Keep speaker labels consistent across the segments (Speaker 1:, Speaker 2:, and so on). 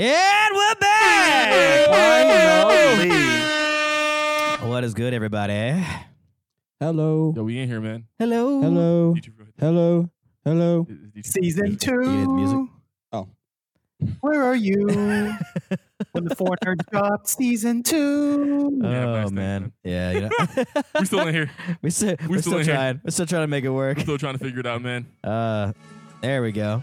Speaker 1: And we're back! what is good, everybody?
Speaker 2: Hello.
Speaker 3: No, we ain't here, man.
Speaker 1: Hello.
Speaker 2: Hello.
Speaker 3: Did you-
Speaker 2: Hello. Hello.
Speaker 3: did you-
Speaker 4: Season two.
Speaker 1: You need the music?
Speaker 2: Oh.
Speaker 4: Where are you when the foreigner dropped season two?
Speaker 3: Yeah,
Speaker 1: oh,
Speaker 3: nice,
Speaker 1: man.
Speaker 3: man.
Speaker 1: Yeah, you know.
Speaker 3: We're still in here.
Speaker 1: we still, we're,
Speaker 3: still
Speaker 1: still
Speaker 3: in here.
Speaker 1: trying. We're still trying to make it work.
Speaker 3: Still trying to figure it out, man.
Speaker 1: Uh, there we go.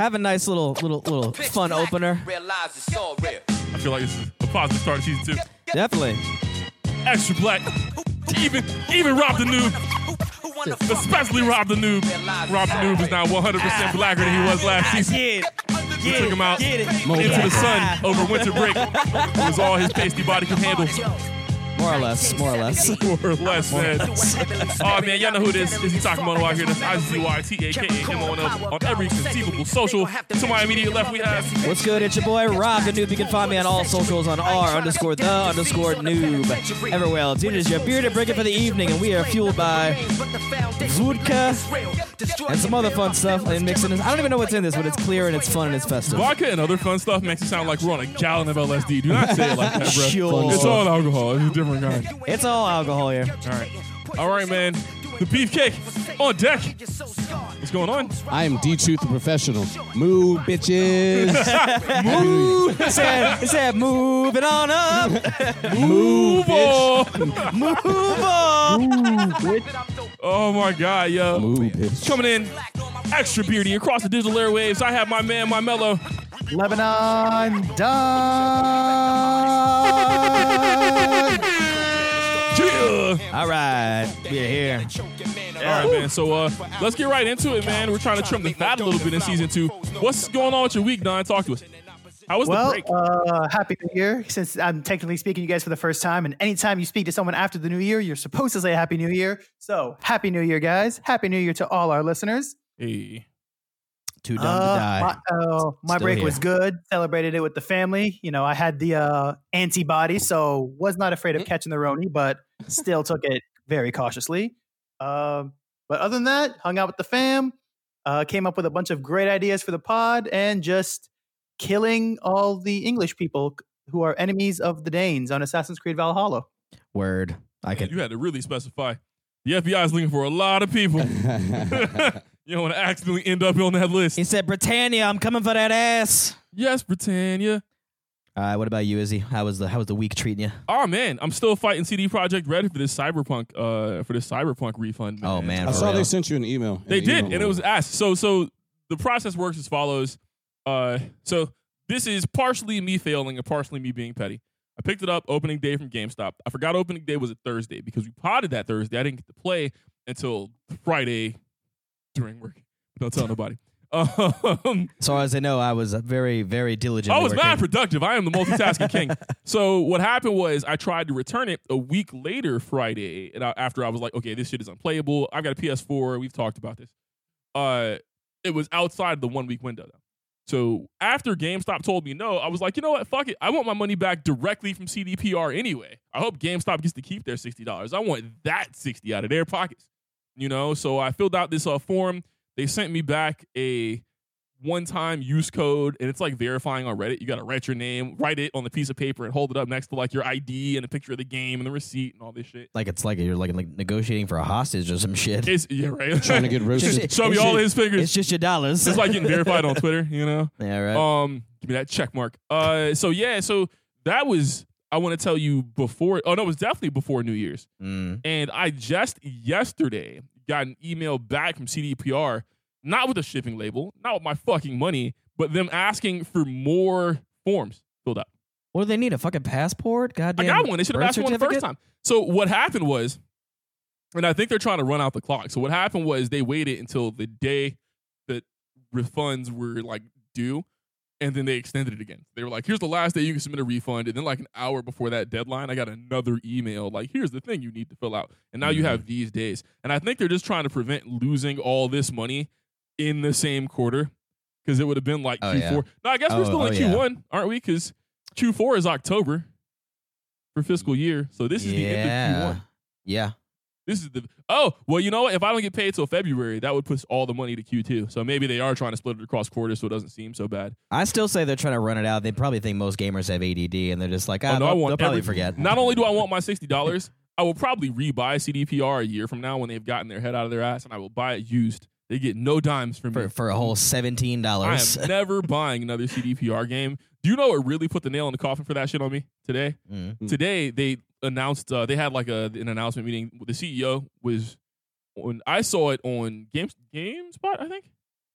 Speaker 1: Have a nice little, little, little fun opener.
Speaker 5: Realize it's all real.
Speaker 3: I feel like it's a positive start to season two.
Speaker 1: Definitely.
Speaker 3: Extra black. Even even Rob the Noob. Especially Rob the Noob. Rob the Noob is now 100% blacker than he was last season.
Speaker 1: Get it.
Speaker 3: We took him out into
Speaker 2: Yeah.
Speaker 3: the sun over winter break. It was all his tasty body could handle,
Speaker 1: More or less. More or less.
Speaker 3: more or less, man. Oh, man, y'all know who this is. He's talking about out here. That's IZYT, aka M-O-N-O, on every conceivable social. To my immediate left, we have
Speaker 1: What's good? It's your boy Rob the Noob. You can find me on all socials on R underscore the underscore noob. Everywhere else, it is your beer to break it for the evening, and we are fueled by vodka and some other fun stuff and mixing this. I don't even know what's in this, but it's clear and it's fun and it's festive.
Speaker 3: Vodka and other fun stuff makes it sound like we're on a gallon of LSD. Do not say it like that, bro.
Speaker 1: Sure.
Speaker 3: It's all alcohol. It's a different kind.
Speaker 1: It's all alcohol here.
Speaker 3: All right. All right, man. The beefcake on deck. What's going on?
Speaker 2: I am D Truth the Professional. Moo, bitches. Moo.
Speaker 1: It said, it said, moving on up,
Speaker 3: Move on.
Speaker 1: move on.
Speaker 3: Oh, my God, yo.
Speaker 2: Moo, bitch.
Speaker 3: Coming in extra beardy across the digital airwaves. I have my man, my mellow.
Speaker 4: Lebanon Doug.
Speaker 3: Yeah.
Speaker 1: All right, we're here.
Speaker 3: All right, man. So uh, let's get right into it, man. We're trying to trim the fat a little bit in season two. What's going on with your week, Don? Talk to us. How was the
Speaker 4: Well,
Speaker 3: break?
Speaker 4: uh, happy new year. Since I'm technically speaking to you guys for the first time, and anytime you speak to someone after the new year, you're supposed to say happy new year. So, happy new year, guys. Happy new year to all our listeners.
Speaker 3: Hey.
Speaker 1: Too dumb to
Speaker 4: Uh,
Speaker 1: die.
Speaker 4: My, oh, my
Speaker 1: Still
Speaker 4: break
Speaker 1: here.
Speaker 4: was good. Celebrated it with the family. You know, I had the uh, antibody, so was not afraid of catching the Roni, but still took it very cautiously. Um, but other than that, hung out with the fam, uh, came up with a bunch of great ideas for the pod, and just killing all the English people who are enemies of the Danes on Assassin's Creed Valhalla.
Speaker 1: Word. I can.
Speaker 3: You had to really specify. The FBI is looking for a lot of people. you don't want to accidentally end up on that list.
Speaker 1: He said, Britannia, I'm coming for that ass.
Speaker 3: Yes, Britannia.
Speaker 1: All right, what about you, Izzy? How was the How was the week treating you?
Speaker 3: Oh man, I'm still fighting CD Project Red for this cyberpunk uh for this cyberpunk refund.
Speaker 1: Oh, man.
Speaker 2: I
Speaker 1: For
Speaker 2: saw
Speaker 1: real.
Speaker 2: they sent you an email.
Speaker 3: They
Speaker 2: An
Speaker 3: did,
Speaker 2: email.
Speaker 3: and it was asked. So so the process works as follows. Uh so this is partially me failing and partially me being petty. I picked it up opening day from GameStop. I forgot opening day was a Thursday because we potted that Thursday. I didn't get to play until Friday during work. Don't tell nobody. Um,
Speaker 1: So as I know, I was very, very diligent.
Speaker 3: I was Oh, mad productive. I am the multitasking king. So what happened was I tried to return it a week later Friday, and I, after I was like, okay, this shit is unplayable. I've got a PS4. We've talked about this. Uh, it was outside the one week window though. So after GameStop told me no, I was like, you know what? Fuck it. I want my money back directly from CDPR anyway. I hope GameStop gets to keep their sixty dollars. I want that sixty out of their pockets. You know. So I filled out this uh, form. They sent me back a one-time use code, and it's like verifying on Reddit. You got to write your name, write it on the piece of paper, and hold it up next to like your ID and a picture of the game and the receipt and all this shit.
Speaker 1: Like it's like you're like, like negotiating for a hostage or some shit.
Speaker 3: It's yeah, right.
Speaker 2: Trying to get roasted.
Speaker 3: Show me
Speaker 1: it's
Speaker 3: all
Speaker 1: ju-
Speaker 3: his fingers.
Speaker 1: It's just your dollars.
Speaker 3: it's like getting verified on Twitter. You know.
Speaker 1: yeah, right.
Speaker 3: Um, give me that check mark. Uh, so yeah, so that was I want to tell you before. Oh no, it was definitely before New Year's.
Speaker 1: Mm.
Speaker 3: And I just yesterday got an email back from CDPR, not with a shipping label, not with my fucking money, but them asking for more forms filled out.
Speaker 1: What do they need? A fucking passport? Goddamn.
Speaker 3: I got one. They should have
Speaker 1: birth
Speaker 3: asked for one the first
Speaker 1: certificate?
Speaker 3: time. So what happened was, and I think they're trying to run out the clock. So what happened was they waited until the day that refunds were like due, and then they extended it again. They were like, "Here's the last day you can submit a refund," and then like an hour before that deadline, I got another email like, "Here's the thing you need to fill out," and now
Speaker 1: Mm-hmm.
Speaker 3: you have these days. And I think they're just trying to prevent losing all this money in the same quarter because it would have been like
Speaker 1: Oh,
Speaker 3: Q4.
Speaker 1: yeah.
Speaker 3: No, I guess
Speaker 1: Oh,
Speaker 3: we're still in
Speaker 1: oh, yeah.
Speaker 3: Q1, aren't we? Because Q4 is October for fiscal year. So this is the end of
Speaker 1: yeah.
Speaker 3: Q1.
Speaker 1: Yeah.
Speaker 3: This is the oh well. You know what? If I don't get paid till February, that would push all the money to Q2. So maybe they are trying to split it across quarters, so it doesn't seem so bad.
Speaker 1: I still say they're trying to run it out. They probably think most gamers have ADD, and they're just like, ah,
Speaker 3: Oh, no, I
Speaker 1: they'll,
Speaker 3: want
Speaker 1: they'll probably
Speaker 3: every-
Speaker 1: forget.
Speaker 3: Not only do I want my sixty dollars, I will probably rebuy CDPR a year from now when they've gotten their head out of their ass, and I will buy it used. They get no dimes from me.
Speaker 1: for, for a whole seventeen
Speaker 3: I
Speaker 1: dollars.
Speaker 3: am never buying another CDPR game. Do you know what really put the nail in the coffin for that shit on me today?
Speaker 1: Mm.
Speaker 3: Today they announced uh, they had like a an announcement meeting. The CEO was on. I saw it on Games GameSpot. I think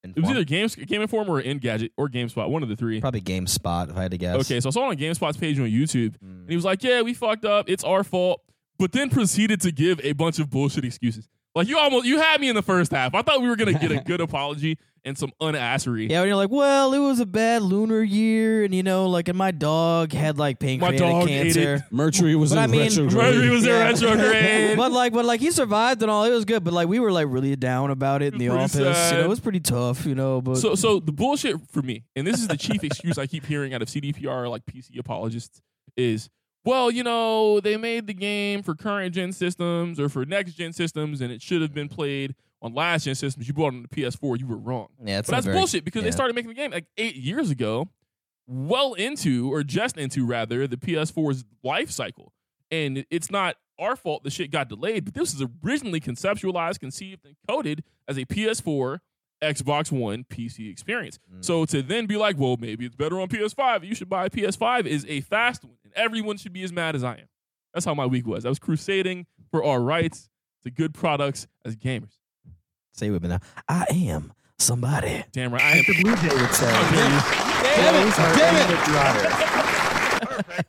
Speaker 3: it was either Games Game Informer or Engadget or GameSpot. One of the three.
Speaker 1: probably GameSpot if I had to guess.
Speaker 3: Okay, so I saw it on GameSpot's page on YouTube,
Speaker 1: Mm.
Speaker 3: and he was like, "Yeah, we fucked up. It's our fault." But then proceeded to give a bunch of bullshit excuses. Like you almost you had me in the first half. I thought we were gonna get a good apology and some unassery.
Speaker 1: Yeah, when you're like, well, it was a bad lunar year, and you know, like, and my dog had like pancreatic
Speaker 3: dog ate
Speaker 1: cancer.
Speaker 3: it.
Speaker 2: Mercury was
Speaker 1: But
Speaker 2: in
Speaker 1: I mean-
Speaker 2: retrograde.
Speaker 3: Mercury was in
Speaker 1: Yeah.
Speaker 3: retrograde.
Speaker 1: but like, but like, he survived and all. It was good, but like, we were like really down about it in the
Speaker 3: Pretty
Speaker 1: office. You
Speaker 3: sad.
Speaker 1: know, it was pretty tough. You know, but
Speaker 3: So, so the bullshit for me, and this is the chief excuse I keep hearing out of CDPR, like PC apologists, is well, you know, they made the game for current gen systems or for next gen systems, and it should have been played on last gen systems. You bought it on the PS4, you were wrong.
Speaker 1: yeah, it's
Speaker 3: But
Speaker 1: not
Speaker 3: that's
Speaker 1: very-
Speaker 3: bullshit because
Speaker 1: yeah.
Speaker 3: they started making the game like eight years ago, well into or just into rather the PS4's life cycle, and it's not our fault the shit got delayed. But this is originally conceptualized, conceived, and coded as a PS4, Xbox One, PC experience.
Speaker 1: Mm.
Speaker 3: So to then be like, well, maybe it's better on PS5. You should buy a PS5 is a fast one, and everyone should be as mad as I am. That's how my week was. I was crusading for our rights to good products as gamers.
Speaker 1: Say with me now. I am somebody.
Speaker 3: Damn right, I am.
Speaker 4: The Blue Jay would say.
Speaker 2: Damn it!
Speaker 4: Those are
Speaker 2: Damn it!
Speaker 4: the drivers.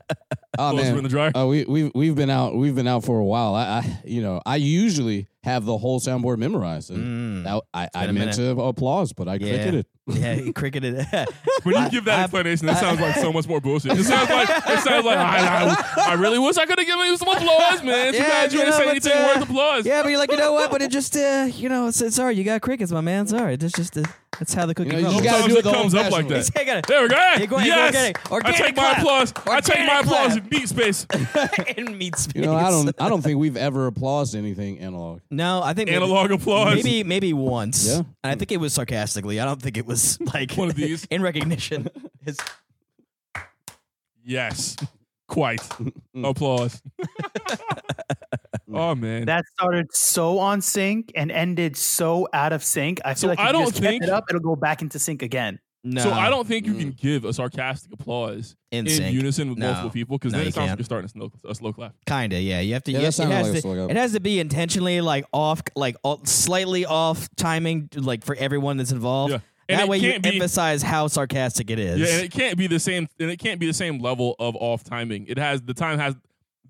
Speaker 2: Oh
Speaker 3: Clothes were in
Speaker 2: man.
Speaker 3: the dryer.
Speaker 2: Oh, we we've we've been out we've been out for a while. I, I you know I usually have the whole soundboard memorized. And
Speaker 1: Mm.
Speaker 2: Now, I, I
Speaker 1: been a
Speaker 2: meant to applause, but I
Speaker 1: Yeah.
Speaker 2: cricketed.
Speaker 1: yeah, he cricketed.
Speaker 3: When you
Speaker 1: I-
Speaker 3: give that
Speaker 1: I-
Speaker 3: explanation, that sounds like so much more bullshit. It sounds like it sounds like I, I, I really wish I could have given you some applause, man. Too
Speaker 1: Yeah,
Speaker 3: bad you
Speaker 1: you
Speaker 3: didn't
Speaker 1: know,
Speaker 3: say
Speaker 1: but,
Speaker 3: anything
Speaker 1: uh,
Speaker 3: worth applause.
Speaker 1: yeah, but you're like, you know what? But it just, uh, you know, it's, it's all right. You got crickets, my man. It's all right. That's just uh, that's how the cookie
Speaker 2: You know, you
Speaker 1: crumbles.
Speaker 2: just
Speaker 3: Sometimes
Speaker 2: gotta do
Speaker 3: it
Speaker 2: it the
Speaker 3: comes up
Speaker 2: old-fashioned
Speaker 3: like that.
Speaker 2: way.
Speaker 1: Hey, I got it.
Speaker 3: There we go. Hey,
Speaker 1: Hey, go ahead,
Speaker 3: yes.
Speaker 1: organic-
Speaker 3: I
Speaker 1: organic
Speaker 3: take my
Speaker 1: clap.
Speaker 3: applause. I take my
Speaker 1: Organic
Speaker 3: applause
Speaker 1: clap.
Speaker 3: in meat space.
Speaker 1: in meat space.
Speaker 2: You know, I don't I don't think we've ever applauded anything analog.
Speaker 1: No, I think maybe-
Speaker 3: Analog applause.
Speaker 1: Maybe maybe once.
Speaker 2: Yeah.
Speaker 1: And I think it was sarcastically. I don't think it was like
Speaker 3: One of these.
Speaker 1: in recognition. It's-
Speaker 3: Yes. Quite. applause. oh man.
Speaker 4: That started so on sync and ended so out of sync. I feel
Speaker 3: So
Speaker 4: like if
Speaker 3: I
Speaker 4: you
Speaker 3: don't
Speaker 4: just kept
Speaker 3: think-
Speaker 4: it up, it'll go back into sync again.
Speaker 1: no.
Speaker 3: so I don't think you can give a sarcastic applause
Speaker 1: in,
Speaker 3: in,
Speaker 1: sync.
Speaker 3: unison with
Speaker 1: Mm. No.
Speaker 3: multiple people because
Speaker 1: No,
Speaker 3: then
Speaker 1: you
Speaker 3: it sounds like
Speaker 1: can't.
Speaker 3: you're starting uh, a, snow, a slow clap.
Speaker 1: Kinda, yeah. You have to.
Speaker 2: Yeah,
Speaker 1: you-
Speaker 2: that
Speaker 1: it,
Speaker 2: sounded
Speaker 1: has
Speaker 2: like a
Speaker 1: to
Speaker 2: slow go.
Speaker 1: it has to be intentionally like off, like all, slightly off timing, like for everyone that's involved.
Speaker 3: Yeah. And
Speaker 1: That
Speaker 3: it
Speaker 1: way you
Speaker 3: can't be-
Speaker 1: emphasize how sarcastic it is.
Speaker 3: Yeah, and it can't be the same. And it can't be the same level of off timing. It has the time has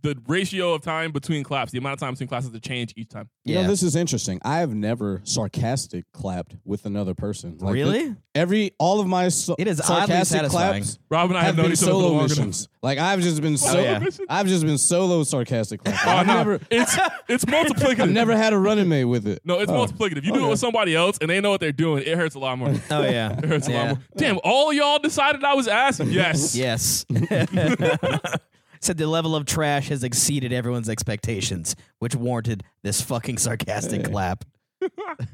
Speaker 3: the ratio of time between claps, the amount of time between claps has to change each time.
Speaker 2: You
Speaker 1: Yeah.
Speaker 2: know, this is interesting. I have never sarcastic clapped with another person. Like,
Speaker 1: really?
Speaker 2: Every all of my so-
Speaker 1: It is oddly
Speaker 2: sarcastic
Speaker 1: satisfying.
Speaker 2: claps
Speaker 3: Rob and I have,
Speaker 2: have
Speaker 3: known
Speaker 2: been
Speaker 3: each other for
Speaker 2: solo
Speaker 3: longer
Speaker 2: missions. Like I've just been so
Speaker 1: yeah.
Speaker 2: I've just been solo sarcastic clap.
Speaker 3: than. Oh,
Speaker 2: I've
Speaker 3: no,
Speaker 2: never
Speaker 3: it's it's multiplicative.
Speaker 2: I've never had a running mate with it.
Speaker 3: No, it's
Speaker 2: Oh.
Speaker 3: multiplicative. You do it with somebody else, and they know what they're doing. It hurts a lot more. It
Speaker 1: Oh yeah.
Speaker 3: hurts a
Speaker 1: Yeah.
Speaker 3: lot more. Damn, all y'all decided I was asking. Yes.
Speaker 1: Yes. Said the level of trash has exceeded everyone's expectations, which warranted this fucking sarcastic clap.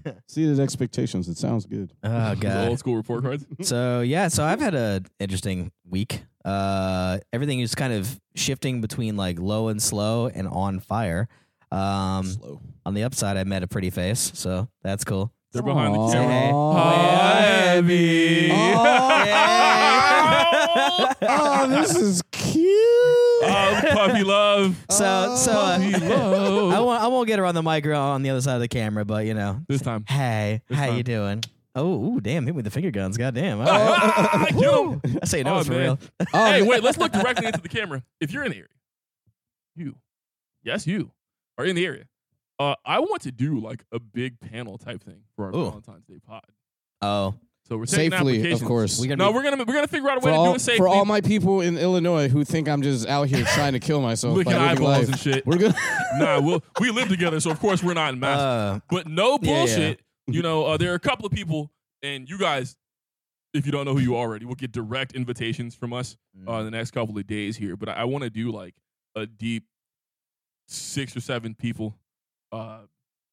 Speaker 2: Exceeded expectations. It sounds good.
Speaker 1: Oh
Speaker 3: Those
Speaker 1: god.
Speaker 3: Old school report cards.
Speaker 1: So yeah, so I've had a interesting week. Uh, everything is kind of shifting between like low and slow and on fire. Um,
Speaker 2: Slow.
Speaker 1: on the upside, I met a pretty face, so that's cool.
Speaker 3: They're behind the camera.
Speaker 1: Hey.
Speaker 3: Oh, heavy.
Speaker 1: Oh,
Speaker 3: Oh,
Speaker 2: Oh, this is cute.
Speaker 3: Um, puppy love.
Speaker 1: So so uh,
Speaker 3: Puppy
Speaker 1: I
Speaker 3: love.
Speaker 1: won't I won't get her on the mic or on the other side of the camera, but you know,
Speaker 3: This time.
Speaker 1: hey,
Speaker 3: This
Speaker 1: how
Speaker 3: time.
Speaker 1: you doing? Oh, ooh, damn! Hit me with the finger guns, goddamn! All right.
Speaker 3: Ah, get 'em.
Speaker 1: Woo! I say no
Speaker 3: Oh,
Speaker 1: it's for
Speaker 3: man.
Speaker 1: real.
Speaker 2: Oh,
Speaker 3: hey,
Speaker 2: man.
Speaker 3: wait, let's look directly into the camera. If you're in the area, you, yes, you are in the area. Uh, I want to do like a big panel type thing for our
Speaker 1: Ooh.
Speaker 3: Valentine's Day pod.
Speaker 1: Oh,
Speaker 3: So we're taking
Speaker 2: Safely, of
Speaker 3: applications.
Speaker 2: course.
Speaker 1: we gonna
Speaker 3: No,
Speaker 1: be-
Speaker 3: we're gonna we're gonna figure out a way
Speaker 2: for
Speaker 3: to do
Speaker 2: all,
Speaker 3: it safely.
Speaker 2: for all my people in Illinois who think I'm just out here trying to kill myself
Speaker 3: licking
Speaker 2: by living
Speaker 3: eyeballs
Speaker 2: life.
Speaker 3: and shit.
Speaker 2: We're good.
Speaker 3: nah, we'll, we live together, so of course we're not in masks.
Speaker 1: uh,
Speaker 3: but no
Speaker 1: yeah, yeah.
Speaker 3: bullshit. You know, uh, there are a couple of people, and you guys, if you don't know who you are already, will get direct invitations from us uh, in the next couple of days here. But I, I want to do like a deep six or seven people uh,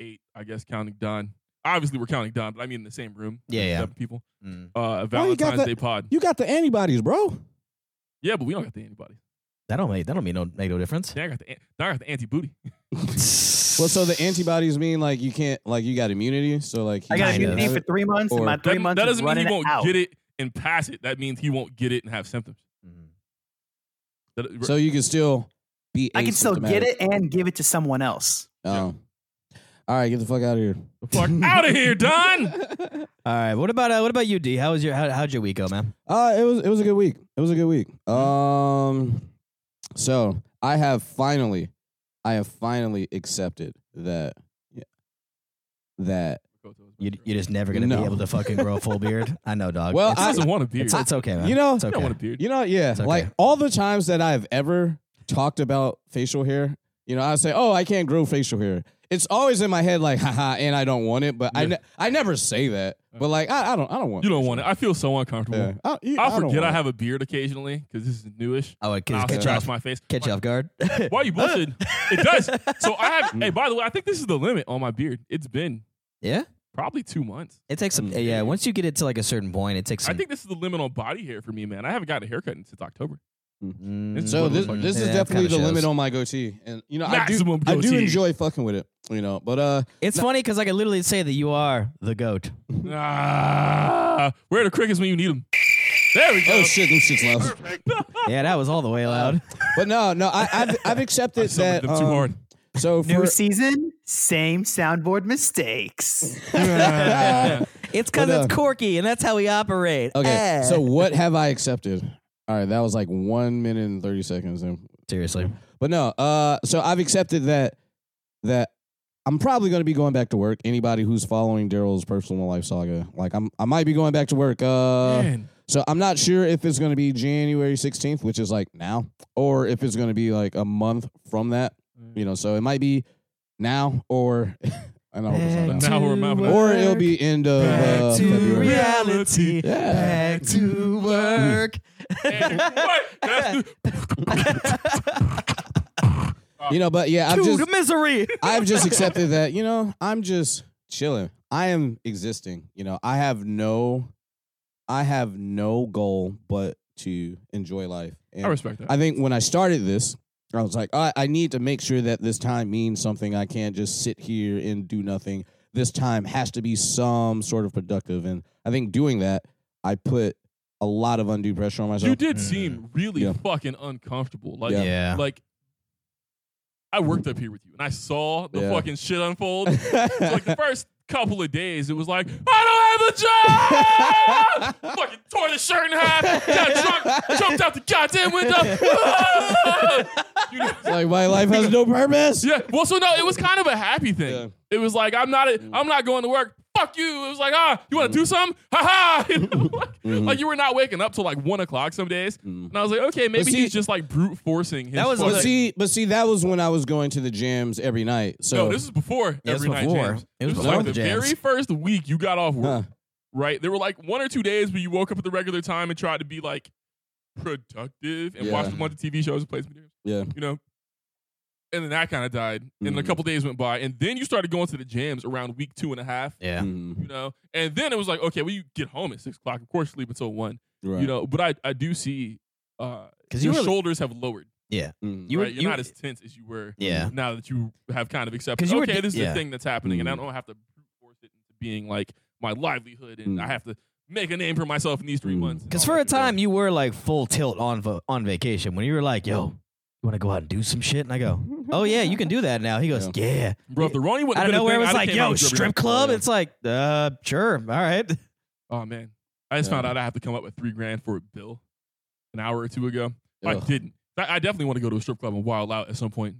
Speaker 3: eight, I guess, counting Don. Obviously, we're counting Don, but I mean in the same room.
Speaker 6: Yeah, yeah.
Speaker 3: Seven people.
Speaker 6: Mm.
Speaker 3: Uh, a
Speaker 2: Why you got
Speaker 3: Valentine's
Speaker 2: that-
Speaker 3: Day pod.
Speaker 2: You got the antibodies, bro.
Speaker 3: Yeah, but we don't got the antibody.
Speaker 6: That don't make that don't mean no make no difference.
Speaker 3: Now I got the an- now I got the anti booty.
Speaker 2: Well, so the antibodies mean like you can't, like you got immunity. So like
Speaker 4: I got
Speaker 6: Kinda.
Speaker 4: immunity for three months,
Speaker 2: Or-
Speaker 4: and my three
Speaker 3: That, that
Speaker 4: months is
Speaker 3: doesn't mean
Speaker 4: running
Speaker 3: he won't
Speaker 4: out.
Speaker 3: get it and pass it. That means he won't get it and have symptoms.
Speaker 6: Mm.
Speaker 3: That-
Speaker 2: So you can still be.
Speaker 4: I can still get
Speaker 2: asymptomatic.
Speaker 4: it and give it to someone else.
Speaker 2: Um, all right, get the fuck out of here.
Speaker 3: the fuck out of here, Don.
Speaker 6: All right. What about uh, what about you, D? How was your how, how'd your week go, man?
Speaker 2: Uh, it was it was a good week. It was a good week.
Speaker 3: Mm-hmm.
Speaker 2: Um, so I have finally, I have finally accepted that yeah, that
Speaker 6: You, you're just never gonna
Speaker 2: No.
Speaker 6: be able to fucking grow a full beard. I know, dog.
Speaker 2: Well,
Speaker 3: He
Speaker 6: it's,
Speaker 3: doesn't want a beard.
Speaker 6: it's, it's okay, man.
Speaker 2: you know
Speaker 6: it's
Speaker 3: He don't
Speaker 6: okay.
Speaker 3: want a beard.
Speaker 2: you know yeah
Speaker 6: It's okay.
Speaker 2: like all the times that I've ever talked about facial hair, you know I say oh I can't grow facial hair. It's always in my head like haha and I don't want it, but I
Speaker 3: Yeah. Uh-huh.
Speaker 2: ne- I never say that. But like I, I don't I don't want
Speaker 3: You don't want it. I feel so uncomfortable.
Speaker 2: Yeah. I, you-
Speaker 3: I'll
Speaker 2: don't
Speaker 3: forget
Speaker 2: want
Speaker 3: I
Speaker 2: it.
Speaker 3: have a beard occasionally because this is newish.
Speaker 6: Oh, it
Speaker 3: I'll
Speaker 6: catch, catch, you
Speaker 3: scratch
Speaker 6: off,
Speaker 3: my face.
Speaker 6: catch you off guard.
Speaker 3: Why are you bullshitting? it does. So I have. hey, by the way, I think this is the limit on my beard. It's been
Speaker 6: yeah,
Speaker 3: probably two months.
Speaker 6: it takes some.
Speaker 2: Mm.
Speaker 6: Yeah, once you get it to like a certain point, it takes. Some,
Speaker 3: I think this is the limit on body hair for me, man. I haven't gotten a haircut in- since October.
Speaker 6: Mm,
Speaker 2: So
Speaker 3: What
Speaker 2: this,
Speaker 3: motherfucker.
Speaker 2: this is
Speaker 6: Yeah, that
Speaker 2: definitely the
Speaker 6: kinda
Speaker 2: limit
Speaker 6: shows.
Speaker 2: on my goatee, and you know
Speaker 3: Maximum
Speaker 2: I do I do
Speaker 3: goatee.
Speaker 2: enjoy fucking with it, you know. But uh,
Speaker 6: It's funny because I can literally say that you are the goat.
Speaker 3: Ah, where are the crickets when you need them? There we go.
Speaker 2: oh shit, them shit's loud.
Speaker 6: Yeah, that was all the way loud.
Speaker 2: But no, no, I, I've I've
Speaker 3: I
Speaker 2: accepted
Speaker 3: summoned
Speaker 2: that.
Speaker 3: them too
Speaker 2: um,
Speaker 3: hard.
Speaker 2: So
Speaker 4: New
Speaker 2: for
Speaker 4: season, same soundboard mistakes.
Speaker 6: It's because
Speaker 2: But, uh,
Speaker 6: it's Corky, and that's how we operate.
Speaker 2: okay,
Speaker 6: Eh.
Speaker 2: so what have I accepted? All right, that was like one minute and thirty seconds. in.
Speaker 6: seriously,
Speaker 2: But no, uh, so I've accepted that that I'm probably going to be going back to work. Anybody who's following Daryl's personal life saga, like I'm, I might be going back to work. Uh,
Speaker 3: Man,
Speaker 2: So I'm not sure if it's going to be January 16th, which is like now, or if it's going to be like a month from that. You know, so it might be now or I know.
Speaker 3: Back Now we're mouthing to
Speaker 2: Or it'll be end of
Speaker 6: back
Speaker 2: uh,
Speaker 6: to
Speaker 2: February.
Speaker 6: reality.
Speaker 2: Yeah.
Speaker 6: Back to work.
Speaker 2: uh,
Speaker 3: man, what? That's the-
Speaker 2: You know, but yeah, I've
Speaker 6: to
Speaker 2: just
Speaker 6: the misery.
Speaker 2: I've just accepted that, you know, I'm just chilling. I am existing. You know, I have no I have no goal but to enjoy life. And
Speaker 3: I respect that.
Speaker 2: I think when I started this, I was like, I, I need to make sure that this time means something. I can't just sit here and do nothing. This time has to be some sort of productive. And I think doing that, I put a lot of undue pressure on myself.
Speaker 3: you did seem really
Speaker 2: Mm. Yeah.
Speaker 3: fucking uncomfortable. Like,
Speaker 2: Yeah.
Speaker 6: Yeah.
Speaker 3: like I worked up here with you, and I saw the
Speaker 2: Yeah.
Speaker 3: fucking shit unfold. So, like the first couple of days, it was like, I don't have a job. fucking tore the shirt in half, got drunk, jumped out the goddamn window. You know-
Speaker 2: like my life has no purpose.
Speaker 3: yeah. Well, so no, it was kind of a happy thing.
Speaker 2: Yeah.
Speaker 3: It was like I'm not, a, I'm not going to work. Fuck you. It was like, ah, you want to do
Speaker 6: Mm-hmm.
Speaker 3: something? Ha ha. You know, like,
Speaker 2: Mhm.
Speaker 3: like, you were not waking up till like one o'clock some days,
Speaker 2: Mhm.
Speaker 3: and I was like, okay, maybe
Speaker 2: see-
Speaker 3: he's just like brute forcing. His
Speaker 6: That was
Speaker 3: fucking-
Speaker 2: But see, but see, that was when I was going to the gyms every night. So
Speaker 3: no, this is before
Speaker 6: Yeah, it's
Speaker 3: every night
Speaker 6: before.
Speaker 3: jams.
Speaker 6: It was
Speaker 3: this was
Speaker 6: before
Speaker 3: like
Speaker 6: the
Speaker 3: the,
Speaker 6: jams.
Speaker 3: very first week you got off work,
Speaker 2: Huh.
Speaker 3: right? There were like one or two days where you woke up at the regular time and tried to be like productive and
Speaker 2: Yeah.
Speaker 3: watched a bunch of TV shows and played some games,
Speaker 2: yeah,
Speaker 3: you know. And then that kind of died, and a
Speaker 2: Mhm.
Speaker 3: couple days went by, and then you started going to the jams around week two and a half,
Speaker 6: Yeah.
Speaker 2: Mhm.
Speaker 3: you know. And then it was like, okay, well, you get home at six o'clock, of course, sleep until one,
Speaker 2: right.
Speaker 3: you know. But I, I do see, uh,
Speaker 6: Because you
Speaker 3: your
Speaker 6: were,
Speaker 3: shoulders have lowered.
Speaker 2: Mhm.
Speaker 6: you were,
Speaker 3: right? You're
Speaker 6: you-
Speaker 3: not as tense as you were
Speaker 6: yeah.
Speaker 3: now that you have kind of accepted,
Speaker 6: 'Cause you were
Speaker 3: okay,
Speaker 6: di-
Speaker 3: this is
Speaker 6: yeah.
Speaker 3: the thing that's happening, and I
Speaker 2: Mm.
Speaker 3: don't have to brute force it into being like my livelihood, and
Speaker 2: Mm.
Speaker 3: I have to make a name for myself in these three
Speaker 2: Mm.
Speaker 3: months. and
Speaker 6: Because
Speaker 3: all
Speaker 6: for a
Speaker 3: that shit.
Speaker 6: time you were like full tilt on vo- on vacation when you were like,
Speaker 3: Mm-hmm.
Speaker 6: "Yo, you want to go out and do some shit?" And I go, "Oh yeah, you can do that now." He goes, "Yeah."
Speaker 3: bro, if the Ronnie wouldn't
Speaker 6: I don't
Speaker 3: have
Speaker 6: know where it
Speaker 3: been a thing,
Speaker 6: was
Speaker 3: I'd have
Speaker 6: like,
Speaker 3: came
Speaker 6: "Yo,
Speaker 3: out every
Speaker 6: strip
Speaker 3: night.
Speaker 6: club."
Speaker 3: Yeah.
Speaker 6: It's like, uh, sure, all right.
Speaker 3: oh man, I just
Speaker 2: Yeah.
Speaker 3: found out I have to come up with three grand for a bill an hour or two ago. I
Speaker 2: Ugh.
Speaker 3: didn't. I I definitely want to go to a strip club and wild out at some point.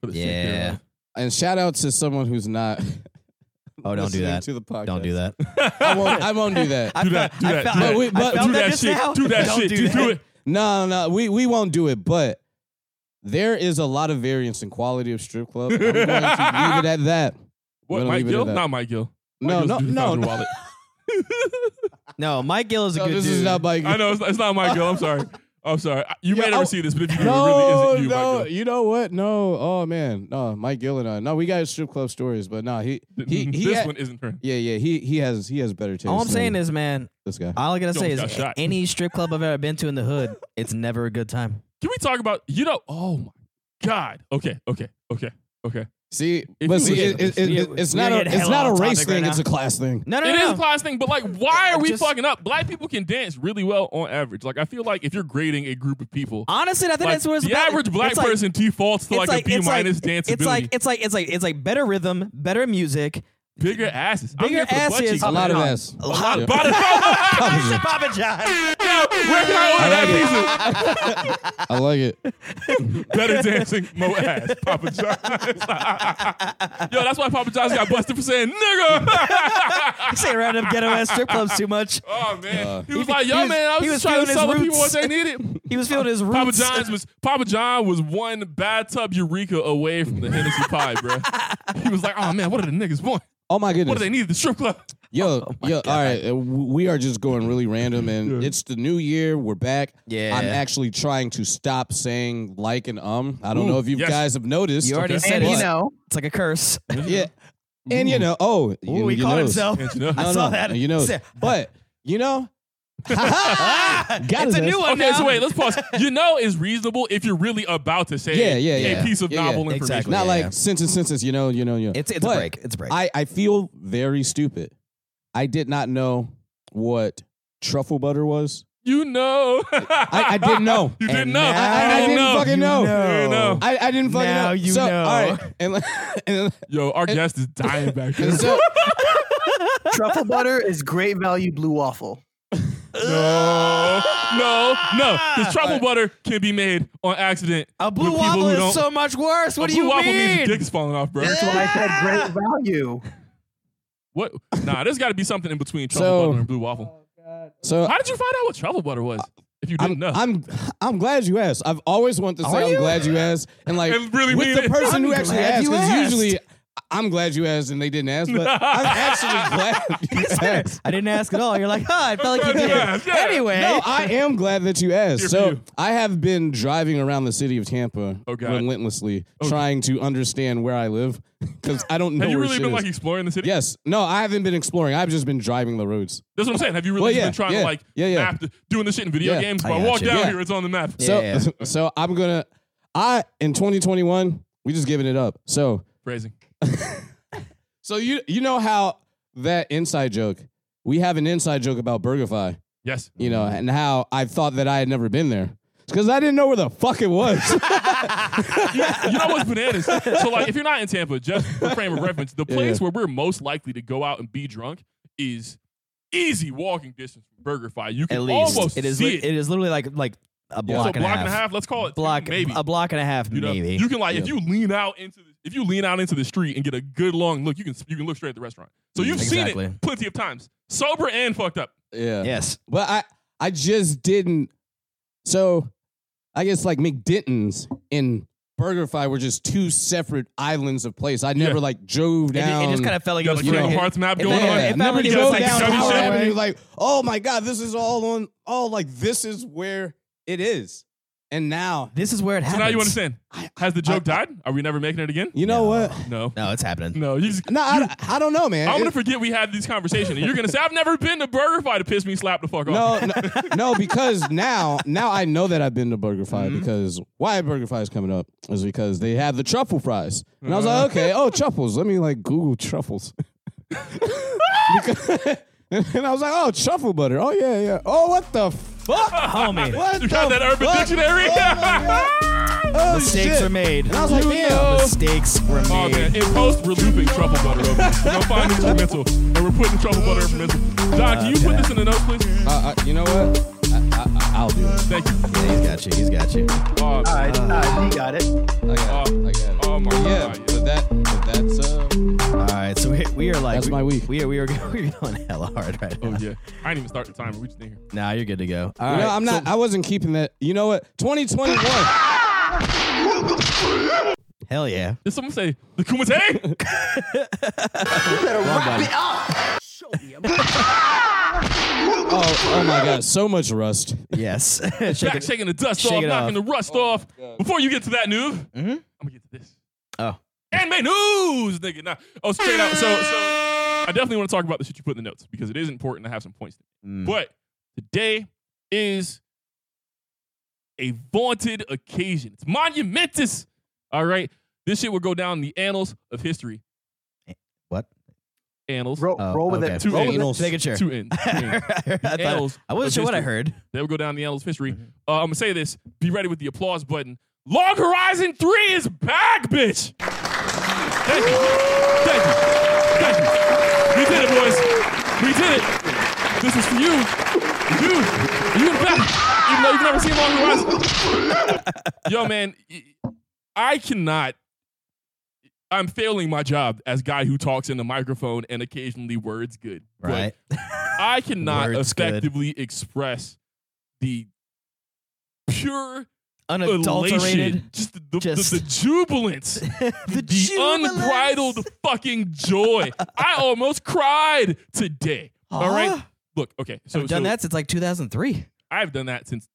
Speaker 3: For the sake of
Speaker 6: Yeah.
Speaker 3: life.
Speaker 2: And shout out to someone who's not.
Speaker 6: Oh, don't do
Speaker 2: listening
Speaker 6: that.
Speaker 2: To the podcast.
Speaker 6: Don't do that.
Speaker 2: I won't. I won't do that.
Speaker 6: I
Speaker 3: Do
Speaker 6: felt-
Speaker 3: that, do
Speaker 6: I
Speaker 3: that,
Speaker 6: felt-
Speaker 3: do
Speaker 6: I-
Speaker 2: that. Wait,
Speaker 6: I
Speaker 2: but-
Speaker 6: felt
Speaker 3: do that
Speaker 6: just
Speaker 3: shit.
Speaker 6: now.
Speaker 3: Do that
Speaker 6: Don't
Speaker 3: shit.
Speaker 6: do
Speaker 3: Do,
Speaker 6: that.
Speaker 3: do it.
Speaker 2: No, no, we we won't do it. But there is a lot of variance in quality of strip club. I'm going to leave it at that.
Speaker 3: What,
Speaker 2: We'll
Speaker 3: Mike
Speaker 2: leave it at
Speaker 3: Gill?
Speaker 2: that.
Speaker 3: Not Mike Gill. Mike
Speaker 2: No,
Speaker 3: Gill's
Speaker 2: no,
Speaker 3: dude
Speaker 2: no,
Speaker 3: found a
Speaker 2: no.
Speaker 3: wallet.
Speaker 6: No, Mike Gill is a
Speaker 2: No,
Speaker 6: good
Speaker 2: this
Speaker 6: dude.
Speaker 2: is not Mike.
Speaker 3: I know it's, it's not Mike Gill. I'm sorry. I'm sorry. I- You
Speaker 2: Yeah,
Speaker 3: may never
Speaker 2: oh,
Speaker 3: see this, but if you do,
Speaker 2: No,
Speaker 3: it really isn't you. Mike
Speaker 2: no,
Speaker 3: Dillon.
Speaker 2: you know what? No, oh man, no, Mike Gill and I. No, we got strip club stories, but no, he, he, he
Speaker 3: this
Speaker 2: had-
Speaker 3: one isn't true.
Speaker 2: yeah, yeah, he, he has, he has better taste.
Speaker 6: All I'm
Speaker 2: than
Speaker 6: saying is, man,
Speaker 2: this guy.
Speaker 6: all I gotta say
Speaker 3: Jones got
Speaker 6: is
Speaker 3: shot.
Speaker 6: any strip club I've ever been to in the hood, it's never a good time.
Speaker 3: Can we talk about you know? Oh my god. Okay. Okay. Okay. Okay.
Speaker 2: See,
Speaker 3: If you
Speaker 2: but see,
Speaker 3: would-
Speaker 2: it, it, it,
Speaker 6: Yeah,
Speaker 2: it's
Speaker 6: we're
Speaker 2: not
Speaker 6: gonna
Speaker 2: a,
Speaker 6: get
Speaker 2: it's
Speaker 6: hella
Speaker 2: not a
Speaker 6: off
Speaker 2: race
Speaker 6: topic right
Speaker 2: thing.
Speaker 6: now.
Speaker 2: it's a class thing.
Speaker 6: No, no,
Speaker 3: It
Speaker 6: no.
Speaker 3: is a class thing, but like, why are we
Speaker 6: Just-
Speaker 3: fucking up? Black people can dance really well on average. Like, I feel like if you're grading a group of people,
Speaker 6: Honestly, I think
Speaker 3: like,
Speaker 6: that's what it's
Speaker 3: the
Speaker 6: about.
Speaker 3: average black
Speaker 6: It's like-
Speaker 3: person defaults to
Speaker 6: it's
Speaker 3: like, a B
Speaker 6: it's
Speaker 3: minus
Speaker 6: like,
Speaker 3: dance
Speaker 6: It's like
Speaker 3: ability.
Speaker 6: it's like it's like it's like better rhythm, better music,
Speaker 3: bigger asses. I'm
Speaker 6: bigger
Speaker 3: here for the butt
Speaker 6: asses.
Speaker 3: cheeks,
Speaker 2: A lot of
Speaker 3: man.
Speaker 2: ass.
Speaker 6: a lot
Speaker 3: A lot of-
Speaker 6: Papa John.
Speaker 3: Where can I order that pizza?
Speaker 2: I like it.
Speaker 3: Better dancing, mo ass, Papa John's. Yo, that's why Papa John's got busted for saying nigga.
Speaker 6: I say around them ghetto ass strip clubs too much.
Speaker 3: oh man, he was
Speaker 6: he-
Speaker 3: like, yo
Speaker 6: he was-
Speaker 3: man, I was,
Speaker 6: he
Speaker 3: just
Speaker 6: was feeling
Speaker 3: trying to
Speaker 6: his
Speaker 3: sell the people
Speaker 6: roots."
Speaker 3: what they needed.
Speaker 6: He was feeling his roots.
Speaker 3: Papa John's was Papa John was one bathtub eureka away from the Hennessy pie, bro. He was like, oh man, what do the niggas want?
Speaker 2: Oh my goodness.
Speaker 3: What do they need at the strip club?
Speaker 2: Yo,
Speaker 6: Oh
Speaker 2: yo, all right. uh, w- We are just going really random, and it's the new year. We're back.
Speaker 6: Yeah.
Speaker 2: I'm actually trying to stop saying like and um. I don't know if you
Speaker 3: yes.
Speaker 2: guys have noticed.
Speaker 6: You already said
Speaker 4: And
Speaker 6: it.
Speaker 4: you
Speaker 6: What?
Speaker 4: know,
Speaker 6: It's like a curse.
Speaker 2: Yeah. And you know, oh,
Speaker 6: Ooh,
Speaker 2: you,
Speaker 6: he
Speaker 2: you
Speaker 6: caught
Speaker 2: knows.
Speaker 6: himself.
Speaker 3: And you know-
Speaker 6: I
Speaker 2: No,
Speaker 6: saw
Speaker 2: no,
Speaker 6: that.
Speaker 2: You know,
Speaker 6: Said-
Speaker 2: but you know, Ah, Got
Speaker 6: it's
Speaker 2: it,
Speaker 6: a new
Speaker 2: man.
Speaker 6: one
Speaker 3: Okay,
Speaker 6: now.
Speaker 3: so wait, let's pause. You know is reasonable if you're really about to say
Speaker 2: Yeah, yeah,
Speaker 3: a
Speaker 2: yeah.
Speaker 3: piece of
Speaker 2: Yeah, yeah.
Speaker 3: novel information.
Speaker 6: Exactly.
Speaker 2: not
Speaker 6: Yeah,
Speaker 2: like
Speaker 6: yeah.
Speaker 2: sentence, sentence. You know, you know, you know.
Speaker 6: It's it's
Speaker 2: But
Speaker 6: a break. It's a break.
Speaker 2: I I feel very stupid. I did not know what truffle butter was.
Speaker 3: You know.
Speaker 2: I didn't know.
Speaker 3: You didn't
Speaker 6: And
Speaker 3: know.
Speaker 6: now
Speaker 2: I- I
Speaker 3: You
Speaker 2: didn't
Speaker 3: know.
Speaker 2: fucking
Speaker 3: You
Speaker 2: know.
Speaker 3: know.
Speaker 2: I, I didn't fucking
Speaker 6: Oh. Now
Speaker 2: know.
Speaker 6: you
Speaker 2: so,
Speaker 6: know.
Speaker 2: All right, and, and,
Speaker 3: Yo, our guest is dying back there.
Speaker 2: and so
Speaker 4: truffle butter is great value blue waffle.
Speaker 3: no, no, no. Because truffle
Speaker 2: Alright.
Speaker 3: butter can be made on accident.
Speaker 6: a
Speaker 3: with
Speaker 6: blue
Speaker 3: people
Speaker 6: waffle
Speaker 3: who
Speaker 6: is
Speaker 3: don't-
Speaker 6: so much worse. What
Speaker 3: a
Speaker 6: do
Speaker 3: blue
Speaker 6: you
Speaker 3: waffle means
Speaker 6: mean?
Speaker 3: your dick's falling off, bro.
Speaker 4: That's what I said great value.
Speaker 3: What? Nah, there's got to be something in between truffle
Speaker 2: So-
Speaker 3: butter and blue waffle.
Speaker 2: so
Speaker 3: How did you find out what truffle butter was? If you didn't
Speaker 2: I'm,
Speaker 3: know,
Speaker 2: I'm I'm glad you asked. I've always wanted to
Speaker 6: Are
Speaker 2: say I'm
Speaker 6: you?
Speaker 2: glad you asked, and like
Speaker 3: And really mean
Speaker 2: with the
Speaker 3: it.
Speaker 2: person
Speaker 6: I'm
Speaker 2: who actually
Speaker 6: glad
Speaker 2: asked.
Speaker 6: you
Speaker 2: Because
Speaker 6: asked.
Speaker 2: usually I'm glad you asked and they didn't ask, but I'm actually glad you asked.
Speaker 6: I didn't ask at all. You're like, huh? I felt like you did.
Speaker 3: Yeah, yeah.
Speaker 6: Anyway,
Speaker 2: No, I am glad that you
Speaker 3: Here for
Speaker 2: asked. So
Speaker 3: you.
Speaker 2: I have been driving around the city of Tampa
Speaker 3: Oh, God.
Speaker 2: relentlessly, trying to understand where I live because I don't know
Speaker 3: have you
Speaker 2: where
Speaker 3: really
Speaker 2: shit
Speaker 3: been
Speaker 2: is.
Speaker 3: like exploring the city?
Speaker 2: Yes. No, I haven't been exploring. I've just been driving the roads.
Speaker 3: That's what I'm saying. Have you really
Speaker 2: Well,
Speaker 3: just
Speaker 2: yeah,
Speaker 3: been trying
Speaker 2: yeah,
Speaker 3: to like
Speaker 2: yeah, yeah.
Speaker 3: map the, doing the shit in video
Speaker 2: Yeah.
Speaker 3: games?
Speaker 6: I
Speaker 3: But I walk
Speaker 6: gotcha.
Speaker 3: down
Speaker 2: Yeah.
Speaker 3: here, it's on the map.
Speaker 2: So
Speaker 6: Yeah.
Speaker 2: so I'm gonna I in 2021 we just giving it up. So
Speaker 3: Phrasing.
Speaker 2: so you you know how that inside joke we have an inside joke about BurgerFi,
Speaker 3: Yes.
Speaker 2: you
Speaker 6: Mm-hmm.
Speaker 2: know, and how I thought that I had never been there because I didn't know where the fuck it was.
Speaker 3: you know what's bananas? So like, if you're not in Tampa, just for frame of reference, the
Speaker 2: Yeah,
Speaker 3: place
Speaker 2: yeah.
Speaker 3: where we're most likely to go out and be drunk is easy walking distance from Burger Fi. You can
Speaker 6: at least
Speaker 3: almost
Speaker 6: it is.
Speaker 3: see
Speaker 6: li-
Speaker 3: it.
Speaker 6: it is literally like like a
Speaker 2: Yeah.
Speaker 6: block,
Speaker 3: So
Speaker 6: and, a half.
Speaker 3: Let's call it
Speaker 6: Block,
Speaker 3: two, maybe.
Speaker 6: a block and a half,
Speaker 3: you know,
Speaker 6: maybe.
Speaker 3: you can like if
Speaker 2: Yeah.
Speaker 3: you lean out into the, if you lean out into the street and get a good long look, you can you can look straight at the restaurant. So you've seen
Speaker 6: Exactly.
Speaker 3: it plenty of times, sober and fucked up.
Speaker 2: yeah.
Speaker 6: yes,
Speaker 2: But I I just didn't. So I guess like McDenton's and BurgerFi were just two separate islands of place. I never
Speaker 3: Yeah.
Speaker 2: like drove
Speaker 6: it,
Speaker 2: down.
Speaker 6: ju- it just kind of felt like
Speaker 3: You
Speaker 6: it
Speaker 3: got
Speaker 6: was
Speaker 3: the Kingdom
Speaker 2: right.
Speaker 3: Hearts map
Speaker 6: If
Speaker 3: going
Speaker 6: that-
Speaker 3: on.
Speaker 2: yeah,
Speaker 6: if that
Speaker 2: never
Speaker 6: was
Speaker 2: drove
Speaker 6: just, like,
Speaker 2: down
Speaker 6: some
Speaker 2: Tower
Speaker 6: shit-
Speaker 2: Avenue. Like, oh my god, this is all on. Oh, like this is where it is. And now,
Speaker 6: this is where it
Speaker 3: So
Speaker 6: happens.
Speaker 3: now you understand. Has the joke
Speaker 2: I-
Speaker 3: died? Are we never making it again?
Speaker 2: you
Speaker 6: No.
Speaker 2: know what?
Speaker 3: No.
Speaker 6: No, it's happening.
Speaker 3: No. You just,
Speaker 2: No, I, I don't know, man.
Speaker 3: I'm gonna
Speaker 2: It-
Speaker 3: forget we had this conversation, and you're gonna say I've never been to Burger Fi to piss me slap the fuck off.
Speaker 2: no, no, no, because now, now I know that I've been to Burger Fi
Speaker 3: Mm-hmm.
Speaker 2: because why Burger Fi is coming up is because they have the truffle fries, and I was
Speaker 3: Uh-huh.
Speaker 2: like, okay, oh truffles. Let me like Google truffles, because, and I was like, oh truffle butter. Oh yeah, yeah. Oh what the fuck?
Speaker 6: Homie,
Speaker 2: What
Speaker 3: You got
Speaker 2: the
Speaker 3: that Urban
Speaker 2: fuck?
Speaker 3: Dictionary?
Speaker 2: Oh, my God. Oh,
Speaker 6: mistakes
Speaker 2: shit.
Speaker 6: were made.
Speaker 2: And I was like, damn.
Speaker 6: Mistakes were
Speaker 3: Oh man,
Speaker 6: made.
Speaker 3: in post we're looping truffle butter over. We're gonna find instrumental and we're putting truffle butter instrumental. John, can you put this in the notes, please?
Speaker 2: Uh, uh, you know what? I, I, I'll do it.
Speaker 3: Thank you.
Speaker 6: Yeah, he's got you. He's got you.
Speaker 3: Oh,
Speaker 4: All right, all right, you got it.
Speaker 2: I got it. I got it.
Speaker 3: oh my
Speaker 2: yeah,
Speaker 3: god.
Speaker 2: but that, but that's uh,
Speaker 6: All right, so we, we are like
Speaker 2: That's my week.
Speaker 6: We are we are we are going hella hard right now.
Speaker 3: Oh yeah. I didn't even start the timer. We just in here.
Speaker 6: Now you're good to go. Uh, All
Speaker 2: you know,
Speaker 6: right,
Speaker 2: I'm
Speaker 6: so-
Speaker 2: not. I wasn't keeping that. You know what? 2021.
Speaker 6: hell yeah.
Speaker 3: Did someone say the Kumite?
Speaker 6: Wrong button.
Speaker 2: Oh, oh my God, so much rust.
Speaker 6: Yes. Shake
Speaker 3: Back,
Speaker 6: it.
Speaker 3: shaking the dust
Speaker 6: Shake
Speaker 3: off,
Speaker 6: it
Speaker 3: knocking
Speaker 6: off.
Speaker 3: the rust off. Before you get to that, noob,
Speaker 6: Mhm.
Speaker 3: I'm gonna get to this.
Speaker 6: Oh.
Speaker 3: Anime news, nigga. Nah. Oh, so check it out. So, so I definitely want to talk about the shit you put in the notes because it is important to have some points.
Speaker 6: Mm.
Speaker 3: But today is a vaunted occasion. It's monumentous. All right, this shit will go down in the annals of history.
Speaker 6: What?
Speaker 3: Annals.
Speaker 4: Roll,
Speaker 6: Oh,
Speaker 4: roll with
Speaker 6: okay.
Speaker 4: it.
Speaker 3: Two
Speaker 4: roll with it.
Speaker 2: Annals.
Speaker 6: Making sure.
Speaker 3: Two ends. Two ends.
Speaker 6: I, thought-
Speaker 3: Annals
Speaker 6: I wasn't
Speaker 3: of
Speaker 6: sure what I
Speaker 3: history.
Speaker 6: heard.
Speaker 3: They will go down the annals of history. Uh, I'm gonna say this. Be ready with the applause button. Long Horizon 3 is back, bitch! Thank you. Thank you. Thank you. We did it, boys. We did it. This is for you. You. You in the back. Even though you've never seen Long Horizon. Yo, man, I cannot. I'm failing my job as guy who talks in the microphone and occasionally words good. But
Speaker 6: Right.
Speaker 3: I cannot
Speaker 6: Words good.
Speaker 3: effectively express the pure
Speaker 6: Unadulterated.
Speaker 3: elation, just the, the,
Speaker 6: Just-
Speaker 3: the, the jubilance,
Speaker 6: the
Speaker 3: the unbridled fucking joy. I almost cried today. All right,
Speaker 6: Huh?
Speaker 3: look, okay, so
Speaker 6: So, I've done
Speaker 3: so
Speaker 6: that since like 2003
Speaker 3: I've done that since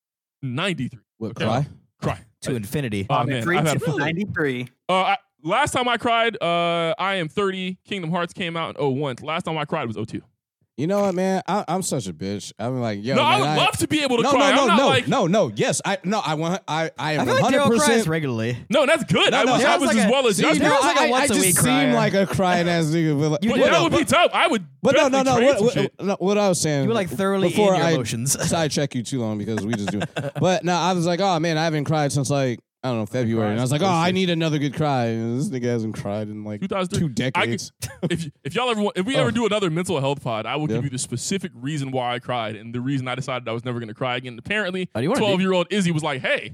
Speaker 3: '93.
Speaker 2: What,
Speaker 3: Okay.
Speaker 2: cry?
Speaker 3: Cry.
Speaker 6: to infinity.
Speaker 3: Oh,
Speaker 4: Comic
Speaker 3: man,
Speaker 4: three
Speaker 3: I've had
Speaker 4: to
Speaker 3: fun.
Speaker 4: 93.
Speaker 3: Uh, I, last time I cried, uh, I am 30. Kingdom Hearts came out in 01. Last time I cried was 02.
Speaker 2: You know what, man? I, I'm such a bitch. I'm like, yo,
Speaker 3: no, I
Speaker 2: man,
Speaker 3: would love to be able to
Speaker 2: no,
Speaker 3: cry.
Speaker 2: no,
Speaker 3: I'm
Speaker 2: no,
Speaker 3: not
Speaker 2: no,
Speaker 3: like,
Speaker 2: no, no. Yes, I, no, I want, I, I
Speaker 6: I
Speaker 2: am
Speaker 6: feel like
Speaker 2: 100.
Speaker 6: Daryl cries
Speaker 2: percent
Speaker 6: regularly.
Speaker 3: no, that's good.
Speaker 2: No,
Speaker 3: I
Speaker 2: no,
Speaker 3: wish I
Speaker 6: sounds
Speaker 3: was
Speaker 6: like
Speaker 3: as
Speaker 6: a-
Speaker 3: well as
Speaker 2: See,
Speaker 3: y'all.
Speaker 6: Daryl-
Speaker 2: now
Speaker 6: Daryl's like a
Speaker 2: I, I
Speaker 6: once a
Speaker 2: just
Speaker 6: week
Speaker 2: seem
Speaker 6: crier.
Speaker 2: like a crying ass nigga. But, like,
Speaker 6: You
Speaker 2: but
Speaker 6: do.
Speaker 3: Well,
Speaker 2: no,
Speaker 3: that would be tough. I would.
Speaker 2: but no, no,
Speaker 3: definitely
Speaker 2: no.
Speaker 3: trade
Speaker 2: What,
Speaker 3: some
Speaker 2: what,
Speaker 3: shit.
Speaker 2: no, what I was saying,
Speaker 6: You were like thoroughly
Speaker 2: before
Speaker 6: in your
Speaker 2: I
Speaker 6: emotions.
Speaker 2: sidetrack you too long because we just do. it. but no, I was like, oh man, I haven't cried since like I don't know February, and I was like, oh, I need another good cry. And this nigga hasn't cried in like
Speaker 3: 2003.
Speaker 2: two
Speaker 3: I
Speaker 2: decades.
Speaker 3: if y- if y'all ever want, if we ever
Speaker 2: Oh.
Speaker 3: do another mental health pod, I will
Speaker 2: Yeah.
Speaker 3: give you the specific reason why I cried and the reason I decided I was never going to cry again. Apparently,
Speaker 6: Oh, do you wanna do-
Speaker 3: twelve year old Izzy was like, "Hey,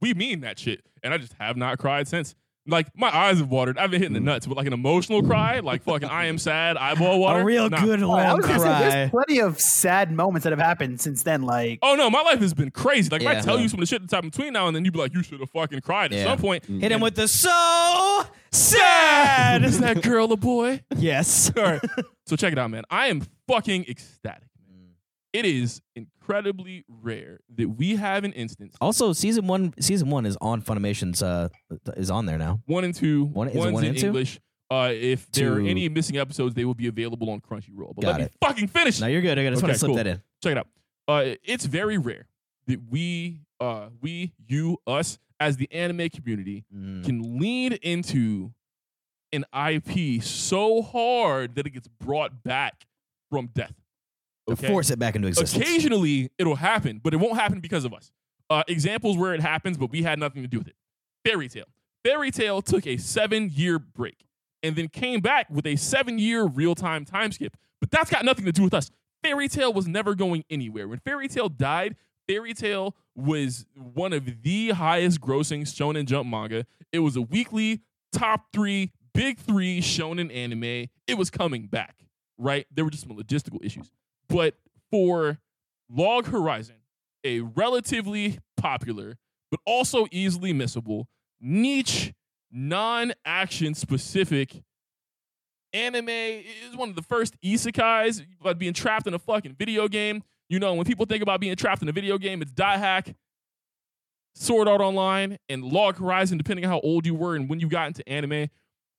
Speaker 3: we mean that shit," and I just have not cried since. Like my eyes have watered. I've been hitting the
Speaker 2: Mm.
Speaker 3: nuts, but like an emotional cry, like fucking I am sad, eyeball water.
Speaker 6: a real
Speaker 3: nah.
Speaker 6: good
Speaker 4: Oh, I
Speaker 6: long
Speaker 4: was gonna say,
Speaker 6: cry.
Speaker 4: there's plenty of sad moments that have happened since then. Like,
Speaker 3: Oh no, my life has been crazy. Like if I
Speaker 6: Yeah.
Speaker 3: tell you some of the shit that's happened between now and then, you'd be like, "You should have fucking cried." At
Speaker 6: Yeah.
Speaker 3: some point,
Speaker 6: Hit him with the so sad.
Speaker 3: is that girl a boy?
Speaker 6: yes.
Speaker 3: All right. So check it out, man. I am fucking ecstatic.
Speaker 6: Mm.
Speaker 3: It is incredibly rare that we have an instance.
Speaker 6: Also, season one, season one is on Funimation's. Uh, is on there now.
Speaker 3: One and two.
Speaker 6: One- is it
Speaker 3: one's
Speaker 6: one
Speaker 3: in
Speaker 6: and two?
Speaker 3: English. Uh, if there are
Speaker 6: Two.
Speaker 3: any missing episodes, they will be available on Crunchyroll. But
Speaker 6: Got
Speaker 3: let me
Speaker 6: it.
Speaker 3: fucking finish.
Speaker 6: No, you're good. I just
Speaker 3: Okay,
Speaker 6: want to slip
Speaker 3: cool.
Speaker 6: that in.
Speaker 3: check it out. Uh, it's very rare that we, uh, we, you, us, as the anime community,
Speaker 6: Mm.
Speaker 3: can lean into an IP so hard that it gets brought back from death.
Speaker 6: To Force it back into existence.
Speaker 3: Occasionally, it'll happen, but it won't happen because of us. Uh, examples where it happens, but we had nothing to do with it. Fairy Tale. Fairy Tale took a seven year break and then came back with a seven year real time time skip, but that's got nothing to do with us. Fairy Tale was never going anywhere. When Fairy Tale died, Fairy Tale was one of the highest grossing Shonen Jump manga. It was a weekly top three, big three Shonen anime. It was coming back, right? There were just some logistical issues. But for Log Horizon, a relatively popular but also easily missable niche non-action specific anime is one of the first isekais about being trapped in a fucking video game you know when people think about being trapped in a video game it's die hack sword art online and log horizon depending on how old you were and when you got into anime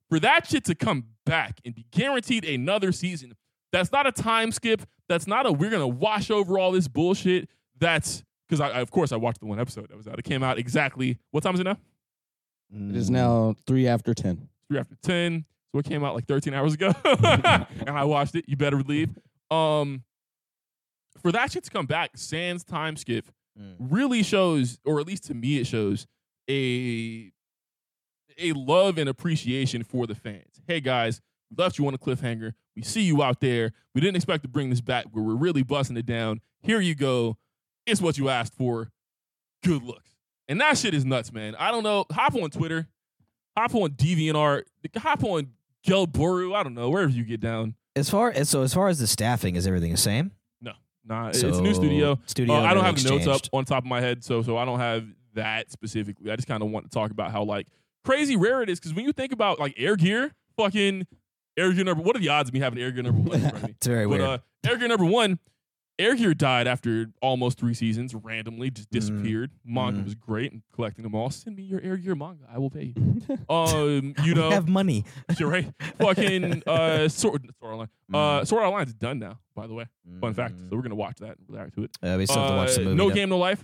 Speaker 3: for that shit to come back and be guaranteed another season that's not a time skip that's not a we're gonna wash over all this bullshit that's because I, I of course i watched the one episode that was out it came out exactly what time is it now
Speaker 6: Mm.
Speaker 2: It is now three after ten.
Speaker 3: three after ten. So it came out like 13 hours ago, and I watched it. You better believe. Um, for that shit to come back, Sans time skip
Speaker 6: Mm.
Speaker 3: really shows, or at least to me, it shows a a love and appreciation for the fans. Hey guys, we left you on a cliffhanger. We see you out there. We didn't expect to bring this back, but we're really busting it down. Here you go. It's what you asked for. Good looks. And that shit is nuts, man. I don't know. Hop on Twitter. Hop on DeviantArt. Hop on Gelburu. I don't know. Wherever you get down.
Speaker 6: As far as so, as far as the staffing, is everything the same?
Speaker 3: Nah,
Speaker 6: so,
Speaker 3: Uh, it's a new studio.
Speaker 6: Studio.
Speaker 3: Uh, I don't have
Speaker 6: everything's
Speaker 3: the notes
Speaker 6: changed.
Speaker 3: up on top of my head, so so I don't have that specifically. I just kind of want to talk about how like crazy rare it is because when you think about like Air Gear, fucking Air Gear number, what are the odds of me having Air Gear number one? In front of me?
Speaker 6: It's very
Speaker 3: but
Speaker 6: weird.
Speaker 3: uh, Air Gear number one Air Gear died after almost three seasons, randomly just
Speaker 6: Mm-hmm.
Speaker 3: disappeared. Manga
Speaker 1: Mm.
Speaker 3: was great and collecting them all. Send me your Air Gear manga. I will pay you. um, you know,
Speaker 1: have money.
Speaker 3: you're right. Fucking uh, Sword, Sword Online.
Speaker 6: Mm.
Speaker 3: Uh, Sword Online's done now, by the way. Fun fact. So we're going to watch that and react to it.
Speaker 1: Uh, we still have to watch the
Speaker 3: Uh,
Speaker 1: movie.
Speaker 3: No
Speaker 1: though.
Speaker 3: Game, No Life.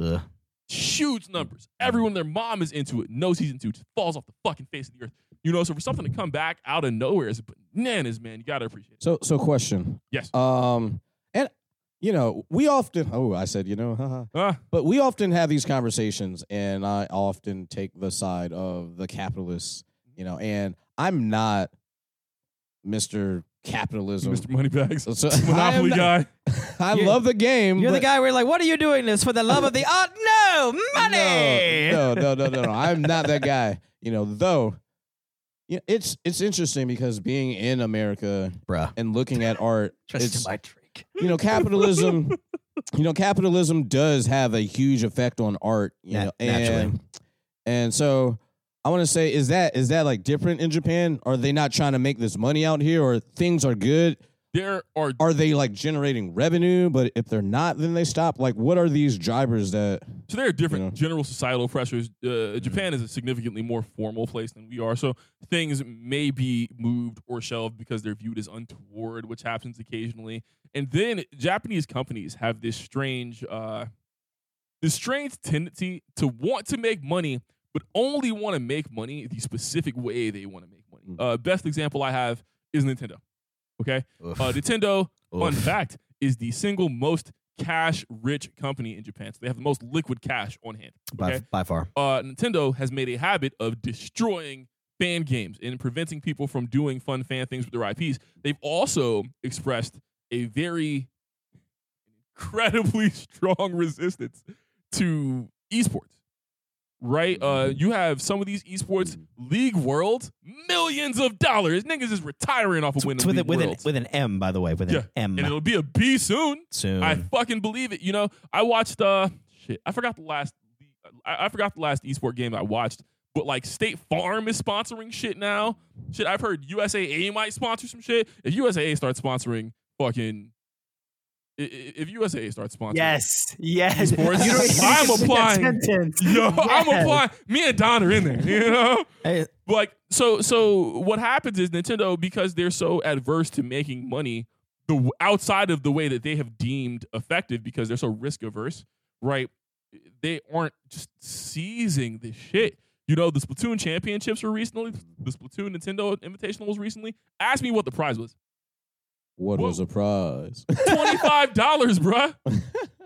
Speaker 1: Ugh.
Speaker 3: Huge numbers.
Speaker 1: Mm-hmm.
Speaker 3: Everyone, their mom is into it. No season two just falls off the fucking face of the earth. You know, so for something to come back out of nowhere is bananas, man. You got to appreciate it.
Speaker 2: So, so question.
Speaker 3: Yes.
Speaker 2: Um, and you know, we often. Oh, I said you know, haha.
Speaker 3: Ah,
Speaker 2: but we often have these conversations, and I often take the side of the capitalists. You know, and I'm not Mister Capitalism.
Speaker 3: Mr. Moneybags.
Speaker 2: So- so- I am
Speaker 3: Monopoly
Speaker 2: not-
Speaker 3: guy.
Speaker 2: I
Speaker 6: You're-
Speaker 2: love the game.
Speaker 3: Mm,
Speaker 6: You're the
Speaker 2: but-
Speaker 6: guy where you're like, what are you doing this for the love of the art? No, money.
Speaker 2: No, no, no, no, no. I'm not that guy. You know, though. Yeah, it's it's interesting because being in America
Speaker 1: Bruh.
Speaker 2: and looking at art,
Speaker 1: Trust
Speaker 2: it's,
Speaker 1: my drink.
Speaker 2: you know, capitalism. you know, capitalism does have a huge effect on art. You
Speaker 1: Na-
Speaker 2: know,
Speaker 1: naturally.
Speaker 2: and and so I want to say, is that is that like different in Japan? Are they not trying to make this money out here, or things are good?
Speaker 3: There are
Speaker 2: Are they like generating revenue? But if they're not, then they stop. Like, what are these drivers that?
Speaker 3: So there are different
Speaker 2: know?
Speaker 3: general societal pressures. Uh, Japan is a significantly more formal place than we are, so things may be moved or shelved because they're viewed as untoward, which happens occasionally. And then Japanese companies have this strange, uh, this strange tendency to want to make money, but only want to make money the specific way they want to make money. Uh, best example I have is Nintendo. Okay,
Speaker 1: Oof.
Speaker 3: uh, Nintendo fun
Speaker 1: Oof.
Speaker 3: fact is the single most cash rich company in Japan. So they have the most liquid cash on hand.
Speaker 1: By,
Speaker 3: okay.
Speaker 1: by far.
Speaker 3: Uh, Nintendo has made a habit of destroying fan games and preventing people from doing fun fan things with their IPs. They've also expressed a very incredibly strong resistance to esports. Right?
Speaker 1: Mm-hmm.
Speaker 3: Uh, you have some of these esports league worlds, millions of dollars. Niggas is retiring off of winning
Speaker 1: It's with,
Speaker 3: league
Speaker 1: a- with, an,
Speaker 3: worlds.
Speaker 1: with an M, by the way. With
Speaker 3: Yeah.
Speaker 1: an M.
Speaker 3: and it'll be a B soon.
Speaker 1: soon.
Speaker 3: I fucking believe it. You know, I watched uh shit. I forgot the last I, I forgot the last esport game I watched, but like State Farm is sponsoring shit now. Shit, I've heard USAA might sponsor some shit. If USAA starts sponsoring fucking i- i- if USAA starts sponsoring
Speaker 4: Yes. Yes.
Speaker 3: Esports.
Speaker 4: You don't even
Speaker 3: I'm
Speaker 4: finish that
Speaker 3: applying.
Speaker 4: sentence.
Speaker 3: Yo, I'm
Speaker 4: Yes.
Speaker 3: applying. Me and Don are in there, you know?
Speaker 1: Hey,
Speaker 3: like so so what happens is nintendo because they're so adverse to making money the w- outside of the way that they have deemed effective because they're so risk averse right they aren't just seizing this shit you know the splatoon championships were recently the splatoon nintendo invitational was recently ask me what the prize was
Speaker 2: What
Speaker 3: Whoa.
Speaker 2: was the prize?
Speaker 3: $25 bruh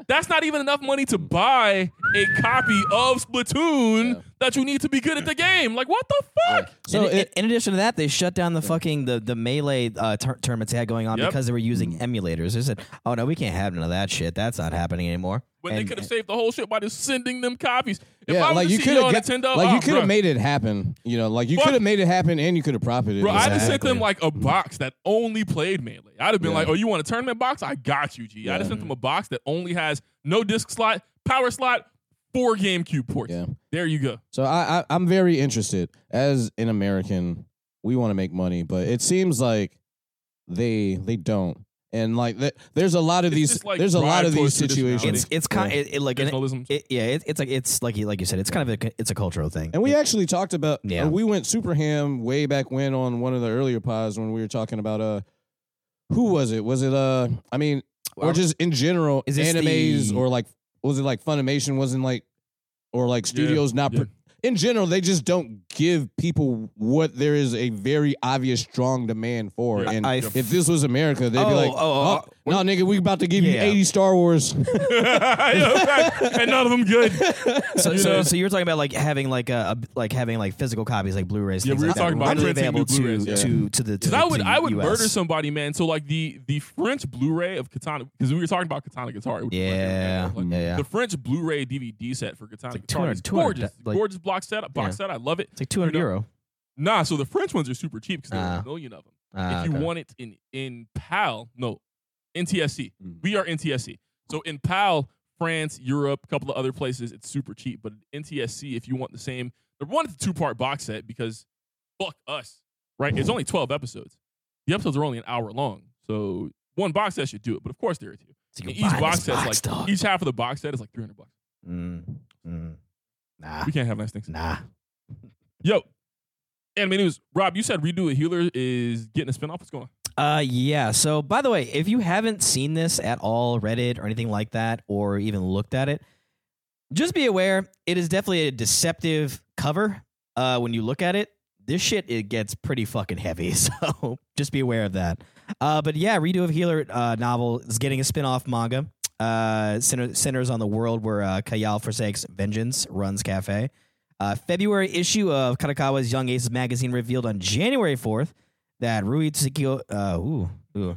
Speaker 3: that's not even enough money to buy a copy of splatoon
Speaker 2: Yeah.
Speaker 3: that you need to be good at the game like what the fuck
Speaker 2: So
Speaker 1: in, in-
Speaker 2: it,
Speaker 1: in addition to that, they shut down the fucking the the melee uh, tur- tournaments they had going on
Speaker 3: Yep. Mm.
Speaker 1: because they were using emulators. They said, "Oh no, we can't have none of that shit. That's not happening anymore."
Speaker 3: when they
Speaker 1: And-
Speaker 3: could have saved the whole shit by just sending them copies. If
Speaker 2: yeah,
Speaker 3: I was
Speaker 2: like
Speaker 3: the
Speaker 2: you could
Speaker 3: CEO
Speaker 2: have
Speaker 3: of
Speaker 2: get-
Speaker 3: Nintendo,
Speaker 2: like
Speaker 3: oh,
Speaker 2: you could have
Speaker 3: bruh,
Speaker 2: made it happen. You know, like you
Speaker 3: Fuck.
Speaker 2: could have made it happen and you could have profited.
Speaker 3: Bro, I'd have
Speaker 1: Exactly.
Speaker 3: sent them like a box that only played melee. I'd have been
Speaker 2: Yeah.
Speaker 3: like, "Oh, you want a tournament box? I got you, G." I'd have
Speaker 2: Yeah.
Speaker 3: sent them a box that only has no disc slot, power slot, four GameCube ports.
Speaker 2: Yeah.
Speaker 3: There you go.
Speaker 2: So I, I I'm very interested as an American. We want to make money, but it seems like they they don't. And like th- there's a lot of
Speaker 3: It's
Speaker 2: these
Speaker 3: just, like,
Speaker 2: there's a lot
Speaker 3: drive
Speaker 2: of these
Speaker 3: towards traditionality.
Speaker 2: situations.
Speaker 1: it's it's kind
Speaker 2: Yeah.
Speaker 1: it, it- like an,
Speaker 3: Nationalism.
Speaker 1: it, yeah, it, it's like it's like you like you said, it's kind of a it's a cultural thing.
Speaker 2: And we actually talked about
Speaker 1: Yeah.
Speaker 2: yeah. we went super ham way back when on one of the earlier pods when we were talking about uh who was it? Was it uh I mean or just in general
Speaker 1: Is this
Speaker 2: animes
Speaker 1: the-
Speaker 2: or like was it like Funimation wasn't like or like studios not
Speaker 3: yeah.
Speaker 2: pr- in general they just don't give people what there is a very obvious strong demand for
Speaker 3: Yeah.
Speaker 2: and
Speaker 1: I-
Speaker 2: if this was America they'd be
Speaker 1: Oh,
Speaker 2: like
Speaker 1: oh, oh,
Speaker 2: oh, no nigga we about to give you
Speaker 1: Yeah.
Speaker 2: 80 Star Wars
Speaker 3: and none of them good.
Speaker 1: so,
Speaker 3: You
Speaker 1: so,
Speaker 3: know?
Speaker 1: so you were talking about like having like a, a- like having like physical copies like Blu-rays.
Speaker 3: Yeah,
Speaker 1: things
Speaker 3: we were
Speaker 1: like that,
Speaker 3: talking about
Speaker 1: readily
Speaker 3: printing new
Speaker 1: available to,
Speaker 3: Blu-rays,
Speaker 2: yeah.
Speaker 1: to to the. To,
Speaker 3: Because
Speaker 1: the-
Speaker 3: I would,
Speaker 1: to
Speaker 3: I would
Speaker 1: US.
Speaker 3: murder somebody, man. So like the the French Blu-ray of Katana, because we were talking about Katana Guitar. which is my favorite
Speaker 1: Yeah,
Speaker 3: band, like,
Speaker 1: yeah, yeah.
Speaker 3: The French Blu-ray DVD set for Katana
Speaker 1: like
Speaker 3: Guitar is
Speaker 1: 200
Speaker 3: gorgeous,
Speaker 1: like-
Speaker 3: gorgeous box set, box set. I love it.
Speaker 1: It's like two hundred
Speaker 3: You know,
Speaker 1: euro.
Speaker 3: Nah, so the French ones are super cheap because there are
Speaker 1: Ah.
Speaker 3: a million of them.
Speaker 1: Ah,
Speaker 3: if you
Speaker 1: okay.
Speaker 3: want it in in PAL, no, NTSC.
Speaker 2: Mm.
Speaker 3: We are NTSC. So in PAL, France, Europe, a couple of other places, it's super cheap. But in NTSC, if you want the same, number one, it's a two part box set because fuck us, right? It's only twelve episodes. The episodes are only an hour long, so One box set should do it, but of course there are two.
Speaker 1: So
Speaker 3: And
Speaker 1: you
Speaker 3: Each
Speaker 1: buy
Speaker 3: box
Speaker 1: this
Speaker 3: set's like
Speaker 1: dog.
Speaker 3: each half of the box set is like three hundred bucks.
Speaker 1: Mm, mm. Nah,
Speaker 3: We can't have nice things.
Speaker 1: nah.
Speaker 3: Yo, anime news. Rob, you said Redo a Healer is getting a spinoff. What's going on?
Speaker 1: Uh, yeah. So, by the way, if you haven't seen this at all, Reddit or anything like that, or even looked at it, just be aware it is definitely a deceptive cover. Uh, when you look at it, this shit it gets pretty fucking heavy. So just be aware of that. Uh, but yeah, redo of Healer uh, novel is getting a spin off manga. Uh, center, centers on the world where uh, Kayal forsakes vengeance, runs cafe. Uh, February issue of Kadokawa's Young Aces magazine revealed on January fourth that Rui Tsukio. Uh, ooh, ooh.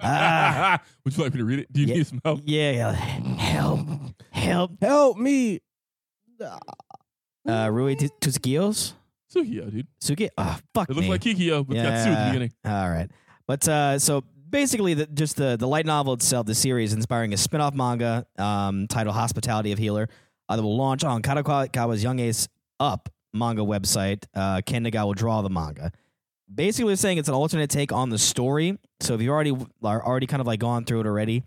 Speaker 1: Ah,
Speaker 3: Would you like me to read it? Do you
Speaker 1: Yeah.
Speaker 3: need some help?
Speaker 1: yeah, help, help.
Speaker 2: Help me.
Speaker 1: Uh, Rui T- Tsukio's
Speaker 3: Tsukio, dude.
Speaker 1: Tsuki. Ah, fuck
Speaker 3: It
Speaker 1: me.
Speaker 3: looks like Kikyo, but got Tsu at the beginning.
Speaker 1: All right. But uh, so basically, the, just the, the light novel itself, the series, inspiring a spin off manga um, titled Hospitality of Healer uh, that will launch on Kadokawa's Young Ace Up manga website. Uh, Ken Nagai will draw the manga. Basically, they're saying it's an alternate take on the story. So if you already are already kind of like gone through it already,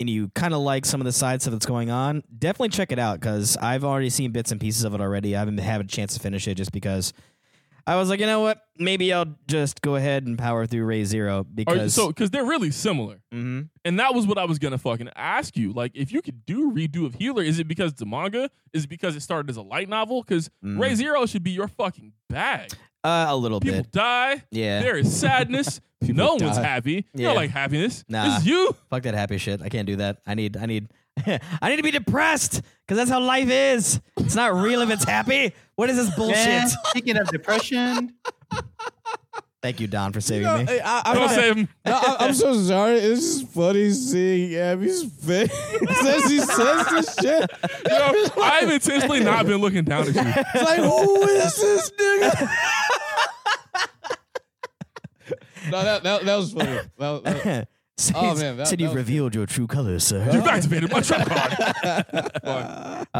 Speaker 1: and you kind of like some of the side stuff that's going on, definitely check it out because I've already seen bits and pieces of it already. I haven't had a chance to finish it just because I was like, you know what? Maybe I'll just go ahead and power through Ray Zero
Speaker 3: Are you-
Speaker 1: because
Speaker 3: so, because they're really similar.
Speaker 1: Mhm.
Speaker 3: And that was what I was gonna fucking ask you. Like, if you could do redo of Healer, is it because it's a manga? Is it because it started as a light novel? Because
Speaker 1: Mm.
Speaker 3: Ray Zero should be your fucking bag.
Speaker 1: uh, a little
Speaker 3: People
Speaker 1: bit,
Speaker 3: die.
Speaker 1: yeah.
Speaker 3: There is sadness.
Speaker 2: People
Speaker 3: no one's
Speaker 2: die.
Speaker 3: happy. You
Speaker 1: Yeah.
Speaker 3: don't like happiness.
Speaker 1: Nah.
Speaker 3: This is you.
Speaker 1: Fuck that happy shit. I can't do that. I need, I need, I need to be depressed because that's how life is. It's not real if it's happy. What is this bullshit?
Speaker 4: Man, speaking of depression,
Speaker 1: Thank you, Don, for saving me.
Speaker 2: I, I,
Speaker 3: Don't
Speaker 2: I'm,
Speaker 3: save
Speaker 2: not,
Speaker 3: him.
Speaker 2: No, I, I'm so sorry. It's just funny seeing Abby's face as he says this shit.
Speaker 3: Yo, I've intentionally not been looking down at you.
Speaker 2: It's like, who is this nigga? no, that, that, that was funny. That, was- that, was-
Speaker 1: Said-
Speaker 2: Oh, man, that-
Speaker 1: said
Speaker 2: that
Speaker 1: you've
Speaker 2: was-
Speaker 1: revealed your true colors, sir.
Speaker 3: You've activated my trump card.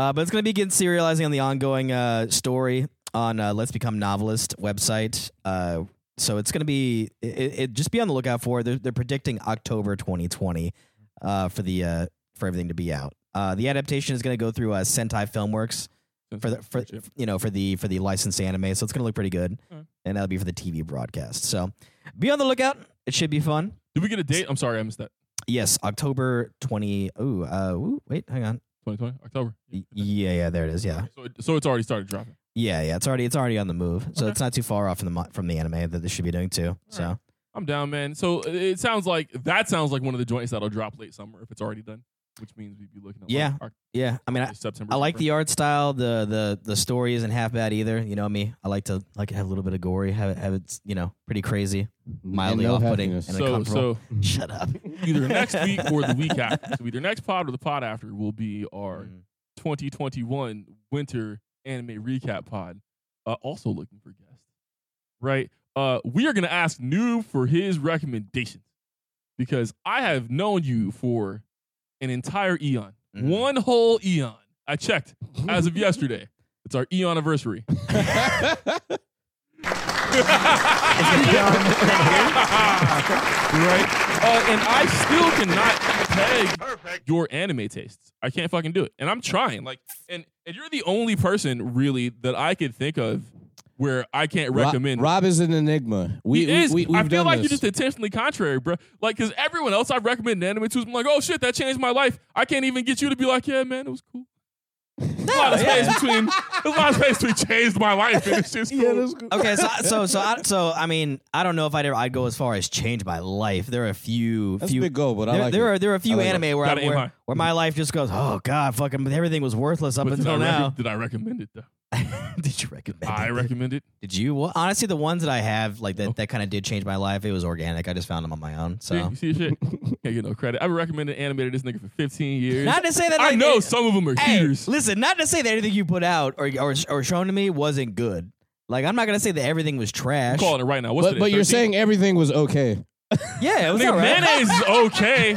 Speaker 1: Uh, but it's going to begin serializing on the ongoing uh, story on uh, Let's Become Novelist website. Uh, so it's going to be, it, it, it- just be on the lookout for. it. They're, they're predicting October 2020 uh, for the uh, for everything to be out. Uh, the adaptation is going to go through uh, Sentai Filmworks for the for
Speaker 3: Shit.
Speaker 1: you know for the for the licensed anime, so it's gonna look pretty good,
Speaker 2: Hmm.
Speaker 3: Alright.
Speaker 1: and that'll be for the TV broadcast. So be on the lookout; it should be fun.
Speaker 3: Did we get a date? I'm sorry, I missed that.
Speaker 1: Yes, October twenty. Ooh, uh, ooh, wait, hang on.
Speaker 3: 2020 October.
Speaker 1: Y- Yeah, yeah, there it is. Yeah,
Speaker 3: So, it, so it's already started dropping.
Speaker 1: yeah, yeah. It's already it's already on the move, so
Speaker 3: Okay.
Speaker 1: it's not too far off from the mo- from the anime that they should be doing too. So
Speaker 3: I'm down, man. So it- it sounds like that sounds like one of the joints that'll drop late summer if it's already done, which means we'd be looking at
Speaker 1: Yeah.
Speaker 3: like
Speaker 1: yeah, I mean, I,
Speaker 3: October, September.
Speaker 1: I like
Speaker 3: November.
Speaker 1: the art style. the the The story isn't half bad either. You know me. I like to like have a little bit of gory, have it, have it you know pretty crazy, mildly
Speaker 2: Mm, no
Speaker 1: off-putting,
Speaker 2: happiness.
Speaker 1: and
Speaker 3: so
Speaker 1: uncomfortable.
Speaker 3: so
Speaker 1: Shut up.
Speaker 3: either next week or the week after. So either next pod or the pod after will be our 2021 winter anime recap pod. Uh, also looking for guests, right? Uh, we are going to ask Noob for his recommendations because I have known you for an entire eon,
Speaker 1: Mhm.
Speaker 3: one whole eon. I checked as of yesterday. It's our eon anniversary. right? Uh, and I still cannot peg your anime tastes. I can't fucking do it, and I'm trying. Like, and and you're the only person really that I could think of where I can't
Speaker 2: Ro-
Speaker 3: recommend.
Speaker 2: Rob is an enigma. We,
Speaker 3: He is.
Speaker 2: We, we,
Speaker 3: I
Speaker 2: have
Speaker 3: feel
Speaker 2: done
Speaker 3: like
Speaker 2: this.
Speaker 3: you're just intentionally contrary, bro. Like, because everyone else I've recommended anime to, I'm like, oh shit, that changed my life. I can't even get you to be like, yeah, man, it was cool. There's a lot of space between. There's a lot of space between changed my life and it's just cool.
Speaker 2: Yeah, that's good.
Speaker 1: okay, so so so I, so I mean, I don't know if I'd ever, I'd go as far as change my life. There are a few
Speaker 2: That's a
Speaker 1: few
Speaker 2: big goal, but I
Speaker 1: there,
Speaker 2: like
Speaker 1: there
Speaker 2: it.
Speaker 1: are there are a few
Speaker 2: like it.
Speaker 1: anime where, I,
Speaker 3: Gotta aim high.
Speaker 1: where where my life just goes, oh god, fucking everything was worthless up
Speaker 3: But did, I
Speaker 1: until
Speaker 3: rec-
Speaker 1: now.
Speaker 3: did I recommend it though?
Speaker 1: did you recommend?
Speaker 3: I Oh.
Speaker 1: it?
Speaker 3: recommend it.
Speaker 1: Did you? Well, honestly, the ones that I have like
Speaker 3: No.
Speaker 1: that that kind of did change my life. It was organic. I just found them on my own.
Speaker 3: See,
Speaker 1: So
Speaker 3: you see shit? Can't get no credit. I've recommended animated this nigga for 15 years.
Speaker 1: not to say that
Speaker 3: I
Speaker 1: like,
Speaker 3: know
Speaker 1: it-
Speaker 3: some of them are
Speaker 1: Hey,
Speaker 3: heaters.
Speaker 1: listen, not to say that anything you put out or or, or shown to me wasn't good. Like I'm not gonna say that everything was
Speaker 3: I'm
Speaker 1: trash.
Speaker 3: calling it right now. What's
Speaker 2: But,
Speaker 3: today,
Speaker 2: but you're
Speaker 3: 13?
Speaker 2: saying everything was okay.
Speaker 1: Yeah, it was
Speaker 3: nigga,
Speaker 1: alright.
Speaker 3: mayonnaise is okay.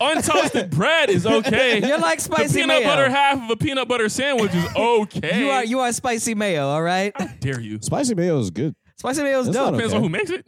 Speaker 3: Untoasted bread is okay.
Speaker 1: You're like
Speaker 3: the
Speaker 1: spicy
Speaker 3: peanut
Speaker 1: mayo.
Speaker 3: butter half of a peanut butter sandwich is okay.
Speaker 1: You are you are spicy mayo, all right?
Speaker 3: How dare you?
Speaker 2: Spicy mayo is good.
Speaker 1: Spicy mayo's
Speaker 2: That's
Speaker 1: dope.
Speaker 2: not
Speaker 3: Depends
Speaker 2: Okay.
Speaker 3: on who makes it.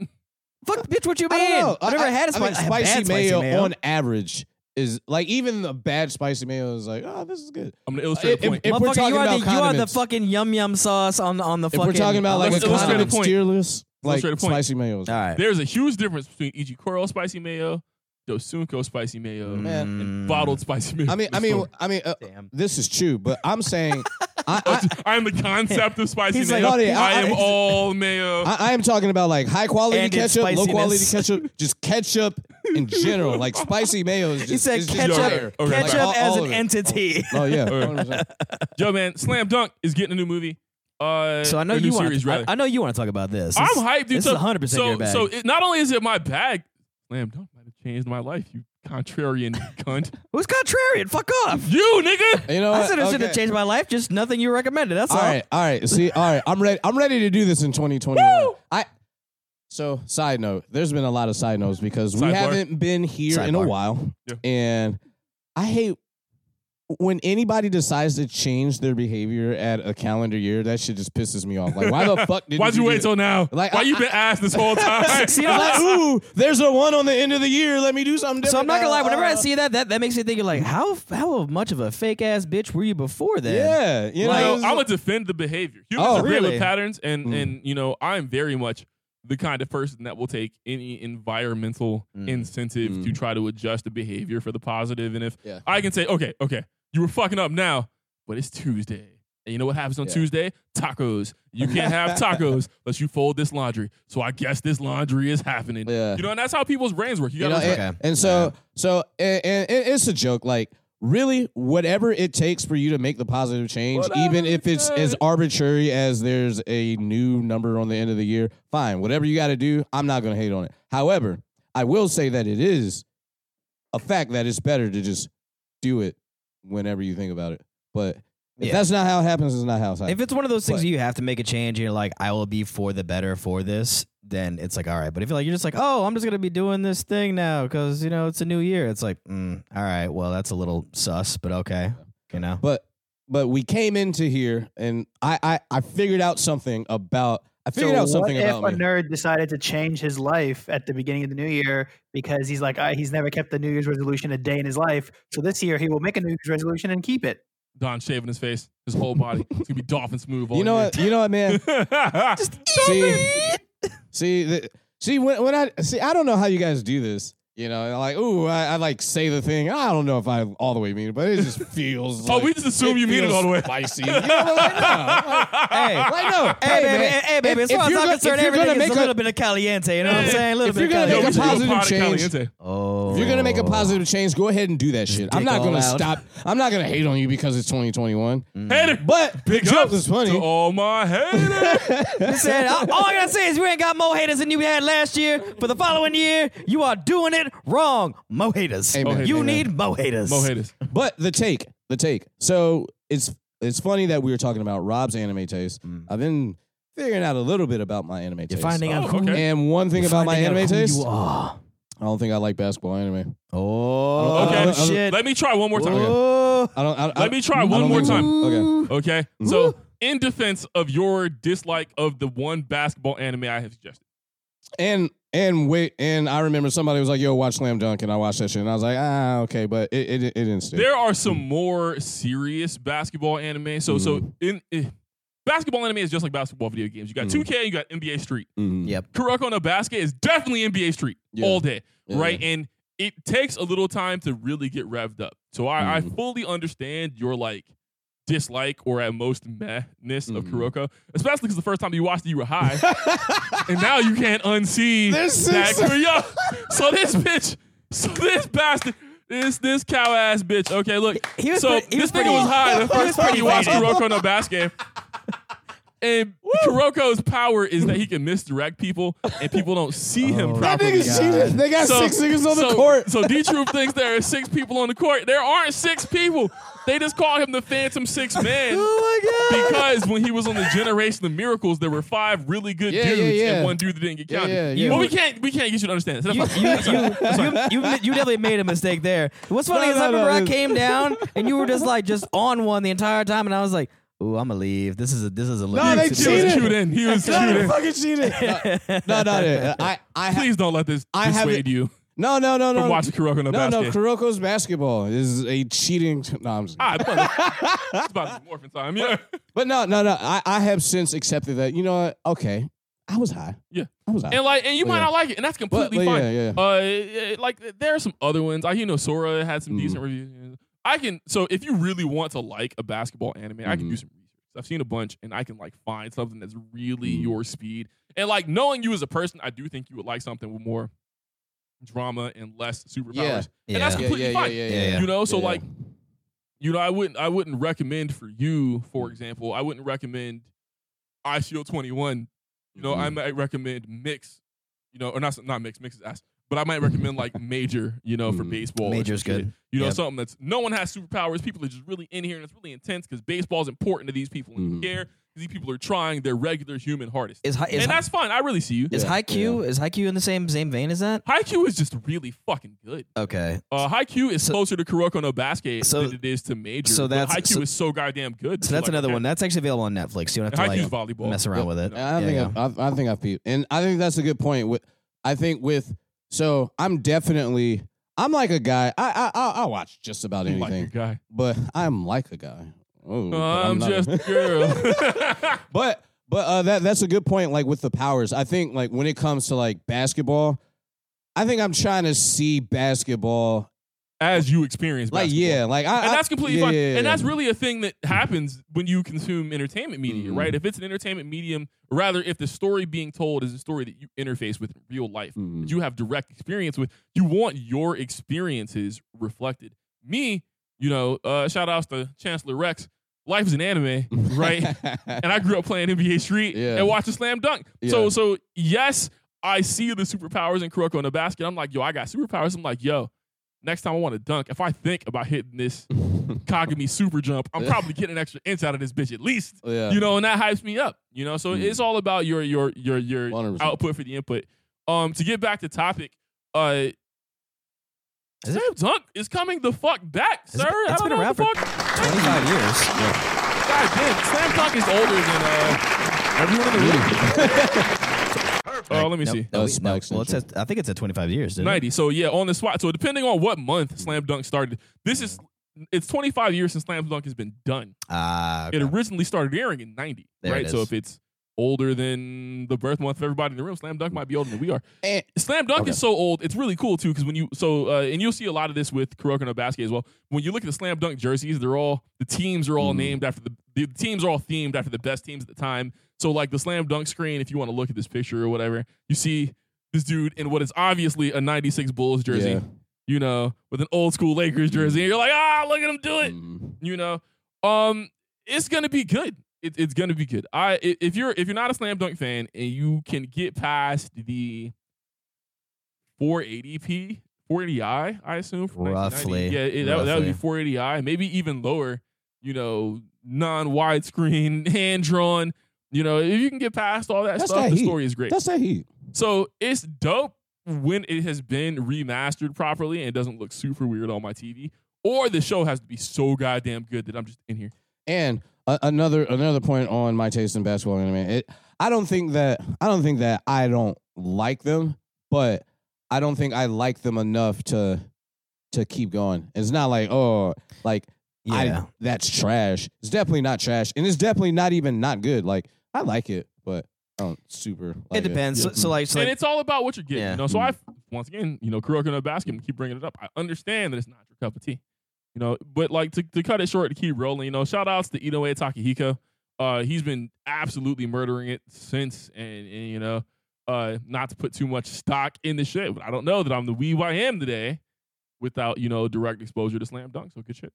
Speaker 1: Fuck, bitch, what you
Speaker 2: I
Speaker 1: mean?
Speaker 2: don't know.
Speaker 1: I've never
Speaker 2: I,
Speaker 1: had a
Speaker 2: I think
Speaker 1: spicy,
Speaker 2: spicy, mayo,
Speaker 1: mayo,
Speaker 2: on average is like even the bad spicy mayo is like, oh, this is good.
Speaker 3: I'm gonna illustrate
Speaker 2: If-
Speaker 3: a point.
Speaker 2: if- we're
Speaker 1: Motherfucker,
Speaker 2: talking
Speaker 1: you are the,
Speaker 2: about
Speaker 1: you are the
Speaker 2: condiments.
Speaker 1: fucking yum yum sauce on on the
Speaker 2: If
Speaker 1: fucking.
Speaker 2: we're talking about like a
Speaker 3: let's- let's get a
Speaker 2: condiment
Speaker 3: point.
Speaker 2: steerless, like
Speaker 3: get a point.
Speaker 2: spicy mayo. Is
Speaker 1: all right,
Speaker 3: There's a huge difference between Ichi Koro spicy mayo, Dosunko spicy mayo,
Speaker 2: Oh, Man.
Speaker 3: and
Speaker 1: Mm.
Speaker 3: bottled spicy mayo.
Speaker 2: I mean, I mean, I mean, uh,
Speaker 1: Damn.
Speaker 2: this is true, but I'm saying, I, I,
Speaker 3: I am the concept of spicy
Speaker 1: He's like,
Speaker 3: mayo.
Speaker 2: buddy,
Speaker 3: I,
Speaker 2: I-
Speaker 3: am
Speaker 2: I-
Speaker 3: all mayo.
Speaker 2: I, I am talking about like high quality
Speaker 1: And its
Speaker 2: ketchup, low quality
Speaker 1: spiciness.
Speaker 2: ketchup, just ketchup in general. Like spicy mayo is just.
Speaker 1: He said
Speaker 2: is just
Speaker 1: ketchup,
Speaker 2: fire.
Speaker 3: Okay.
Speaker 1: ketchup
Speaker 2: Like, all-
Speaker 1: as
Speaker 2: all
Speaker 1: an
Speaker 2: of it.
Speaker 1: entity.
Speaker 2: Oh yeah.
Speaker 3: All right.
Speaker 2: 100%.
Speaker 3: Yo, man, Slam Dunk is getting a new movie. Uh,
Speaker 1: So I know
Speaker 3: a new
Speaker 1: you want.
Speaker 3: series,
Speaker 1: I,
Speaker 3: rather.
Speaker 1: I know you want to talk about this.
Speaker 3: I'm
Speaker 1: This-
Speaker 3: hyped, dude.
Speaker 1: This
Speaker 3: so,
Speaker 1: is 100 percent
Speaker 3: so,
Speaker 1: your bag.
Speaker 3: so it, not only is it my bag, Slam Dunk might have changed my life. You contrarian cunt.
Speaker 1: Who's contrarian? Fuck off.
Speaker 3: You nigga.
Speaker 2: You know
Speaker 1: I
Speaker 2: what?
Speaker 1: said it should have
Speaker 2: Okay.
Speaker 1: changed my life. Just nothing you recommended. That's all.
Speaker 2: All right, all right. See, all right. I'm ready. I'm ready to do this in 2021.
Speaker 3: Woo!
Speaker 2: I. So, side note. There's been a lot of side notes because we
Speaker 3: Sidebar.
Speaker 2: haven't been here in a
Speaker 1: Sidebar.
Speaker 2: while,
Speaker 3: Yeah.
Speaker 2: and I hate when anybody decides to change their behavior at a calendar year. That shit just pisses me off. Like, why the fuck did
Speaker 3: Why'd you wait till now?
Speaker 2: Like,
Speaker 3: Why
Speaker 2: I-
Speaker 3: you been asked this whole time?
Speaker 1: See, I'm
Speaker 2: I'm like,
Speaker 1: not-
Speaker 2: ooh, there's a one on the end of the year. Let me do something different.
Speaker 1: So I'm not gonna lie.
Speaker 2: now."
Speaker 1: Whenever I
Speaker 2: Uh,
Speaker 1: see that, that that makes me think of like how how much of a fake ass bitch were you before then?
Speaker 2: yeah, you
Speaker 3: You
Speaker 2: know,
Speaker 3: know,
Speaker 2: it's-
Speaker 3: I'm gonna defend the behavior. Humans
Speaker 2: Oh,
Speaker 3: are great
Speaker 1: really?
Speaker 3: with patterns, and
Speaker 2: Mm.
Speaker 3: and you know, I'm very much the kind of person that will take any environmental
Speaker 1: Mm.
Speaker 3: incentive
Speaker 2: Mm.
Speaker 3: to try to adjust the behavior for the positive. And if
Speaker 2: Yeah.
Speaker 3: I can say, okay, okay, you were fucking up now, but it's Tuesday. And you know what happens on
Speaker 2: Yeah.
Speaker 3: Tuesday? Tacos. You can't have tacos unless you fold this laundry. So I guess this laundry is happening.
Speaker 2: Yeah.
Speaker 3: You know, and that's how people's brains work. You
Speaker 2: You
Speaker 3: gotta
Speaker 2: know,
Speaker 3: listen.
Speaker 2: and, and so so and, and it- it's a joke. Like really, whatever it takes for you to make the positive change,
Speaker 3: Whatever
Speaker 2: even
Speaker 3: it
Speaker 2: if it's as
Speaker 3: takes.
Speaker 2: arbitrary as there's a new number on the end of the year, fine. Whatever you got to do, I'm not gonna hate on it. However, I will say that it is a fact that it's better to just do it whenever you think about it. But if
Speaker 1: Yeah.
Speaker 2: that's not how it happens, it's not how it happens.
Speaker 1: If it's one of those things
Speaker 2: But-
Speaker 1: that you have to make a change and you're like, I will be for the better for this, then it's like, all right. But if you're like, you're just like, oh, I'm just going to be doing this thing now because, you know, it's a new year. It's like, mm, all right, well, that's a little sus, but okay. You know?
Speaker 2: But but we came into here and I I, I figured out something about I figured out
Speaker 4: what
Speaker 2: something
Speaker 4: if
Speaker 2: about
Speaker 4: a
Speaker 2: me.
Speaker 4: nerd decided to change his life at the beginning of the new year because he's like I, he's never kept the New Year's resolution a day in his life, so this year he will make a New Year's resolution and keep it.
Speaker 3: Don shaving his face, his whole body. It's gonna be dolphin smooth. all
Speaker 2: You know
Speaker 3: year.
Speaker 2: what? You know what, man. see, see, the, see when, when I see, I don't know how you guys do this. You know, like, ooh, I, I like say the thing. I don't know if I all the way mean it, but it just feels.
Speaker 3: Oh,
Speaker 2: like-
Speaker 3: we just assume you mean it
Speaker 2: feels
Speaker 3: all the way.
Speaker 2: Spicy. You know, like, no.
Speaker 1: hey.
Speaker 2: Like, no.
Speaker 1: Hey,
Speaker 2: man.
Speaker 1: baby, hey, baby,
Speaker 2: If-
Speaker 1: as far
Speaker 2: if
Speaker 1: as
Speaker 2: you're
Speaker 1: I'm
Speaker 2: go-
Speaker 1: concerned,
Speaker 2: if you're gonna
Speaker 1: everything is
Speaker 2: make
Speaker 1: a
Speaker 2: a-
Speaker 1: little bit of caliente, you know what I'm
Speaker 3: Hey,
Speaker 1: saying? A little
Speaker 2: if
Speaker 1: bit
Speaker 2: you're
Speaker 1: of
Speaker 2: gonna
Speaker 3: Yo,
Speaker 2: make
Speaker 3: we
Speaker 2: a
Speaker 1: caliente.
Speaker 3: should do
Speaker 2: positive
Speaker 3: pot of
Speaker 2: change.
Speaker 3: caliente.
Speaker 1: oh.
Speaker 2: If you're gonna make a positive change, go ahead and do that shit. I'm
Speaker 1: Dick
Speaker 2: not
Speaker 1: all
Speaker 2: gonna
Speaker 1: out.
Speaker 2: stop. I'm not gonna hate on you because it's 2021.
Speaker 3: Hater.
Speaker 2: But
Speaker 3: Mm. Big
Speaker 2: the joke
Speaker 3: ups
Speaker 2: Mm. is funny.
Speaker 3: To all my haters.
Speaker 1: You said, all all I gotta say is you ain't got more haters than you had last year. For the following year, you are doing it wrong. Mo haters.
Speaker 2: Amen.
Speaker 3: Mo
Speaker 1: You
Speaker 3: haters.
Speaker 1: need mo haters.
Speaker 3: Mo haters.
Speaker 2: But the take, the take. So it's it's funny that we were talking about Rob's anime taste.
Speaker 3: Mm.
Speaker 2: I've been figuring out a little bit about my anime
Speaker 1: You're
Speaker 2: taste.
Speaker 1: finding out
Speaker 3: Oh,
Speaker 1: who
Speaker 3: okay.
Speaker 2: and one thing
Speaker 1: you're
Speaker 2: about my
Speaker 1: finding out
Speaker 2: anime
Speaker 1: who
Speaker 2: taste,
Speaker 1: You are.
Speaker 2: I don't think I like basketball anime.
Speaker 1: Oh,
Speaker 3: Okay.
Speaker 1: shit.
Speaker 3: Let me try one more time.
Speaker 1: Oh.
Speaker 2: I don't. I, I,
Speaker 3: Let me try
Speaker 2: I
Speaker 3: one
Speaker 2: don't
Speaker 3: more
Speaker 2: think so.
Speaker 3: time.
Speaker 2: Okay.
Speaker 3: Okay. So, in defense of your dislike of the one basketball anime I have suggested,
Speaker 2: And and wait, and I remember somebody was like, "Yo, watch Slam Dunk," and I watched that shit, and I was like, "Ah, okay," but it it, it didn't stick.
Speaker 3: there are
Speaker 2: Mm.
Speaker 3: some more serious basketball anime. So, so in. eh, Basketball anime is just like basketball video games. You got
Speaker 2: Mhm.
Speaker 3: 2K, you got NBA Street.
Speaker 2: Mhm.
Speaker 1: Yep.
Speaker 3: Kuroko no Basket is definitely NBA Street
Speaker 2: Yeah.
Speaker 3: all day.
Speaker 2: Yeah.
Speaker 3: right? And it takes a little time to really get revved up. So I, I
Speaker 2: Mhm.
Speaker 3: fully understand your like dislike or at most mehness of
Speaker 2: Mhm.
Speaker 3: Kuroko, especially because the first time you watched it, you were high, and now you can't unsee
Speaker 2: There's
Speaker 3: that
Speaker 2: six-
Speaker 3: Kuroko. So this bitch, so this bastard. This this cow ass bitch. Okay, look.
Speaker 1: He was pre-
Speaker 3: so
Speaker 1: he
Speaker 3: this
Speaker 1: was
Speaker 3: nigga
Speaker 1: pretty-
Speaker 3: was high the
Speaker 1: he was
Speaker 3: first time
Speaker 1: pretty
Speaker 3: you watched
Speaker 1: faded.
Speaker 3: Kuroko no basket. And Kuroko's power is that he can misdirect people, and people don't see him
Speaker 2: Oh, That
Speaker 3: properly.
Speaker 2: nigga's Jesus. They got six niggas on
Speaker 3: so,
Speaker 2: the court.
Speaker 3: So D Troop thinks there are six people on the court. There aren't six people. They just call him the Phantom Six Man
Speaker 1: Oh my god.
Speaker 3: because when he was on the Generation of Miracles, there were five really good
Speaker 2: Yeah, yeah,
Speaker 3: dudes
Speaker 2: yeah.
Speaker 3: and one dude that didn't get
Speaker 2: Yeah,
Speaker 3: counted.
Speaker 2: yeah, yeah.
Speaker 3: Well, we can't we can't get you to understand. this.
Speaker 1: You,
Speaker 3: That's
Speaker 1: you,
Speaker 3: fine.
Speaker 1: you, you, you, you definitely made a mistake there. What's funny
Speaker 2: No,
Speaker 1: is I
Speaker 2: no, no,
Speaker 1: remember I
Speaker 2: it's-
Speaker 1: came down and you were just like just on one the entire time, and I was like, Ooh, I'm gonna leave. This is a this is a
Speaker 2: No, they
Speaker 1: limited
Speaker 3: He was
Speaker 2: cheated. Uh,
Speaker 1: situation.
Speaker 3: chewed in. He was
Speaker 2: No,
Speaker 3: chewed in.
Speaker 2: fucking cheated. No, no, no. I, I ha-
Speaker 3: Please don't let this
Speaker 2: I haven't-
Speaker 3: dissuade you
Speaker 2: no, no, no,
Speaker 3: from
Speaker 2: no.
Speaker 3: watching Kuroko no,
Speaker 2: No, no.
Speaker 3: basket.
Speaker 2: Kuroko's basketball is a cheating. no, I'm just
Speaker 3: Ah, brother. it's about to be morphin' time. Yeah.
Speaker 2: But no, no, no. I, I have since accepted that. You know what? Okay, I was high.
Speaker 3: Yeah.
Speaker 2: I was high.
Speaker 3: And like, and you might
Speaker 2: Yeah.
Speaker 3: not like it, and that's
Speaker 2: But-
Speaker 3: completely
Speaker 2: but
Speaker 3: fine.
Speaker 2: yeah, yeah.
Speaker 3: Uh, like there are some other ones. I you know Sora had some
Speaker 2: Mhm.
Speaker 3: decent reviews. I can so if you really want to like a basketball anime, I can
Speaker 2: Mhm.
Speaker 3: do some research. I've seen a bunch, and I can like find something that's really
Speaker 2: Mhm.
Speaker 3: your speed. And like knowing you as a person, I do think you would like something with more drama and less superpowers.
Speaker 2: Yeah.
Speaker 1: Yeah.
Speaker 3: And that's
Speaker 2: Yeah,
Speaker 3: completely
Speaker 2: yeah,
Speaker 3: fine.
Speaker 2: yeah,
Speaker 1: Yeah, yeah.
Speaker 3: You know, so
Speaker 2: Yeah.
Speaker 3: like, you know, I wouldn't, I wouldn't recommend for you, for
Speaker 2: Mm-hmm.
Speaker 3: example, I wouldn't recommend I Shield Twenty One. You know, I
Speaker 1: Mm-hmm.
Speaker 2: Mhm.
Speaker 3: might recommend Mix. You know, or not not Mix, Mix is ass, but I might recommend like Major. You know, for
Speaker 2: Mhm.
Speaker 3: baseball, or
Speaker 1: Mm. Major's
Speaker 3: some shit.
Speaker 1: good.
Speaker 3: You know,
Speaker 1: Yep.
Speaker 3: something that's no one has superpowers. People are just really in here, and it's really intense because baseball's important to these people,
Speaker 1: Mm-hmm.
Speaker 3: and
Speaker 2: Mhm.
Speaker 3: you care. These people are trying their regular human hardest,
Speaker 1: Is Hi- is
Speaker 3: and
Speaker 1: Hi-
Speaker 3: that's fine. I really see you.
Speaker 1: is
Speaker 2: Yeah,
Speaker 1: Haikyuu is Haikyuu in the same same vein as that?
Speaker 3: Haikyuu is just really fucking good.
Speaker 1: Okay.
Speaker 3: Uh, Haikyuu is
Speaker 1: So-
Speaker 3: closer to Kuroko no Basket
Speaker 1: so-
Speaker 3: than it is to Major.
Speaker 1: so
Speaker 3: So that's
Speaker 1: that's-
Speaker 3: Haikyuu
Speaker 1: so-
Speaker 3: is so goddamn good.
Speaker 1: So that's
Speaker 3: Like,
Speaker 1: another
Speaker 3: yeah.
Speaker 1: one. That's actually available on Netflix. You don't have to
Speaker 3: Haikyuu's
Speaker 1: like
Speaker 3: volleyball.
Speaker 1: mess around with it.
Speaker 3: No.
Speaker 2: I
Speaker 1: Yeah,
Speaker 2: think
Speaker 1: yeah.
Speaker 2: I've, I, I think I've peeped, and I think that's a good point. With I think with so I'm definitely I'm like a guy. I I I, I watch just about
Speaker 3: You like
Speaker 2: anything,
Speaker 3: your guy.
Speaker 2: but I'm like a guy. Oh, but
Speaker 3: I'm
Speaker 2: not a-
Speaker 3: just a girl.
Speaker 2: But but uh, that that's a good point. Like with the powers, I think like when it comes to like basketball, I think I'm trying to see basketball.
Speaker 3: As you experience,
Speaker 2: Like
Speaker 3: basketball.
Speaker 2: yeah, like I.
Speaker 3: and
Speaker 2: I-
Speaker 3: that's completely
Speaker 2: yeah,
Speaker 3: fine.
Speaker 2: yeah, yeah,
Speaker 3: and
Speaker 2: yeah.
Speaker 3: that's really a thing that happens when you consume entertainment media,
Speaker 2: Mhm.
Speaker 3: right? If it's an entertainment medium, or rather, if the story being told is a story that you interface with in real life,
Speaker 2: Mhm.
Speaker 3: that you have direct experience with, you want your experiences reflected. Me, you know, uh, shout outs to Chancellor Rex. Life is an anime, right? and I grew up playing NBA Street
Speaker 2: Yeah.
Speaker 3: and watching Slam Dunk.
Speaker 2: Yeah.
Speaker 3: So so yes, I see the superpowers in Kuroko in the basket. I'm like, yo, I got superpowers. I'm like, yo, next time I want to dunk, if I think about hitting this Kagami super jump, I'm probably getting an extra inch out of this bitch at least.
Speaker 2: yeah.
Speaker 3: You know, and that hypes me up. You know, so
Speaker 2: Mm.
Speaker 3: it's all about your your your your
Speaker 2: 100%.
Speaker 3: output for the input. Um, to get back to topic, uh.
Speaker 1: Is it-
Speaker 3: Slam Dunk is coming the fuck back,
Speaker 1: it-
Speaker 3: sir.
Speaker 1: it's
Speaker 3: How
Speaker 1: been
Speaker 3: the
Speaker 1: around for
Speaker 3: fuck-
Speaker 1: 25 years.
Speaker 3: God damn, Slam Dunk is older than uh, everyone in the room. Oh, let me
Speaker 1: Nope.
Speaker 3: see.
Speaker 1: No,
Speaker 2: Uh,
Speaker 1: we- no.
Speaker 2: Spike
Speaker 1: Well, it's at, I think it's at 25 years. Dude.
Speaker 3: 90. So yeah, on the spot. So depending on what month Slam Dunk started, this is it's 25 years since Slam Dunk has been done.
Speaker 1: Ah, okay.
Speaker 3: It originally started airing in 90,
Speaker 1: There it
Speaker 3: right? So
Speaker 1: is.
Speaker 3: if it's older than the birth month of everybody in the room, Slam Dunk might be older than we are.
Speaker 2: Eh.
Speaker 3: Slam Dunk
Speaker 2: Okay.
Speaker 3: is so old. It's really cool too because when you so uh, and you'll see a lot of this with Kuroko no Basket as well. When you look at the Slam Dunk jerseys, they're all the teams are all
Speaker 1: Mm-hmm.
Speaker 2: Mhm.
Speaker 3: named after the the teams are all themed after the best teams at the time. So like the Slam Dunk screen, if you want to look at this picture or whatever, you see this dude in what is obviously a '96 Bulls jersey,
Speaker 2: Yeah.
Speaker 3: you know, with an old school Lakers jersey. And you're like, ah, look at him do it
Speaker 2: Mhm.
Speaker 3: you know um it's gonna be good it, it's gonna be good i i- if you're if you're not a slam dunk fan and you can get past the 480p 480i i assume from
Speaker 1: Roughly,
Speaker 3: 1990. yeah it, that, that would be
Speaker 1: roughly.
Speaker 3: 480i maybe even lower you know non-widescreen hand drawn you know if you can get past all that
Speaker 2: That's
Speaker 3: stuff
Speaker 2: that
Speaker 3: the
Speaker 2: heat.
Speaker 3: story is great
Speaker 2: That's that heat.
Speaker 3: so it's dope when it has been remastered properly and doesn't look super weird on my TV. Or the show has to be so goddamn good that I'm just in here.
Speaker 2: And a- another another point on my taste in basketball anime. It, I don't think that I don't think that I don't like them, but I don't think I like them enough to to keep going. It's not like oh, like
Speaker 1: yeah.
Speaker 2: I, that's trash. It's definitely not trash, and it's definitely not even not good. Like I like it, but I don't super. Like
Speaker 1: it depends. So, so, like, so
Speaker 3: and
Speaker 1: like,
Speaker 3: it's all about what you're getting.
Speaker 1: Yeah. Mm-hmm.
Speaker 3: You know, so I once again, you know, Kuroko no basket, we keep bringing it up. I understand that it's not your cup of tea. You know, but like to, to cut it short to keep rolling, you know, shout outs to Inoue Takahiko. Uh he's been absolutely murdering it since and, and you know, uh not to put too much stock in the shit, but I don't know that I'm the weave I am today without, you know, direct exposure to slam dunk. So good shit.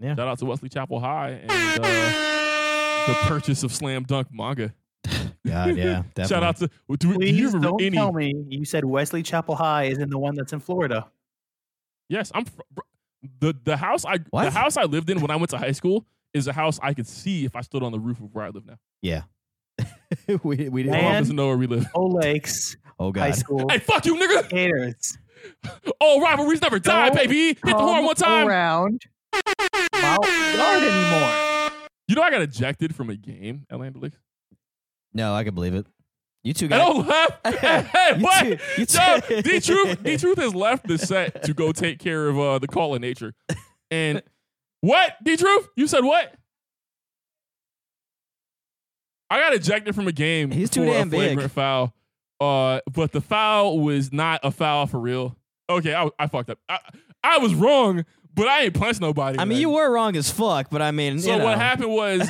Speaker 1: Yeah.
Speaker 3: Shout out to Wesley Chapel High and uh, the purchase of slam dunk manga.
Speaker 1: God, yeah, definitely.
Speaker 3: Shout out to do, do you
Speaker 4: Please
Speaker 3: remember
Speaker 4: don't
Speaker 3: any
Speaker 4: tell me you said Wesley Chapel High is in the one that's in Florida.
Speaker 3: Yes, I'm fr- br- the the house I the
Speaker 1: What?
Speaker 3: house I lived in when I went to high school is a house I could see if I stood on the roof of where I live now.
Speaker 1: we, we did.
Speaker 3: My mom
Speaker 4: Man.
Speaker 3: doesn't know where we live.
Speaker 4: O Lakes
Speaker 1: Oh
Speaker 4: High
Speaker 1: God.
Speaker 4: School
Speaker 3: Hey, fuck you, nigga!
Speaker 4: Gators.
Speaker 3: Oh, rivalries never die,
Speaker 4: Don't
Speaker 3: baby! Hit the horn
Speaker 4: Come
Speaker 3: one time.
Speaker 4: Around Mount Yard anymore.
Speaker 3: You know, I got ejected from a game at Land O'Lakes.
Speaker 1: No, I can believe it. You two
Speaker 3: I
Speaker 1: got
Speaker 3: don't laugh. Hey, hey,
Speaker 1: You
Speaker 3: what?
Speaker 1: too- you too-
Speaker 3: Yo, D Truth, D Truth has left the set to go take care of uh, the call of nature. And what? D Truth, you said what? I got ejected from a game
Speaker 1: He's
Speaker 3: for
Speaker 1: too
Speaker 3: a
Speaker 1: damn big.
Speaker 3: flagrant foul. Uh, but the foul was not a foul for real. Okay, I, I fucked up. I, I was wrong, but I ain't punched nobody.
Speaker 1: I mean,
Speaker 3: man.
Speaker 1: you were wrong as fuck, but I mean,
Speaker 3: So
Speaker 1: you know.
Speaker 3: what happened was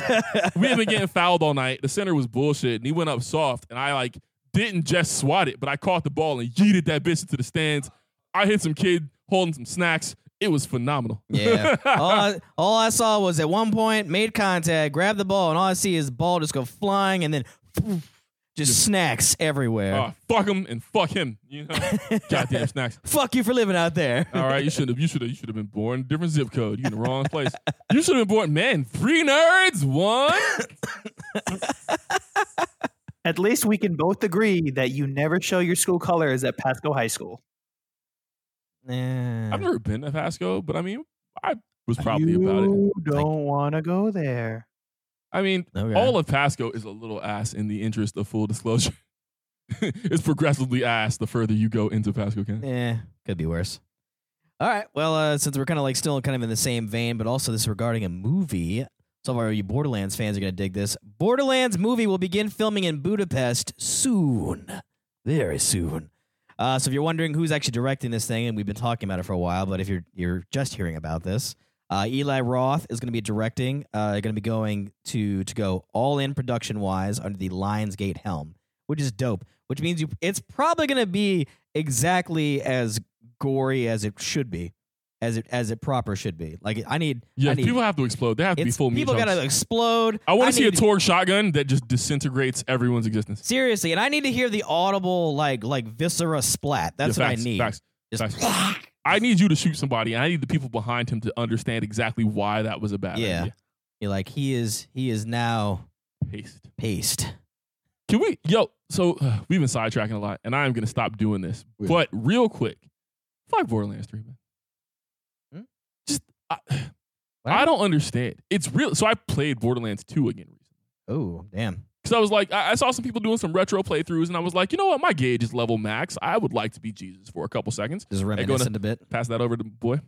Speaker 3: we had been getting fouled all night. The center was bullshit, and he went up soft, and I like didn't just swat it, but I caught the ball and yeeted that bitch into the stands. I hit some kid holding some snacks. It was phenomenal.
Speaker 1: Yeah. all, I, all I saw was at one point made contact, grabbed the ball, and all I see is ball just go flying, and then just snacks everywhere.
Speaker 3: Uh, fuck him and fuck him. You know, Oh, goddamn Uh, snacks.
Speaker 1: Fuck you for living out there.
Speaker 3: All right, you should have. You should have. You should have been born in a different zip code. You in the wrong place. You should have been born. Man, three nerds, one.
Speaker 4: At least we can both agree that you never show your school colors at Pasco High School.
Speaker 1: Yeah.
Speaker 3: I've never been to Pasco, but I mean, I was probably about it.
Speaker 4: You don't want to go there.
Speaker 3: I mean,
Speaker 1: Okay.
Speaker 3: All of Pasco is a little ass in the interest of full disclosure. it's progressively ass the further you go into Pasco County.
Speaker 1: Yeah, could be worse. All right. Well, uh, since we're kind of like still kind of in the same vein, but also this regarding a movie. Some of our you Borderlands fans are gonna dig this. Borderlands movie will begin filming in Budapest soon, very soon. Uh, so if you're wondering who's actually directing this thing, and we've been talking about it for a while, but if you're you're just hearing about this, uh, Eli Roth is gonna be directing. Uh, gonna be going to to go all in production wise under the Lionsgate helm, which is dope. Which means you, it's probably gonna be exactly as gory as it should be, as it as it proper should be. Like I need,
Speaker 3: Yeah,
Speaker 1: I need
Speaker 3: people have to explode. They have to be
Speaker 1: it's,
Speaker 3: full meat
Speaker 1: people
Speaker 3: chunks.
Speaker 1: gotta explode.
Speaker 3: I want to see a
Speaker 1: need-
Speaker 3: Torg shotgun that just disintegrates everyone's existence.
Speaker 1: Seriously, and I need to hear the audible like like viscera splat. That's
Speaker 3: Yeah,
Speaker 1: what
Speaker 3: facts,
Speaker 1: I need.
Speaker 3: Facts.
Speaker 1: Just-
Speaker 3: I need you to shoot somebody, and I need the people behind him to understand exactly why that was a bad
Speaker 1: Yeah.
Speaker 3: idea.
Speaker 1: You're like he is he is now
Speaker 3: Paste.
Speaker 1: paced.
Speaker 3: Can we, yo? So uh, we've been sidetracking a lot, and I am gonna stop doing this.
Speaker 2: Weird.
Speaker 3: But real quick, fuck Borderlands Three, man.
Speaker 1: Hmm?
Speaker 3: Just I,
Speaker 1: What?
Speaker 3: I don't understand. It's real. So I played Borderlands Two again recently
Speaker 1: Oh damn!
Speaker 3: because I was like, I, I saw some people doing some retro playthroughs, and I was like, you know what? My gauge is level max. I would like to be Jesus for a couple seconds.
Speaker 1: Just reminiscent a bit.
Speaker 3: Pass that over to boy.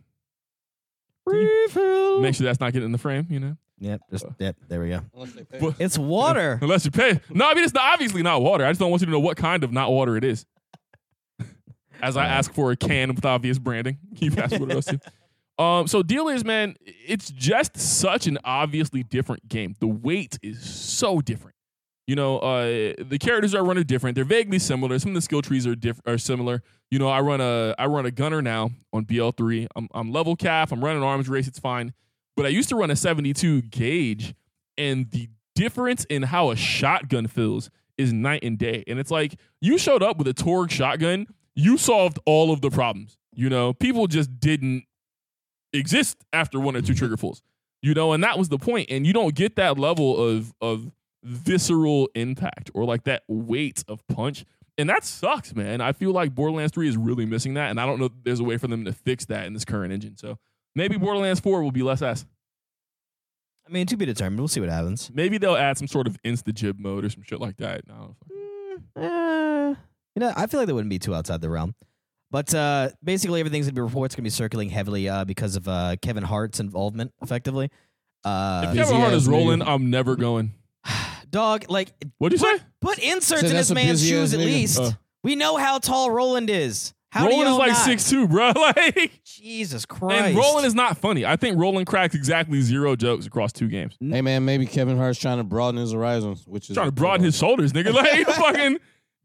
Speaker 1: Refill.
Speaker 3: Make sure that's not getting in the frame, you know.
Speaker 1: Yep. Just yep. There we go.
Speaker 2: Unless they pay.
Speaker 3: But-
Speaker 1: It's water.
Speaker 3: Unless you pay. No, I mean it's not, obviously not water. I just don't want you to know what kind of not water it is. As I ask for a can with obvious branding, you pass what else to. Um, so deal is, man, it's just such an obviously different game. The weight is so different. You know, uh, the characters I run are different. They're vaguely similar. Some of the skill trees are diff- are similar. You know, I run a I run a gunner now on BL3. I'm I'm level calf. I'm running arms race. It's fine. But I used to run a 72 gauge, and the difference in how a shotgun feels is night and day. And it's like you showed up with a Torg shotgun, you solved all of the problems. You know, people just didn't exist after one or two trigger pulls. You know, and that was the point. And you don't get that level of of visceral impact or like that weight of punch. And that sucks, man. I feel like Borderlands 3 is really missing that. And I don't know if there's a way for them to fix that in this current engine. So maybe Borderlands 4 will be less ass.
Speaker 1: I mean, to be determined. We'll see what happens.
Speaker 3: Maybe they'll add some sort of insta jib mode or some shit like that. No.
Speaker 1: Eh, you know, I feel like that wouldn't be too outside the realm. But uh, basically, everything's gonna be reports gonna be circulating heavily uh, because of uh, Kevin Hart's involvement, effectively. Uh,
Speaker 3: if Kevin
Speaker 2: busy
Speaker 3: Hart
Speaker 2: ass
Speaker 3: is rolling,
Speaker 2: nigga.
Speaker 3: I'm never going.
Speaker 1: dog, like
Speaker 3: What'd you say?
Speaker 1: put inserts
Speaker 2: Said
Speaker 1: in
Speaker 2: that's
Speaker 1: this
Speaker 2: a
Speaker 1: man's
Speaker 2: busy ass
Speaker 1: shoes at
Speaker 2: nigga.
Speaker 1: least.
Speaker 3: Uh.
Speaker 1: we know how tall Roland is. How do
Speaker 3: Roland
Speaker 1: you
Speaker 3: is like
Speaker 1: not?
Speaker 3: six two, bro. Like,
Speaker 1: Jesus Christ!
Speaker 3: and Roland is not funny. I think Roland cracks exactly zero jokes across two games.
Speaker 2: Hey man, maybe Kevin Hart's trying to broaden his horizons, which is
Speaker 3: Trying to broaden his shoulders, nigga. Like, fucking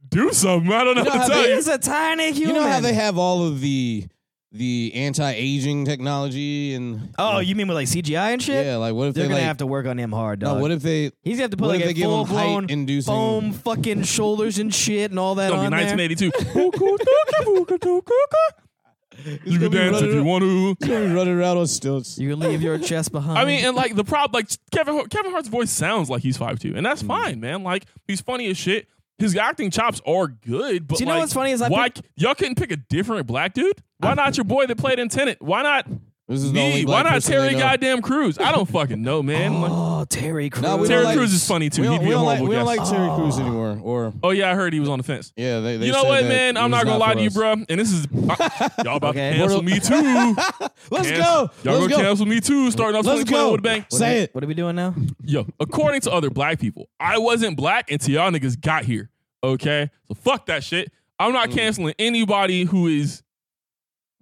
Speaker 3: do something. I don't know
Speaker 2: You know
Speaker 3: what
Speaker 2: how
Speaker 3: to tell
Speaker 2: they-
Speaker 3: you.
Speaker 1: He's a tiny
Speaker 2: You
Speaker 1: human.
Speaker 2: know how they have all of the the anti-aging technology and
Speaker 1: oh, you mean with like CGI and shit?
Speaker 2: yeah, like what if
Speaker 1: They're
Speaker 2: they
Speaker 1: gonna
Speaker 2: like
Speaker 1: have to work on him hard,
Speaker 2: no,
Speaker 1: dog.
Speaker 2: what if they
Speaker 1: He's gonna have to put
Speaker 2: what
Speaker 1: like
Speaker 2: if they
Speaker 1: a
Speaker 2: give
Speaker 1: full
Speaker 2: him
Speaker 1: blown
Speaker 2: height inducing
Speaker 1: foam fucking shoulders and shit and all that
Speaker 3: It's
Speaker 1: on
Speaker 3: gonna be
Speaker 1: there.
Speaker 3: 1982. you can dance if you want to.
Speaker 2: running around on stilts?
Speaker 1: You can leave your chest behind.
Speaker 2: Uh-huh.
Speaker 3: I mean, and like the problem, like Kevin Hart- Kevin Hart's voice sounds like he's five two, and
Speaker 2: Hmm.
Speaker 3: that's fine, man. Like he's funny as shit. His acting chops are good, but
Speaker 1: Do you know
Speaker 3: like,
Speaker 1: what's funny is I
Speaker 3: why y'all couldn't pick a different black dude? Why not your boy that played in Tenet? Why not?
Speaker 2: This is the only
Speaker 3: Me? Why
Speaker 2: black
Speaker 3: not
Speaker 2: person they
Speaker 3: Terry
Speaker 2: know.
Speaker 3: goddamn Crews? I don't fucking know, man. Like,
Speaker 1: Oh, Terry Crews.
Speaker 2: No, we
Speaker 3: Terry
Speaker 2: don't like-
Speaker 3: Crews is funny too.
Speaker 2: We
Speaker 3: He'd
Speaker 2: don't,
Speaker 3: be
Speaker 2: we
Speaker 3: a
Speaker 2: don't like,
Speaker 3: horrible
Speaker 2: we don't
Speaker 3: guest.
Speaker 2: like Terry Crews anymore. Or
Speaker 3: oh yeah, I heard he was on the fence.
Speaker 2: yeah, they, they
Speaker 3: you know
Speaker 2: said
Speaker 3: what,
Speaker 2: that
Speaker 3: man? I'm
Speaker 2: he's
Speaker 3: not gonna lie
Speaker 2: for
Speaker 3: to you,
Speaker 2: us.
Speaker 3: bro. And this is uh, y'all about
Speaker 1: Okay.
Speaker 3: to cancel me too. Let's
Speaker 2: Let's go.
Speaker 3: Y'all
Speaker 2: Let's
Speaker 3: gonna
Speaker 2: go.
Speaker 3: cancel me too. Starting off
Speaker 2: Let's
Speaker 3: 2020
Speaker 2: go.
Speaker 3: with a bang.
Speaker 1: What
Speaker 2: Say
Speaker 1: are we-
Speaker 2: it.
Speaker 1: What are we doing now?
Speaker 3: Yo, according to other black people, I wasn't black until y'all niggas got here. Okay, so fuck that shit. I'm not
Speaker 2: Mm.
Speaker 3: canceling anybody who is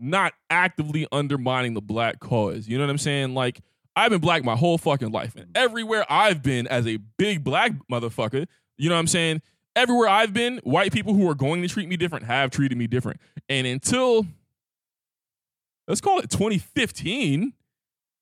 Speaker 3: not actively undermining the black cause. You know what I'm saying? Like I've been black my whole fucking life, and everywhere I've been as a big black motherfucker, you know what I'm saying? Everywhere I've been, white people who are going to treat me different have treated me different. And until let's call it 2015,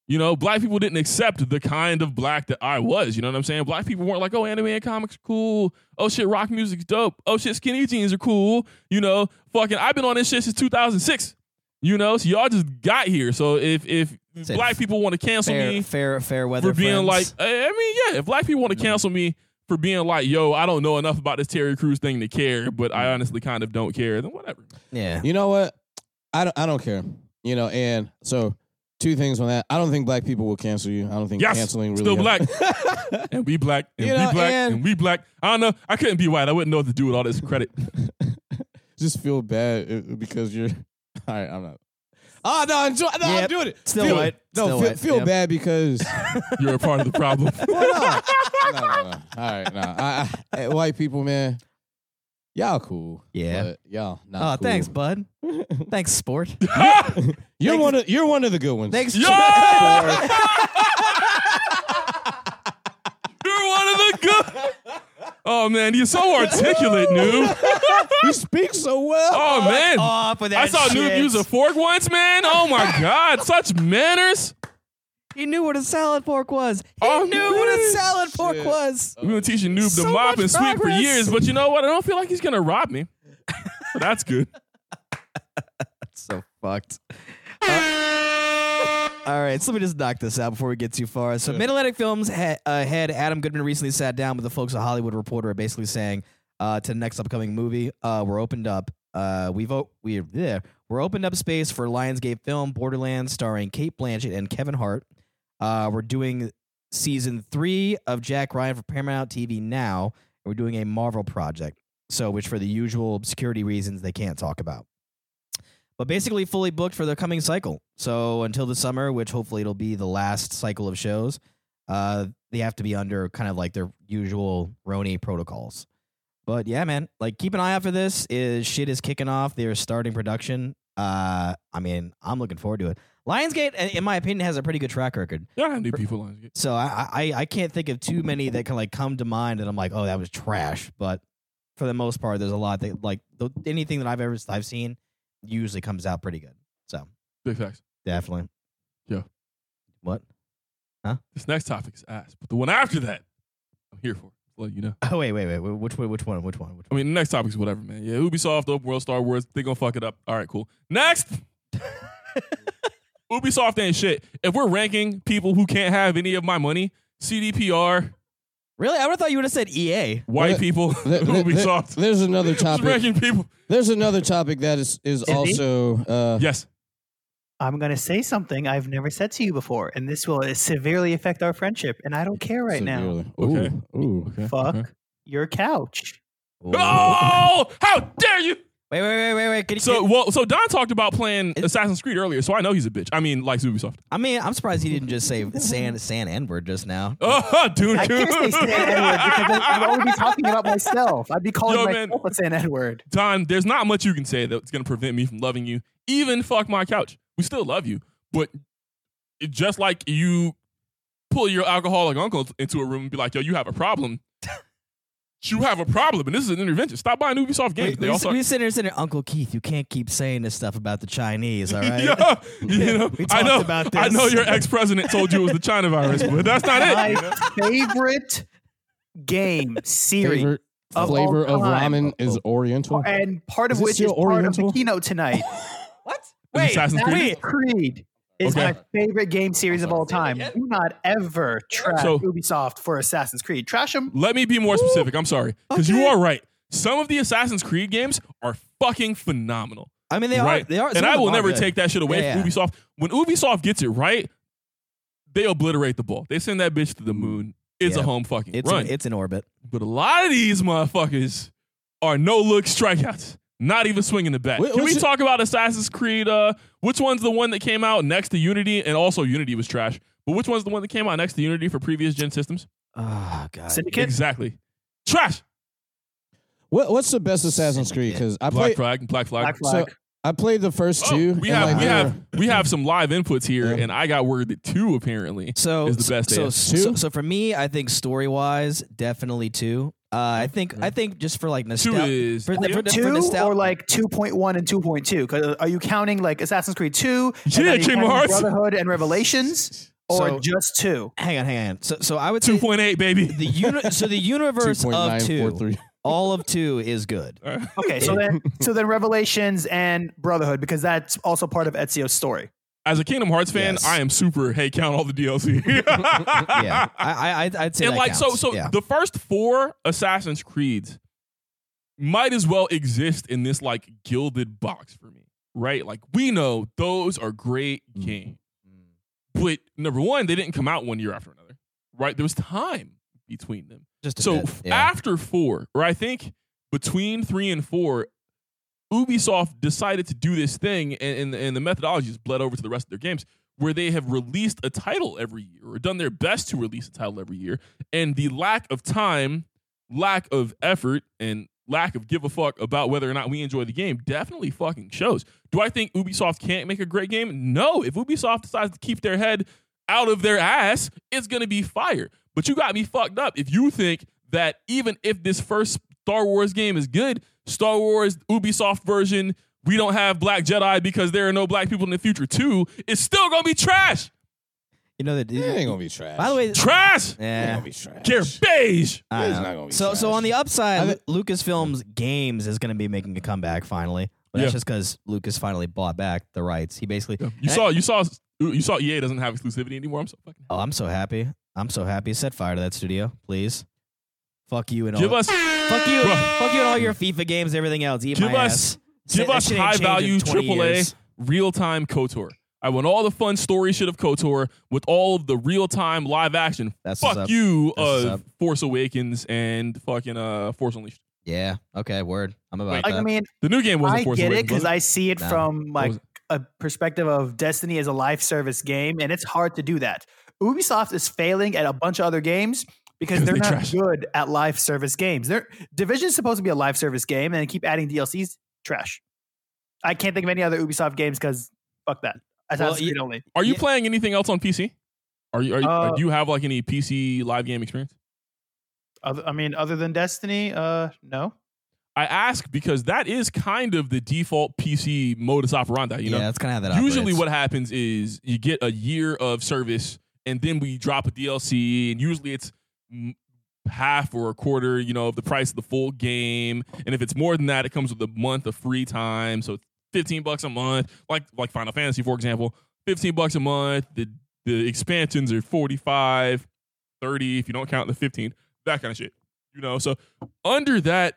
Speaker 3: you know, black people didn't accept the kind of black that I was. You know what I'm saying? Black people weren't like, oh, anime and comics are cool. Oh shit, rock music's dope. Oh shit, skinny jeans are cool. You know, fucking, I've been on this shit since 2006. You know, so y'all just got here. So if if
Speaker 1: Said
Speaker 3: black people want to cancel
Speaker 1: Fair,
Speaker 3: me
Speaker 1: fair, fair weather.
Speaker 3: for being
Speaker 1: friends.
Speaker 3: like, I I mean, yeah, if black people want to cancel me for being like, yo, I don't know enough about this Terry Crews thing to care, but I honestly kind of don't care, then whatever.
Speaker 1: yeah.
Speaker 2: You know what? I don't. I don't care. You know, and so two things on that. I don't think black people will cancel you. I don't think
Speaker 3: Yes,
Speaker 2: canceling really
Speaker 3: still
Speaker 2: helps.
Speaker 3: black, and we black, and
Speaker 2: You
Speaker 3: we
Speaker 2: know,
Speaker 3: black, and,
Speaker 2: and-
Speaker 3: we black. I don't know. I couldn't be white. I wouldn't know what to do with all this credit.
Speaker 2: Just feel bad uh, because you're. All right, I'm not. Oh no, enjoy, no I'm
Speaker 1: Yep.
Speaker 2: doing it.
Speaker 1: Still
Speaker 2: feel,
Speaker 1: white.
Speaker 2: No,
Speaker 1: Still
Speaker 2: feel,
Speaker 1: white.
Speaker 2: feel
Speaker 1: Yep.
Speaker 2: bad because.
Speaker 3: You're a part of the problem.
Speaker 2: no, no, no, no. All right, no. I, I, eh, white people, man. Y'all cool.
Speaker 1: Yeah.
Speaker 2: but y'all. Not
Speaker 1: Oh,
Speaker 2: cool.
Speaker 1: thanks, bud. thanks, sport.
Speaker 2: You're one of you're one of the good ones.
Speaker 1: Thanks,
Speaker 3: Yo!
Speaker 1: sport.
Speaker 3: You're one of the good. Oh man, you're so articulate, Noob.
Speaker 2: You speak so well.
Speaker 3: Oh man,
Speaker 1: Off with that
Speaker 3: I saw
Speaker 1: shit.
Speaker 3: Noob use a fork once, man. Oh my god, such manners.
Speaker 1: He knew what a salad fork was. He
Speaker 3: Oh,
Speaker 1: knew what a
Speaker 3: man.
Speaker 1: salad fork
Speaker 2: Shit.
Speaker 1: was.
Speaker 3: We've been teaching Noob to
Speaker 1: So
Speaker 3: mop
Speaker 1: much
Speaker 3: and sweep for
Speaker 1: progress.
Speaker 3: years, but you know what? I don't feel like he's gonna rob me. That's good.
Speaker 1: so fucked. Uh, all right, so let me just knock this out before we get too far. So, Mid Atlantic Films ha- uh, head Adam Goodman recently sat down with the folks at Hollywood Reporter, basically saying uh, to the next upcoming movie, uh, we're opened up. Uh, we vote. We yeah, we're opened up space for Lionsgate film Borderlands, starring Kate Blanchett and Kevin Hart. Uh, we're doing season three of Jack Ryan for Paramount TV now. and We're doing a Marvel project, so which for the usual security reasons they can't talk about but basically fully booked for the coming cycle. So until the summer, which hopefully it'll be the last cycle of shows, uh, they have to be under kind of like their usual Roni protocols. But yeah, man, like keep an eye out for this. Is shit is kicking off. They're starting production. Uh, I mean, I'm looking forward to it. Lionsgate, i- in my opinion, has a pretty good track record.
Speaker 3: Yeah, I knew people on it.
Speaker 1: So I, I I can't think of too many that can like come to mind that I'm like, oh, that was trash. But for the most part, there's a lot that like th- anything that I've ever I've seen usually comes out pretty good. So
Speaker 3: Big facts.
Speaker 1: definitely.
Speaker 3: Yeah.
Speaker 1: What?
Speaker 3: This next topic is ass, but the one after that, I'm here for. Let you know.
Speaker 1: Oh wait, wait, wait. wh- Which one? Which one? Which one? Which
Speaker 3: I
Speaker 1: one?
Speaker 3: mean, the next topic is whatever, man. Yeah, Ubisoft, open world, Star Wars. They gonna fuck it up. All right, cool. Next. Ubisoft ain't shit. If we're ranking people who can't have any of my money, CDPR,
Speaker 1: Really? I would have thought you would have said E EA.
Speaker 3: white
Speaker 2: Well,
Speaker 3: people,
Speaker 2: There- there-
Speaker 3: Ubisoft.
Speaker 2: there- there's another
Speaker 3: Just
Speaker 2: topic.
Speaker 3: ranking people.
Speaker 2: There's another topic that is is
Speaker 4: he?
Speaker 2: also uh,
Speaker 3: Yes.
Speaker 4: I'm going to say something I've never said to you before, and this will uh, severely affect our friendship, and I don't care right now.
Speaker 2: severely- Uh-huh. Ooh, ooh.
Speaker 3: Okay.
Speaker 4: Fuck your couch.
Speaker 3: Oh, how dare you!
Speaker 1: Wait, wait, wait, wait, wait. Can you,
Speaker 3: So, well, so Don talked about playing
Speaker 1: It-
Speaker 3: Assassin's Creed earlier, so I know he's a bitch. I mean, likes Ubisoft.
Speaker 1: I mean, I'm surprised he didn't just say San San N word just now.
Speaker 3: Oh, dude,
Speaker 4: I
Speaker 3: dude.
Speaker 4: can't say San Edward because I- I'd only be talking about myself. I'd be calling
Speaker 3: Yo, man.
Speaker 4: myself a San Edward.
Speaker 3: Don, there's not much you can say that's going to prevent me from loving you. Even fuck my couch. We still love you. But it, just like you pull your alcoholic uncle into a room and be like, yo, you have a problem. you have a problem. And this is an intervention. Stop buying Ubisoft games.
Speaker 1: Wait,
Speaker 3: They
Speaker 1: we,
Speaker 3: all suck.
Speaker 1: we sit here, sit here, Uncle Keith. You can't keep saying this stuff about the Chinese, all right?
Speaker 3: Yeah, you know,
Speaker 1: We
Speaker 3: I
Speaker 1: talked
Speaker 3: know.
Speaker 1: about
Speaker 3: I know
Speaker 1: this.
Speaker 3: your ex president told you it was the China virus, but that's not it.
Speaker 4: My favorite game series,
Speaker 2: Favorite
Speaker 4: Of all
Speaker 2: flavor of
Speaker 4: time.
Speaker 2: ramen is Oriental.
Speaker 4: and part of
Speaker 2: Is it
Speaker 4: which is
Speaker 2: still
Speaker 4: part of the
Speaker 2: Oriental?
Speaker 4: keynote tonight.
Speaker 1: What?
Speaker 3: Wait, Assassin's Creed?
Speaker 4: Assassin's Creed is
Speaker 3: Okay.
Speaker 4: my favorite game series of all time. Do not ever trash
Speaker 3: So-
Speaker 4: Ubisoft for Assassin's Creed. Trash them.
Speaker 3: Let me be more specific. I'm sorry. Because you
Speaker 1: okay.
Speaker 3: are right. Some of the Assassin's Creed games are fucking phenomenal.
Speaker 1: I mean, they
Speaker 3: right?
Speaker 1: are. They are. some
Speaker 3: and
Speaker 1: of
Speaker 3: I
Speaker 1: them
Speaker 3: will
Speaker 1: are
Speaker 3: never
Speaker 1: good.
Speaker 3: take that shit away
Speaker 1: Yeah,
Speaker 3: from Ubisoft. When Ubisoft gets it right, they obliterate the ball. They send that bitch to the moon. It's a
Speaker 1: Mm. Yeah.
Speaker 3: home fucking
Speaker 1: It's
Speaker 3: run.
Speaker 1: in, it's in orbit.
Speaker 3: but a lot of these motherfuckers are no look strikeouts. Not even swinging the bat.
Speaker 2: Wh-
Speaker 3: Can we
Speaker 2: which-
Speaker 3: talk about Assassin's Creed? Uh, which one's the one that came out next to Unity? And also Unity was trash. But which one's the one that came out next to Unity for previous gen systems?
Speaker 1: Oh god.
Speaker 4: Syndicate.
Speaker 3: Exactly, trash.
Speaker 2: What, what's the best Assassin's Creed? Because I
Speaker 3: Black
Speaker 2: played,
Speaker 3: flag, black flag.
Speaker 4: Black
Speaker 2: so
Speaker 4: Flag.
Speaker 2: I played the first
Speaker 3: Oh,
Speaker 2: two.
Speaker 3: we
Speaker 2: and,
Speaker 3: have
Speaker 2: like,
Speaker 3: we
Speaker 2: they
Speaker 3: have
Speaker 2: were-
Speaker 3: we have some live inputs here,
Speaker 2: Yeah.
Speaker 3: and I got word that two apparently.
Speaker 1: So
Speaker 3: is the best
Speaker 1: So,
Speaker 3: answer.
Speaker 1: so,
Speaker 2: Two?
Speaker 1: so for me, I think story wise, definitely two. Uh, I think I think just for like
Speaker 3: Two
Speaker 1: nostalgia.
Speaker 3: is
Speaker 1: For the- for the-
Speaker 4: Two
Speaker 1: nostalgia-
Speaker 4: or like two point one and two point two? Because are you counting like Assassin's Creed two? and
Speaker 3: Yeah,
Speaker 4: are you
Speaker 3: Kingdom
Speaker 4: counting
Speaker 3: Hearts.
Speaker 4: Brotherhood and Revelations, or
Speaker 1: So-
Speaker 4: just two?
Speaker 1: Hang on, hang on. So so I would
Speaker 3: two
Speaker 1: say
Speaker 3: point eight, baby.
Speaker 1: the uni- So the universe of two,
Speaker 2: 2.943.
Speaker 1: all of two is good.
Speaker 3: All right.
Speaker 4: Okay, so then so then Revelations and Brotherhood because that's also part of Ezio's story.
Speaker 3: As a Kingdom Hearts fan,
Speaker 1: Yes.
Speaker 3: I am super. Hey, count all the DLC.
Speaker 1: Yeah, I, I I'd- I'd say
Speaker 3: and
Speaker 1: that
Speaker 3: like so
Speaker 1: counts.
Speaker 3: so
Speaker 1: Yeah.
Speaker 3: the first four assassin's creeds might as well exist in this like gilded box for me right like we know those are great games but number one they didn't come out one year after another right there was time between them
Speaker 1: just a
Speaker 3: so
Speaker 1: bit,
Speaker 3: f-
Speaker 1: yeah.
Speaker 3: after four, or I think between three and four, Ubisoft decided to do this thing, and, and, and the methodology has bled over to the rest of their games, where they have released a title every year, or done their best to release a title every year. And the lack of time, lack of effort, and lack of give a fuck about whether or not we enjoy the game definitely fucking shows. Do I think Ubisoft can't make a great game? No. If Ubisoft decides to keep their head out of their ass, it's gonna be fire. But you got me fucked up if you think that even if this first Star Wars game is good, Star Wars Ubisoft version, we don't have black Jedi because there are no black people in the future too, it's still gonna be trash.
Speaker 1: you know that.
Speaker 2: It ain't gonna be trash.
Speaker 1: By the way,
Speaker 3: Trash!
Speaker 2: it ain't
Speaker 1: yeah.
Speaker 2: gonna be trash.
Speaker 3: Care beige!
Speaker 1: I
Speaker 2: It's
Speaker 1: don't know.
Speaker 2: not gonna be
Speaker 1: so so
Speaker 2: trash.
Speaker 1: on the upside,
Speaker 2: I
Speaker 1: Lu-
Speaker 2: thi-
Speaker 1: Lucasfilm's Games is going to be making a comeback finally. But
Speaker 3: Yeah.
Speaker 1: that's just because Lucas finally bought back the rights. He basically.
Speaker 3: You saw you saw you saw EA doesn't have exclusivity anymore. I'm so fucking
Speaker 1: Oh, I'm so happy. I'm so happy. Set fire to that studio, please. Fuck you and all.
Speaker 3: Give us
Speaker 1: fuck you.
Speaker 3: Bruh.
Speaker 1: Fuck you and all your FIFA games. Everything else. Eat
Speaker 3: Give
Speaker 1: my
Speaker 3: us-
Speaker 1: ass. Say
Speaker 3: give
Speaker 1: that
Speaker 3: us
Speaker 1: shit ain't
Speaker 3: high
Speaker 1: changed in
Speaker 3: value
Speaker 1: 20
Speaker 3: AAA
Speaker 1: years.
Speaker 3: real time KOTOR. I want all the fun story shit of KOTOR with all of the real time live action.
Speaker 1: That's what's
Speaker 3: Fuck
Speaker 1: up.
Speaker 3: you,
Speaker 1: That's what's
Speaker 3: uh,
Speaker 1: up.
Speaker 3: Force Awakens and fucking uh, Force Unleashed.
Speaker 1: Yeah. Okay. Word. I'm about
Speaker 3: Wait,
Speaker 1: that.
Speaker 4: Like, I mean,
Speaker 3: The new game wasn't
Speaker 4: I
Speaker 3: Force
Speaker 4: get it
Speaker 3: Awakens.
Speaker 4: because
Speaker 3: was
Speaker 4: I see it
Speaker 1: Nah.
Speaker 4: from
Speaker 3: What
Speaker 4: like
Speaker 3: was
Speaker 4: a perspective of Destiny as a live service game, and it's hard to do that. Ubisoft is failing at a bunch of other games because
Speaker 3: 'Cause
Speaker 4: they're
Speaker 3: they
Speaker 4: not
Speaker 3: trash.
Speaker 4: good at live service games. Their Division's supposed to be a live service game, and they keep adding DLCs. Trash. I can't think of any other Ubisoft games because fuck that. Assassin's
Speaker 1: you-
Speaker 4: Creed only.
Speaker 3: Are you
Speaker 1: Yeah.
Speaker 3: playing anything else on PC? Are you, are you
Speaker 4: Uh,
Speaker 3: do you have like any PC live game experience?
Speaker 4: Other, I mean, other than Destiny, uh, no.
Speaker 3: I ask because that is kind of the default PC modus operandi. You know,
Speaker 1: yeah, that's kind of how that.
Speaker 3: usually
Speaker 1: operates.
Speaker 3: what happens is you get a year of service and then we drop a DLC and usually it's m- half or a quarter, you know, of the price of the full game. And if it's more than that, it comes with a month of free time. So 15 bucks a month, like like Final Fantasy for example, 15 bucks a month. The the expansions are 45, 30 if you don't count the 15, that kind of shit. You know, so under that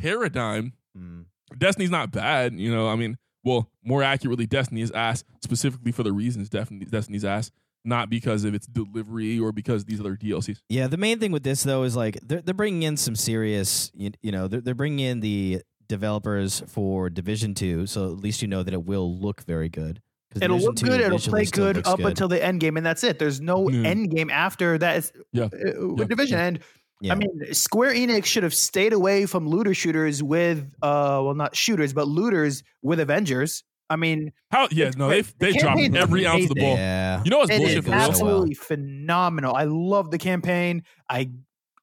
Speaker 3: paradigm,
Speaker 1: Mm.
Speaker 3: Destiny's not bad, you know. I mean, well, more accurately, Destiny is ass specifically for the reasons Destiny, Destiny's ass, not because of its delivery or because these other DLCs.
Speaker 1: Yeah, the main thing with this though is like they're they're bringing in some serious, you, you know, they're they're bringing in the developers for Division Two, so at least you know that it will look very good. 'Cause
Speaker 4: It'll
Speaker 1: Division
Speaker 4: look
Speaker 1: 2
Speaker 4: good. It'll
Speaker 1: visually
Speaker 4: play
Speaker 1: still
Speaker 4: good
Speaker 1: looks
Speaker 4: up until the end game, and that's it. There's no
Speaker 3: Yeah.
Speaker 4: end game after that. It's,
Speaker 3: Yeah.
Speaker 4: uh,
Speaker 3: Yeah.
Speaker 4: division. And
Speaker 1: Yeah.
Speaker 4: I mean, Square Enix should have stayed away from looter shooters with, uh, well, not shooters, but looters with Avengers. I mean,
Speaker 3: How? Yeah, no, they
Speaker 4: The
Speaker 3: they dropped
Speaker 4: campaign's
Speaker 3: every ounce of the ball.
Speaker 1: Yeah,
Speaker 3: You know what's
Speaker 4: it
Speaker 3: bullshit
Speaker 4: is
Speaker 3: for
Speaker 1: goes
Speaker 3: real?
Speaker 1: so well.
Speaker 4: absolutely phenomenal. I love the campaign. I,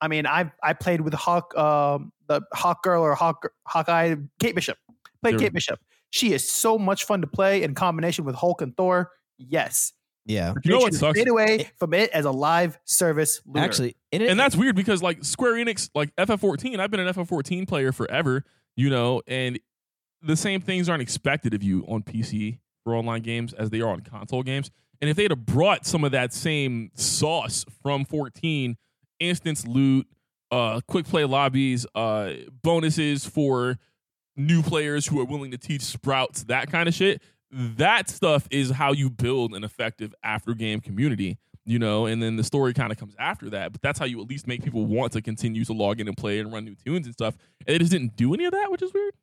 Speaker 4: I mean, I I played with Hawk, um, the Hawk Girl or Hawk Hawkeye, Kate Bishop. Played
Speaker 3: Sure.
Speaker 4: Kate Bishop. She is so much fun to play in combination with Hulk and Thor. Yes,
Speaker 1: yeah.
Speaker 3: You know
Speaker 4: They
Speaker 3: what
Speaker 4: should
Speaker 3: sucks?
Speaker 4: Stay away from it as a live service. Looter.
Speaker 1: Eh. Actually, and, it,
Speaker 3: And that's weird because like Square Enix, like FF14, I've been an FF14 player forever, you know, and the same things aren't expected of you on PC for online games as they are on console games. And if they'd have brought some of that same sauce from 14, instance loot, uh, quick play lobbies, uh, bonuses for new players who are willing to teach sprouts, that kind of shit. That stuff is how you build an effective after game community, you know, and then the story kind of comes after that. But that's how you at least make people want to continue to log in and play and run new tunes and stuff. And they just didn't do any of that, which is weird.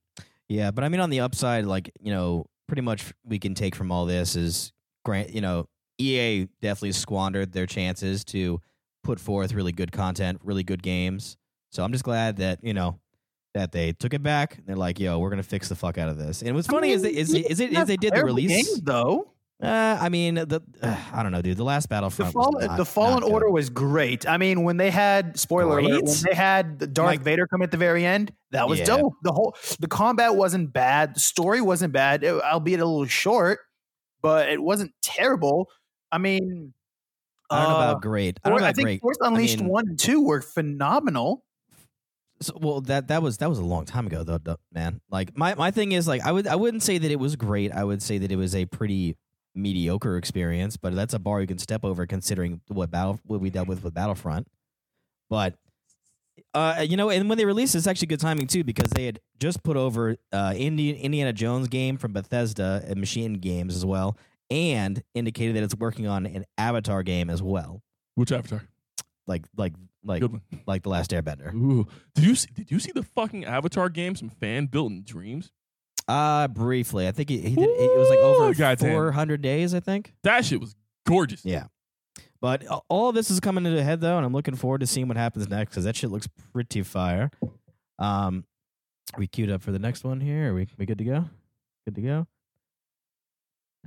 Speaker 1: Yeah, but I mean, on the upside, like you know, pretty much we can take from all this is grant. You know, EA definitely squandered their chances to put forth really good content, really good games. So I'm just glad that you know that they took it back. They're like, yo, we're gonna fix the fuck out of this. And what's funny is they, is is it is they did the
Speaker 4: Terrible
Speaker 1: release.
Speaker 4: game, though.
Speaker 1: Uh, I mean, the uh, I don't know, dude. The last
Speaker 4: The
Speaker 1: Battlefront. was
Speaker 4: Fallen,
Speaker 1: not-
Speaker 4: the Fallen
Speaker 1: not good.
Speaker 4: Order was great. I mean, when they had spoiler alert,
Speaker 1: Great?
Speaker 4: when they had the Darth
Speaker 1: Like-
Speaker 4: Vader come at the very end, that was
Speaker 1: Yeah.
Speaker 4: dope. The whole the combat wasn't bad, the story wasn't bad, it- albeit a little short, but it wasn't terrible. I mean,
Speaker 1: I don't know
Speaker 4: uh,
Speaker 1: about great. I don't
Speaker 4: Or-
Speaker 1: know about
Speaker 4: think
Speaker 1: great.
Speaker 4: Force Unleashed
Speaker 1: mean-
Speaker 4: one and two were phenomenal.
Speaker 1: So, well, that that was that was a long time ago, though, though, man. Like my, my thing is like I would I wouldn't say that it was great. I would say that it was a pretty mediocre experience, but that's a bar you can step over considering what battle what we dealt with with Battlefront. But uh, you know, and when they released, it's actually good timing too because they had just put over uh, Indi- Indiana Jones game from Bethesda and Machine Games as well, and indicated that it's working on an Avatar game as well,
Speaker 3: Which avatar?
Speaker 1: like like like
Speaker 3: Good one.
Speaker 1: like the Last Airbender.
Speaker 3: Ooh. Did you see, did you see the fucking Avatar game? Some fan building dreams.
Speaker 1: Uh briefly. I think he, he did it was like over
Speaker 3: Ooh, goddamn.
Speaker 1: 400 days, I think.
Speaker 3: That shit was gorgeous.
Speaker 1: Yeah. But a- all of this is coming to a head though, and I'm looking forward to seeing what happens next cuz that shit looks pretty fire. Um we queued up for the next one here. Are we we good to go? Good to go.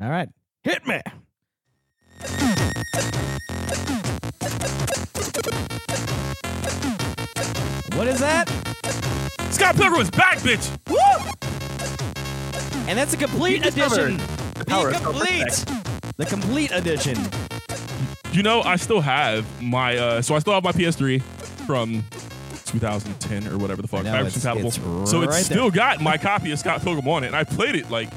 Speaker 1: All right. Hit me. What is that?
Speaker 3: Scott Pilgrim is back, bitch.
Speaker 1: Woo! And that's a complete
Speaker 4: discovered
Speaker 1: edition. The
Speaker 4: power of
Speaker 1: complete. The complete edition.
Speaker 3: You know, I still have my uh so I still have my PS3 from 2010 or whatever the fuck.
Speaker 1: know,
Speaker 3: backwards
Speaker 1: it's-
Speaker 3: compatible.
Speaker 1: it's
Speaker 3: so
Speaker 1: right
Speaker 3: it's
Speaker 1: there.
Speaker 3: still got my copy of Scott Pilgrim on it. And I played it like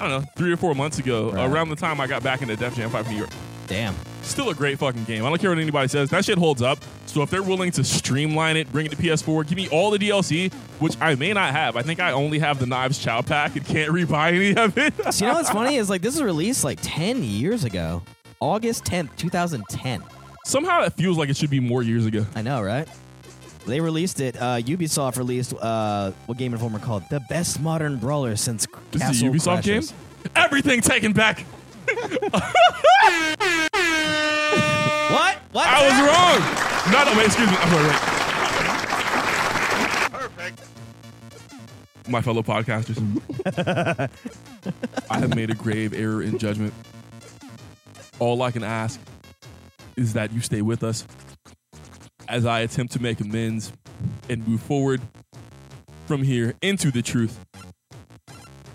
Speaker 3: I don't know, three or four months ago,
Speaker 1: Right.
Speaker 3: around the time I got back into Def Jam 5 New York.
Speaker 1: Damn.
Speaker 3: Still a great fucking game. I don't care what anybody says. That shit holds up. So if they're willing to streamline it, bring it to PS4, give me all the DLC, which I may not have. I think I only have the Knives Chow pack and can't rebuy any of it.
Speaker 1: So you know what's funny is like this was released like 10 years ago. August 10th, 2010.
Speaker 3: Somehow it feels like it should be more years ago.
Speaker 1: I know, right? They released it. Uh, Ubisoft released uh, what Game Informer called the best modern brawler since
Speaker 3: This
Speaker 1: Castle
Speaker 3: is a Ubisoft
Speaker 1: Crashers.
Speaker 3: game? Everything taken back.
Speaker 1: What? What?
Speaker 3: I was wrong. No, no, wait, excuse me. I'm sorry, wait. Perfect. My fellow podcasters, I have made a grave error in judgment. All I can ask is that you stay with us as I attempt to make amends and move forward from here into the truth.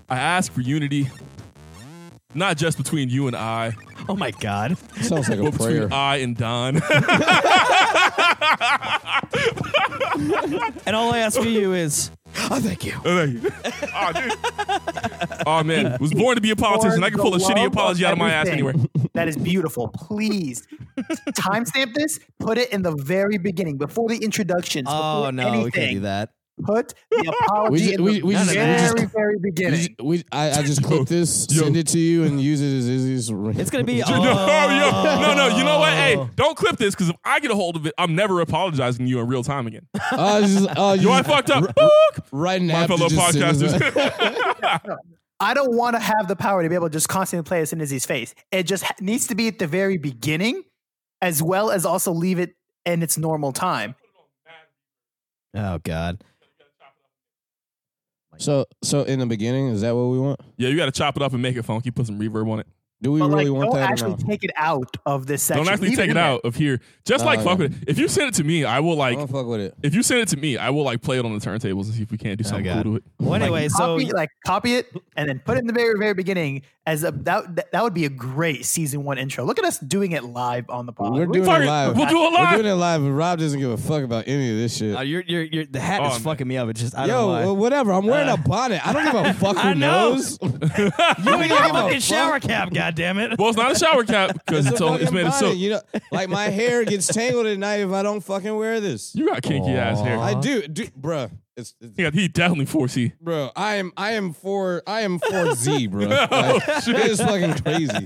Speaker 3: I ask for unity, not just between you and I,
Speaker 1: Oh my god.
Speaker 2: Sounds like a
Speaker 3: but
Speaker 2: prayer.
Speaker 3: between I and Don.
Speaker 1: And all I ask for you is, oh, thank you.
Speaker 3: Oh, thank you. oh, dude. oh man, was born to be a politician. I can
Speaker 4: the
Speaker 3: pull a
Speaker 4: love
Speaker 3: shitty apology out of my ass
Speaker 4: everything.
Speaker 3: anywhere.
Speaker 4: That is beautiful. Please timestamp this. Put it in the very beginning, before the introductions.
Speaker 1: Oh
Speaker 4: before
Speaker 1: no, we can't do
Speaker 4: anything.
Speaker 1: that.
Speaker 4: Put the apology
Speaker 2: We ju-
Speaker 4: in
Speaker 2: we-
Speaker 4: the
Speaker 2: we
Speaker 1: just- we
Speaker 4: very,
Speaker 1: just-
Speaker 4: very
Speaker 2: We
Speaker 4: beginning.
Speaker 2: just- we- I, I just clip this,
Speaker 3: Yo.
Speaker 2: send it to you, and use it as Izzy's.
Speaker 1: It's gonna be.
Speaker 3: No, yo, no, no. You know what? Hey,
Speaker 1: Oh.
Speaker 3: don't clip this because if I get a hold of it, I'm never apologizing to you in real time again.
Speaker 2: Oh, it's just, oh,
Speaker 3: Yo, I
Speaker 2: just
Speaker 3: fucked up.
Speaker 2: r-
Speaker 3: Book.
Speaker 2: Right now,
Speaker 3: My fellow podcasters.
Speaker 4: I don't want to have the power to be able to just constantly play this in Izzy's face. It just ha- needs to be at the very beginning, as well as also leave it in its normal time.
Speaker 1: Oh god.
Speaker 2: So, so in the beginning, is that what we want?
Speaker 3: yeah, you got to chop it up and make it funky. Put some reverb on it.
Speaker 2: Do we
Speaker 4: But
Speaker 2: really
Speaker 4: like,
Speaker 2: want
Speaker 4: don't
Speaker 2: that? or
Speaker 4: actually
Speaker 2: not?
Speaker 4: take it out of this section.
Speaker 3: Don't actually
Speaker 4: Leave
Speaker 3: take
Speaker 4: in
Speaker 3: it
Speaker 4: there.
Speaker 3: out of here. Just like
Speaker 2: Oh,
Speaker 3: fuck
Speaker 2: yeah.
Speaker 3: with it. If you send it to me, I will
Speaker 2: I
Speaker 3: like.
Speaker 2: don't fuck with it.
Speaker 3: If you send it to me, I will like play it on the turntables and see if we can't do something
Speaker 1: God.
Speaker 3: cool to it.
Speaker 1: Well, anyway, so
Speaker 4: copy, like copy it and then put it in the very very beginning as a that that- that would be a great season one intro. Look at us doing it live on the pod.
Speaker 2: We're doing
Speaker 3: Fuck
Speaker 2: it
Speaker 3: it.
Speaker 2: live.
Speaker 3: We'll do it
Speaker 2: We're
Speaker 3: live.
Speaker 2: doing it live, but Rob doesn't give a fuck about any of this shit.
Speaker 1: uh, you're, you're, you're, the hat
Speaker 3: Oh,
Speaker 1: is
Speaker 3: man.
Speaker 1: fucking me up. It's just I
Speaker 2: Yo,
Speaker 1: don't
Speaker 2: well,
Speaker 1: know why.
Speaker 2: whatever. I'm wearing a bonnet. I don't give a fuck who
Speaker 1: I know.
Speaker 2: knows. you
Speaker 1: You got a fucking shower cap, goddammit.
Speaker 3: Well, it's not a shower cap because it's, only, it's made of soap.
Speaker 2: You know, like my hair gets tangled at night if I don't fucking wear this.
Speaker 3: You got kinky ass hair.
Speaker 2: I do, do, bruh. It's, it's
Speaker 3: Yeah, he definitely 4C.
Speaker 2: bro. I am I am for I am for Z, bro.
Speaker 3: Oh,
Speaker 2: Like, it's fucking crazy.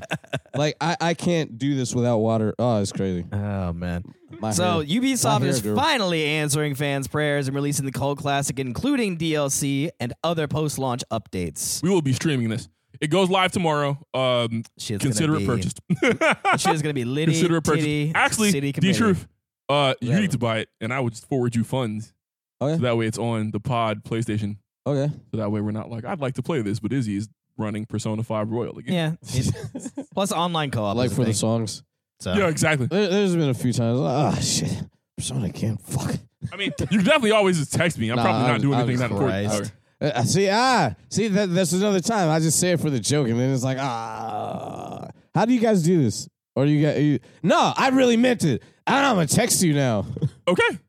Speaker 2: Like I I can't do this without water. Oh, it's crazy.
Speaker 1: Oh man.
Speaker 2: My
Speaker 1: So
Speaker 2: hair.
Speaker 1: Ubisoft
Speaker 2: My
Speaker 1: is
Speaker 2: hair grew.
Speaker 1: finally answering fans' prayers and releasing the Cold Classic, including DLC and other post-launch updates.
Speaker 3: We will be streaming this. It goes live tomorrow. Um,
Speaker 1: Shit's
Speaker 3: consider
Speaker 1: gonna
Speaker 3: it
Speaker 1: be,
Speaker 3: purchased.
Speaker 1: Shit is gonna be litty,
Speaker 3: consider it purchased.
Speaker 1: titty,
Speaker 3: Actually,
Speaker 1: city
Speaker 3: the
Speaker 1: committee.
Speaker 3: truth. Uh, you
Speaker 2: Whatever.
Speaker 3: need to buy it, and I would just forward you funds.
Speaker 1: Oh,
Speaker 2: Okay.
Speaker 3: So that way, it's on the Pod PlayStation.
Speaker 2: Okay.
Speaker 3: So that way, we're not like, I'd like to play this, but Izzy is running Persona Five Royal again.
Speaker 1: Yeah. Plus online co-op.
Speaker 2: like
Speaker 1: is a
Speaker 2: for the
Speaker 1: thing,
Speaker 2: songs.
Speaker 1: so.
Speaker 3: Yeah, exactly.
Speaker 2: There, there's been a few times. Ah, shit. Persona can't fuck.
Speaker 3: I mean, you can definitely always just text me. I'm
Speaker 2: Nah,
Speaker 3: probably
Speaker 2: I
Speaker 3: not
Speaker 2: was-
Speaker 3: doing
Speaker 2: I
Speaker 3: anything
Speaker 2: was
Speaker 3: that important.
Speaker 1: surprised.
Speaker 3: Sorry.
Speaker 2: Uh, see, ah, see that that's another time. I just say it for the joke, and then it's like, ah, how do you guys do this? Or you got you? No, I really meant it. I I'm gonna text you now.
Speaker 3: Okay.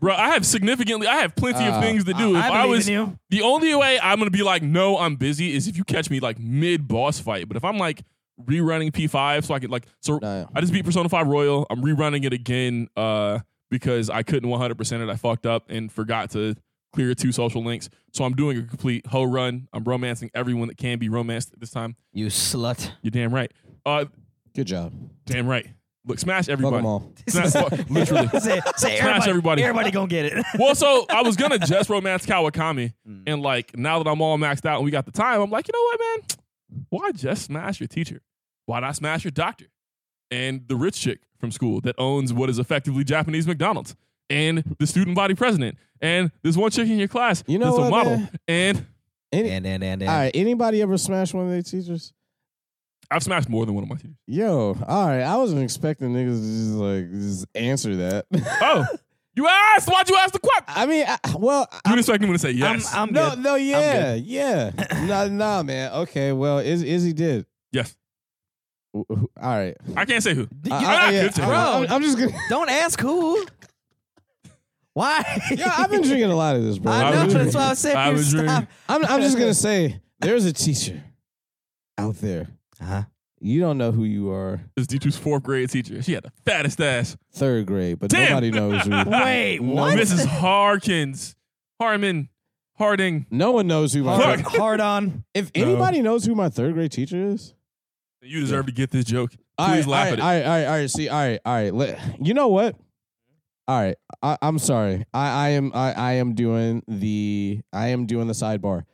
Speaker 3: Bro, I have significantly, I have plenty
Speaker 2: Uh,
Speaker 3: of things to do. if
Speaker 4: I,
Speaker 3: I,
Speaker 4: believe
Speaker 3: was,
Speaker 4: in you.
Speaker 3: the only way I'm going to be like, no, I'm busy is if you catch me like mid boss fight. But if I'm like rerunning P5, so I could like, so
Speaker 2: No, no.
Speaker 3: I just beat Persona 5 Royal. I'm rerunning it again uh, because I couldn't 100% it. I fucked up and forgot to clear two social links. So I'm doing a complete hoe run. I'm romancing everyone that can be romanced at this time.
Speaker 1: You slut.
Speaker 3: You're damn right. Uh,
Speaker 2: Good job.
Speaker 3: damn right. Look, smash
Speaker 2: Fuck them
Speaker 3: everybody.
Speaker 2: all.
Speaker 3: Smash, fuck- literally.
Speaker 1: say, say everybody,
Speaker 3: Smash everybody.
Speaker 1: Everybody gonna get it.
Speaker 3: Well, so I was gonna just romance Kawakami,
Speaker 2: Mm.
Speaker 3: and like now that I'm all maxed out and we got the time, I'm like, you know what, man? Why just smash your teacher? Why not smash your doctor and the rich chick from school that owns what is effectively Japanese McDonald's and the student body president and this one chick in your class
Speaker 2: You know
Speaker 3: that's
Speaker 2: what,
Speaker 3: a model.
Speaker 2: man?
Speaker 3: And
Speaker 2: Any,
Speaker 1: and and and and.
Speaker 2: all right. Anybody ever smash one of their teachers?
Speaker 3: I've smashed more than one of my teachers.
Speaker 2: Yo, all right. I wasn't expecting niggas to just like just answer that.
Speaker 3: Oh, you asked? Why'd you ask the question?
Speaker 2: I mean, I, well,
Speaker 3: You
Speaker 2: I,
Speaker 3: didn't expect me to say yes.
Speaker 1: I'm, I'm
Speaker 2: no,
Speaker 1: good.
Speaker 2: no, yeah, yeah. no, no, man. Okay, well, Iz, Izzy did.
Speaker 3: yes.
Speaker 2: All right.
Speaker 3: I can't say who.
Speaker 1: D-
Speaker 2: I-
Speaker 1: you-
Speaker 3: I'm
Speaker 2: I-
Speaker 3: not
Speaker 2: yeah,
Speaker 3: good to
Speaker 2: I'm-
Speaker 3: it.
Speaker 2: I'm- I'm just gonna.
Speaker 1: don't ask who. Why?
Speaker 2: Yeah, I've been drinking a lot of this, bro.
Speaker 1: I know.
Speaker 3: was
Speaker 1: That's why I
Speaker 3: drinking.
Speaker 1: said
Speaker 3: I
Speaker 1: you
Speaker 3: was
Speaker 1: stop.
Speaker 3: drinking.
Speaker 2: I'm, I'm just gonna say, there's a teacher out there.
Speaker 1: Uh-huh.
Speaker 2: You don't know who you are,
Speaker 3: This D2's fourth grade teacher. She had the fattest ass.
Speaker 2: third grade, but
Speaker 3: Damn.
Speaker 2: nobody knows who.
Speaker 1: Wait,
Speaker 2: no,
Speaker 1: what?
Speaker 3: Mrs. Harkins, Harmon, Harding.
Speaker 2: No one knows who my.
Speaker 3: Fuck.
Speaker 1: Hard, hard on.
Speaker 2: If
Speaker 3: No.
Speaker 2: anybody knows who my third grade teacher is,
Speaker 3: You deserve to get this joke. Please
Speaker 2: all right,
Speaker 3: laugh at
Speaker 2: all right,
Speaker 3: it.
Speaker 2: all right, all right, all right. See, all right, all right. Let- you know what? All right, I, I'm sorry. I, I am, I, I am doing the, I am doing the sidebar.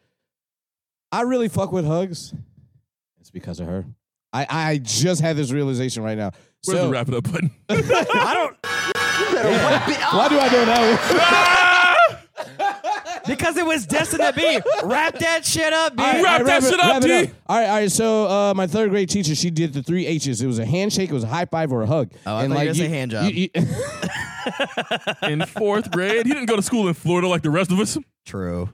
Speaker 2: I really fuck with hugs. It's because of her. I, I just had this realization right now.
Speaker 3: Where's
Speaker 2: so,
Speaker 3: the wrap it up button?
Speaker 2: Why do I know that one?
Speaker 1: Because it was destined to be. Wrap that shit up,
Speaker 2: All
Speaker 1: bitch.
Speaker 3: Wrap
Speaker 2: all
Speaker 3: that
Speaker 2: it-
Speaker 3: shit up,
Speaker 2: it
Speaker 3: D.
Speaker 2: All right, all right. So uh, my third grade teacher, she did the three H's. It was a handshake, it was a high five, or a hug.
Speaker 1: Oh, I thought you were gonna say hand job.
Speaker 2: you- you-
Speaker 3: in fourth grade, he didn't go to school in Florida like the rest of us.
Speaker 1: True.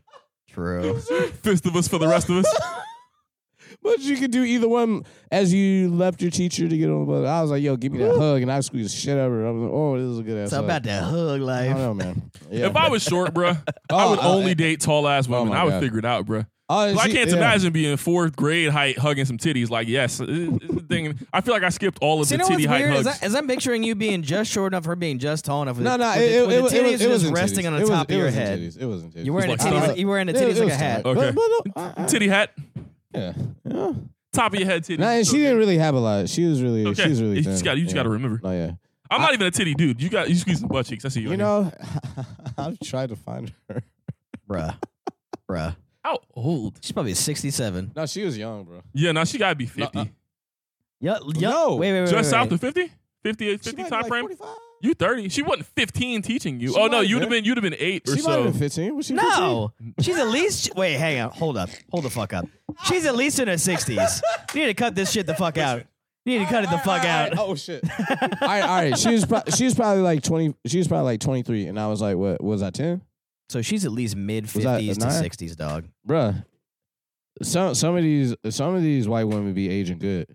Speaker 1: True.
Speaker 3: Fist of us for the rest of us.
Speaker 2: but you could do either one as you left your teacher to get on the bus. I was like, yo, give me that hug, and I squeezed the shit out of her. I was like, oh, this is a good ass.
Speaker 1: So
Speaker 2: hug.
Speaker 1: about that hug
Speaker 2: I
Speaker 1: life.
Speaker 2: don't know, man. Yeah. uh,
Speaker 3: If I was short, bruh, I
Speaker 2: Oh,
Speaker 3: would
Speaker 2: oh,
Speaker 3: only
Speaker 2: eh.
Speaker 3: date tall ass women.
Speaker 2: my
Speaker 3: I would
Speaker 2: God.
Speaker 3: figure it out, bruh.
Speaker 2: Oh,
Speaker 3: But I
Speaker 2: she-
Speaker 3: can't
Speaker 2: yeah.
Speaker 3: imagine being fourth grade height hugging some titties. Like, yes, it- it's the thing. I feel like I skipped all of
Speaker 1: See,
Speaker 3: the
Speaker 1: you know what's
Speaker 3: titty height
Speaker 1: weird?
Speaker 3: hugs.
Speaker 1: Is, I, is I'm picturing you being just short enough, her being just tall enough. With
Speaker 2: No, no,
Speaker 1: with
Speaker 2: it,
Speaker 1: the-
Speaker 2: it,
Speaker 1: with
Speaker 2: it,
Speaker 1: the titties
Speaker 2: it, was
Speaker 1: just
Speaker 2: in
Speaker 1: resting
Speaker 2: titties.
Speaker 1: on the
Speaker 2: It was-
Speaker 1: top
Speaker 2: it
Speaker 1: of your
Speaker 2: was in
Speaker 1: head.
Speaker 2: titties. It wasn't titties. uh,
Speaker 1: You're wearing a
Speaker 3: It's like
Speaker 1: titties.
Speaker 3: stomach.
Speaker 1: You're wearing a
Speaker 2: It-
Speaker 1: titties
Speaker 2: it
Speaker 1: like a
Speaker 2: was
Speaker 1: hat.
Speaker 2: stomach.
Speaker 3: Okay.
Speaker 2: But- but, uh,
Speaker 3: titty hat,
Speaker 2: yeah, yeah.
Speaker 3: top of your head titties.
Speaker 2: Nah,
Speaker 3: It's
Speaker 2: she
Speaker 3: okay.
Speaker 2: didn't really have a lot. She was really,
Speaker 3: Okay.
Speaker 2: she was really.
Speaker 3: you just
Speaker 2: thin.
Speaker 3: got, you just
Speaker 2: yeah.
Speaker 3: got to remember.
Speaker 2: Oh yeah.
Speaker 3: I'm not even a titty dude. You got you squeeze the butt cheeks. I see you.
Speaker 2: You
Speaker 3: on here.
Speaker 2: know, I've tried to find her.
Speaker 1: Bruh. Bruh.
Speaker 3: how old?
Speaker 1: She's probably 67.
Speaker 2: No, she was young, bro.
Speaker 3: Yeah, now she got to be 50.
Speaker 2: uh,
Speaker 1: Yo, yo,
Speaker 2: No.
Speaker 1: Wait, wait, wait.
Speaker 3: Just
Speaker 1: wait,
Speaker 3: south
Speaker 1: wait.
Speaker 3: of 50? 58, 50 time frame?
Speaker 2: She
Speaker 3: You 30. She wasn't 15 teaching you.
Speaker 2: She
Speaker 3: oh, no,
Speaker 2: might
Speaker 3: you'd
Speaker 2: have
Speaker 3: have been, you'd have been eight or
Speaker 2: might have
Speaker 3: so.
Speaker 2: been 15. Was she 15?
Speaker 1: No, she's at least. Wait, hang on. Hold up. Hold the fuck up. She's at least in her 60s. You need to cut this shit the fuck out. You need to cut it the fuck out.
Speaker 2: Oh shit! all right, all right. She was pro- she was probably like twenty. She was probably like twenty three, and I was like, what was I ten,
Speaker 1: So she's at least mid
Speaker 2: Was that
Speaker 1: 50s
Speaker 2: a
Speaker 1: to
Speaker 2: nine?
Speaker 1: 60s, dog.
Speaker 2: bruh? Some some of these some of these white women be aging good.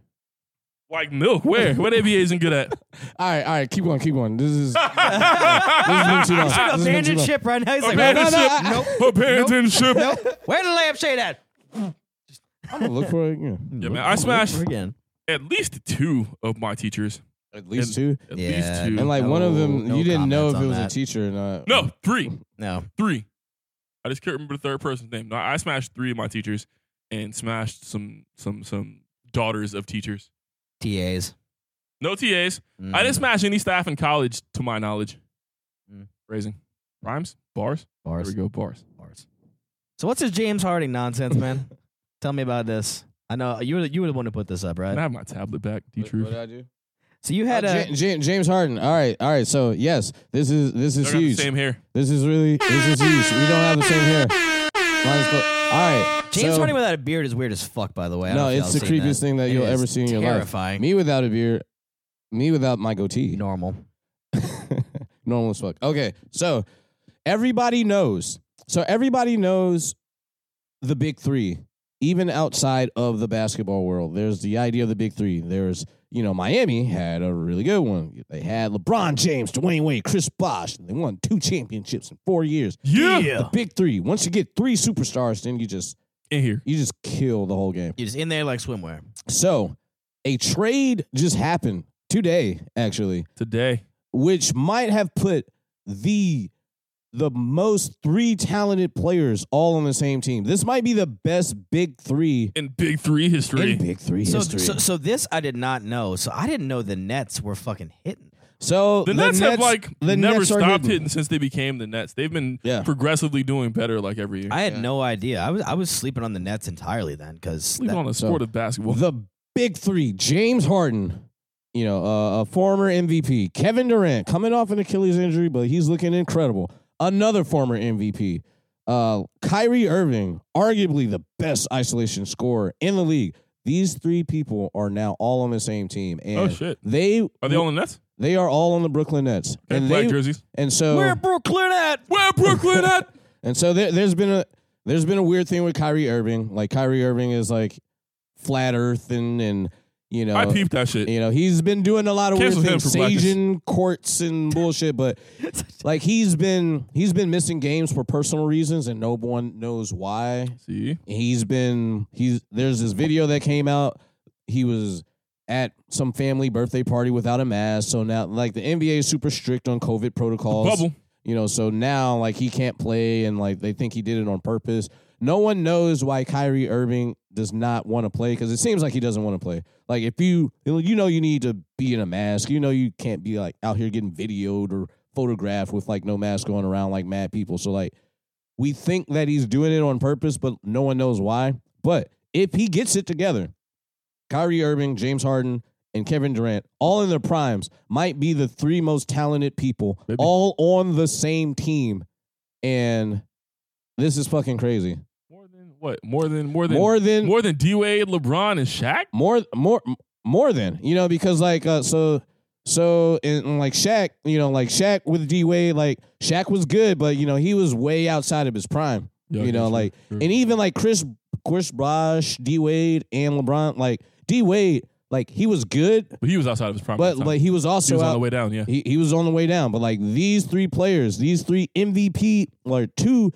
Speaker 3: Like milk. Where? Where they be Asian good at?
Speaker 2: All right, all right. Keep going, keep going. This is this has
Speaker 3: Ah,
Speaker 2: been too long. This has been too
Speaker 1: Abandoned
Speaker 2: long.
Speaker 1: ship right now. He's like,
Speaker 3: Abandoned
Speaker 2: no,
Speaker 3: ship.
Speaker 2: I-
Speaker 3: Abandoned ship.
Speaker 1: where did the lampshade at?
Speaker 2: I'm gonna look for it again.
Speaker 3: Yeah, man. I smashed
Speaker 1: Again.
Speaker 3: at least two of my teachers.
Speaker 2: At least two,
Speaker 3: At
Speaker 1: Yeah.
Speaker 3: least two.
Speaker 2: and like one of them,
Speaker 1: No
Speaker 2: you didn't know
Speaker 1: comments
Speaker 2: if it
Speaker 1: on
Speaker 2: was
Speaker 1: that.
Speaker 2: a teacher or not.
Speaker 3: no, three.
Speaker 1: No.
Speaker 3: Three. I just can't remember the third person's name. No, I smashed three of my teachers and smashed some some some daughters of teachers.
Speaker 1: TAs.
Speaker 3: No TAs. I didn't smash any staff in college, to my knowledge.
Speaker 1: Mm.
Speaker 3: Raising rhymes, bars. There
Speaker 1: bars.
Speaker 3: we go, bars.
Speaker 1: bars. So what's this James Harding nonsense, man? Tell me about this. I know you were you were the one who put this up, right?
Speaker 3: Can I have my tablet back? D
Speaker 2: What, what
Speaker 3: truth.
Speaker 2: did I do?
Speaker 1: So you had
Speaker 2: Uh,
Speaker 1: a
Speaker 2: Ja- Ja- James Harden. All right, all right. So yes, this is this is
Speaker 3: They're not the
Speaker 2: huge.
Speaker 3: same here.
Speaker 2: This is really this is huge. We don't have the same hair. Mine is clo- all right.
Speaker 1: James
Speaker 2: so,
Speaker 1: Harding without a beard is weird as fuck, by the way. I don't
Speaker 2: No,
Speaker 1: know if
Speaker 2: it's the
Speaker 1: y'all seen
Speaker 2: creepiest thing that
Speaker 1: It
Speaker 2: you'll
Speaker 1: is
Speaker 2: ever see in your life.
Speaker 1: Terrifying.
Speaker 2: Me without a beard. Me without my goatee.
Speaker 1: Normal.
Speaker 2: Normal as fuck. Okay, so everybody knows. So everybody knows the big three, even outside of the basketball world. There's the idea of the big three. There's, you know, Miami had a really good one. They had LeBron James, Dwayne Wade, Chris Bosh. They won two championships in four years.
Speaker 3: Yeah.
Speaker 2: The big three. Once you get three superstars, then you just
Speaker 3: In here.
Speaker 2: you just kill the whole game.
Speaker 1: You're just in there like swimwear.
Speaker 2: So a trade just happened today, actually
Speaker 3: Today.
Speaker 2: which might have put the the most three talented players all on the same team. This might be the best big three
Speaker 3: In big three history.
Speaker 2: in big three
Speaker 1: So,
Speaker 2: history.
Speaker 1: so so this I did not know. So I didn't know the Nets were fucking hitting.
Speaker 2: So
Speaker 3: the, Nets, have like
Speaker 2: the
Speaker 3: never
Speaker 2: Nets are
Speaker 3: stopped
Speaker 2: hidden.
Speaker 3: hitting since they became the Nets. They've been
Speaker 2: Yeah.
Speaker 3: progressively doing better like every year.
Speaker 1: I had
Speaker 2: Yeah.
Speaker 1: no idea. I was I was sleeping on the Nets entirely then because
Speaker 3: Sleep on the
Speaker 2: so-
Speaker 3: sport of basketball.
Speaker 2: The big three: James Harden, you know, uh, a former MVP. Kevin Durant, coming off an Achilles injury, but he's looking incredible. Another former MVP. Uh, Kyrie Irving, arguably the best isolation scorer in the league. These three people are now all on the same team, and
Speaker 3: oh shit.
Speaker 2: they
Speaker 3: Are they all in the Nets?
Speaker 2: they are all on the Brooklyn Nets,
Speaker 3: Okay,
Speaker 2: and
Speaker 3: black
Speaker 2: they
Speaker 3: jerseys.
Speaker 2: and so
Speaker 1: Brooklyn at?
Speaker 3: Where Brooklyn at?
Speaker 2: and so there, there's been a there's been a weird thing with Kyrie Irving. Like Kyrie Irving is like flat Earth and and you know
Speaker 3: I peeped that shit.
Speaker 2: you know he's been doing a lot of
Speaker 3: Cancel him
Speaker 2: weird things,
Speaker 3: for blackness.
Speaker 2: Sajin courts and bullshit. But like he's been he's been missing games for personal reasons, and no one knows why.
Speaker 3: See?
Speaker 2: he's been he's there's this video that came out he was at some family birthday party without a mask so now like the nba is super strict on covid protocols
Speaker 3: Bubble.
Speaker 2: you know so now like he can't play and like they think he did it on purpose no one knows why Kyrie Irving does not want to play because it seems like he doesn't want to play. Like if you you know you need to be in a mask, you know you can't be like out here getting videoed or photographed with like no mask going around like mad people. So like we think that he's doing it on purpose, but no one knows why. But if he gets it together, Kyrie Irving, James Harden, and Kevin Durant, all in their primes, might be the three most talented people,
Speaker 3: Maybe.
Speaker 2: all on the same team. And this is fucking crazy.
Speaker 3: More than what? More than more than
Speaker 2: more than
Speaker 3: more than D Wade, LeBron, and Shaq?
Speaker 2: more more more than you know because like uh, so so in in, like Shaq you know like Shaq with D Wade like Shaq was good but you know he was way outside of his prime
Speaker 3: Yeah,
Speaker 2: you know
Speaker 3: that's
Speaker 2: like
Speaker 3: true.
Speaker 2: and even like Chris Chris Bosh D Wade and LeBron like D Wade like he was good
Speaker 3: But he was outside of his prime. at
Speaker 2: but
Speaker 3: the time.
Speaker 2: like he was
Speaker 3: he
Speaker 2: also
Speaker 3: was on
Speaker 2: out,
Speaker 3: the way down, yeah.
Speaker 2: he, he was on the way down but like these three players these three MVP or two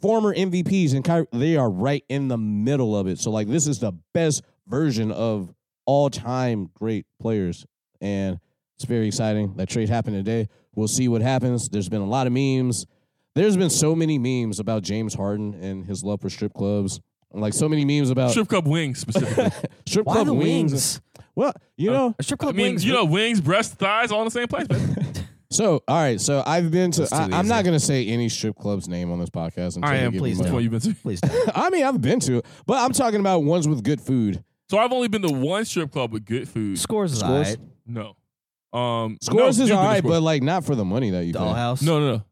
Speaker 2: former MVPs and Kyrie, they are right in the middle of it. So like this is the best version of all time great players, and it's very exciting. That trade happened today. We'll see what happens. There's been a lot of memes. There's been so many memes about James Harden and his love for strip clubs. Like so many memes about
Speaker 3: Strip club wings specifically.
Speaker 2: strip
Speaker 1: Why
Speaker 2: club
Speaker 1: the wings? Uh,
Speaker 2: Well, you know,
Speaker 1: A strip
Speaker 3: I
Speaker 1: club
Speaker 3: mean,
Speaker 1: wings.
Speaker 3: you know, wings, breasts, thighs, all in the same place. man.
Speaker 2: so all right. So I've been to.
Speaker 1: That's too
Speaker 2: I, I'm
Speaker 1: easy.
Speaker 2: not gonna say any strip club's name on this podcast. Until
Speaker 3: I am,
Speaker 2: they give me
Speaker 1: please
Speaker 2: money.
Speaker 3: Which one you been to?
Speaker 1: please. Don't.
Speaker 2: I mean, I've been to, it, but I'm talking about ones with good food.
Speaker 3: So I've only been to one strip club with good food.
Speaker 1: Scores is
Speaker 2: Scores?
Speaker 1: alright.
Speaker 3: No. Um
Speaker 2: Scores
Speaker 3: no,
Speaker 2: is
Speaker 3: you've been
Speaker 2: all
Speaker 3: to
Speaker 2: right,
Speaker 3: Scores.
Speaker 2: but like not for the money that you pay.
Speaker 1: Dollhouse.
Speaker 3: No, no, no.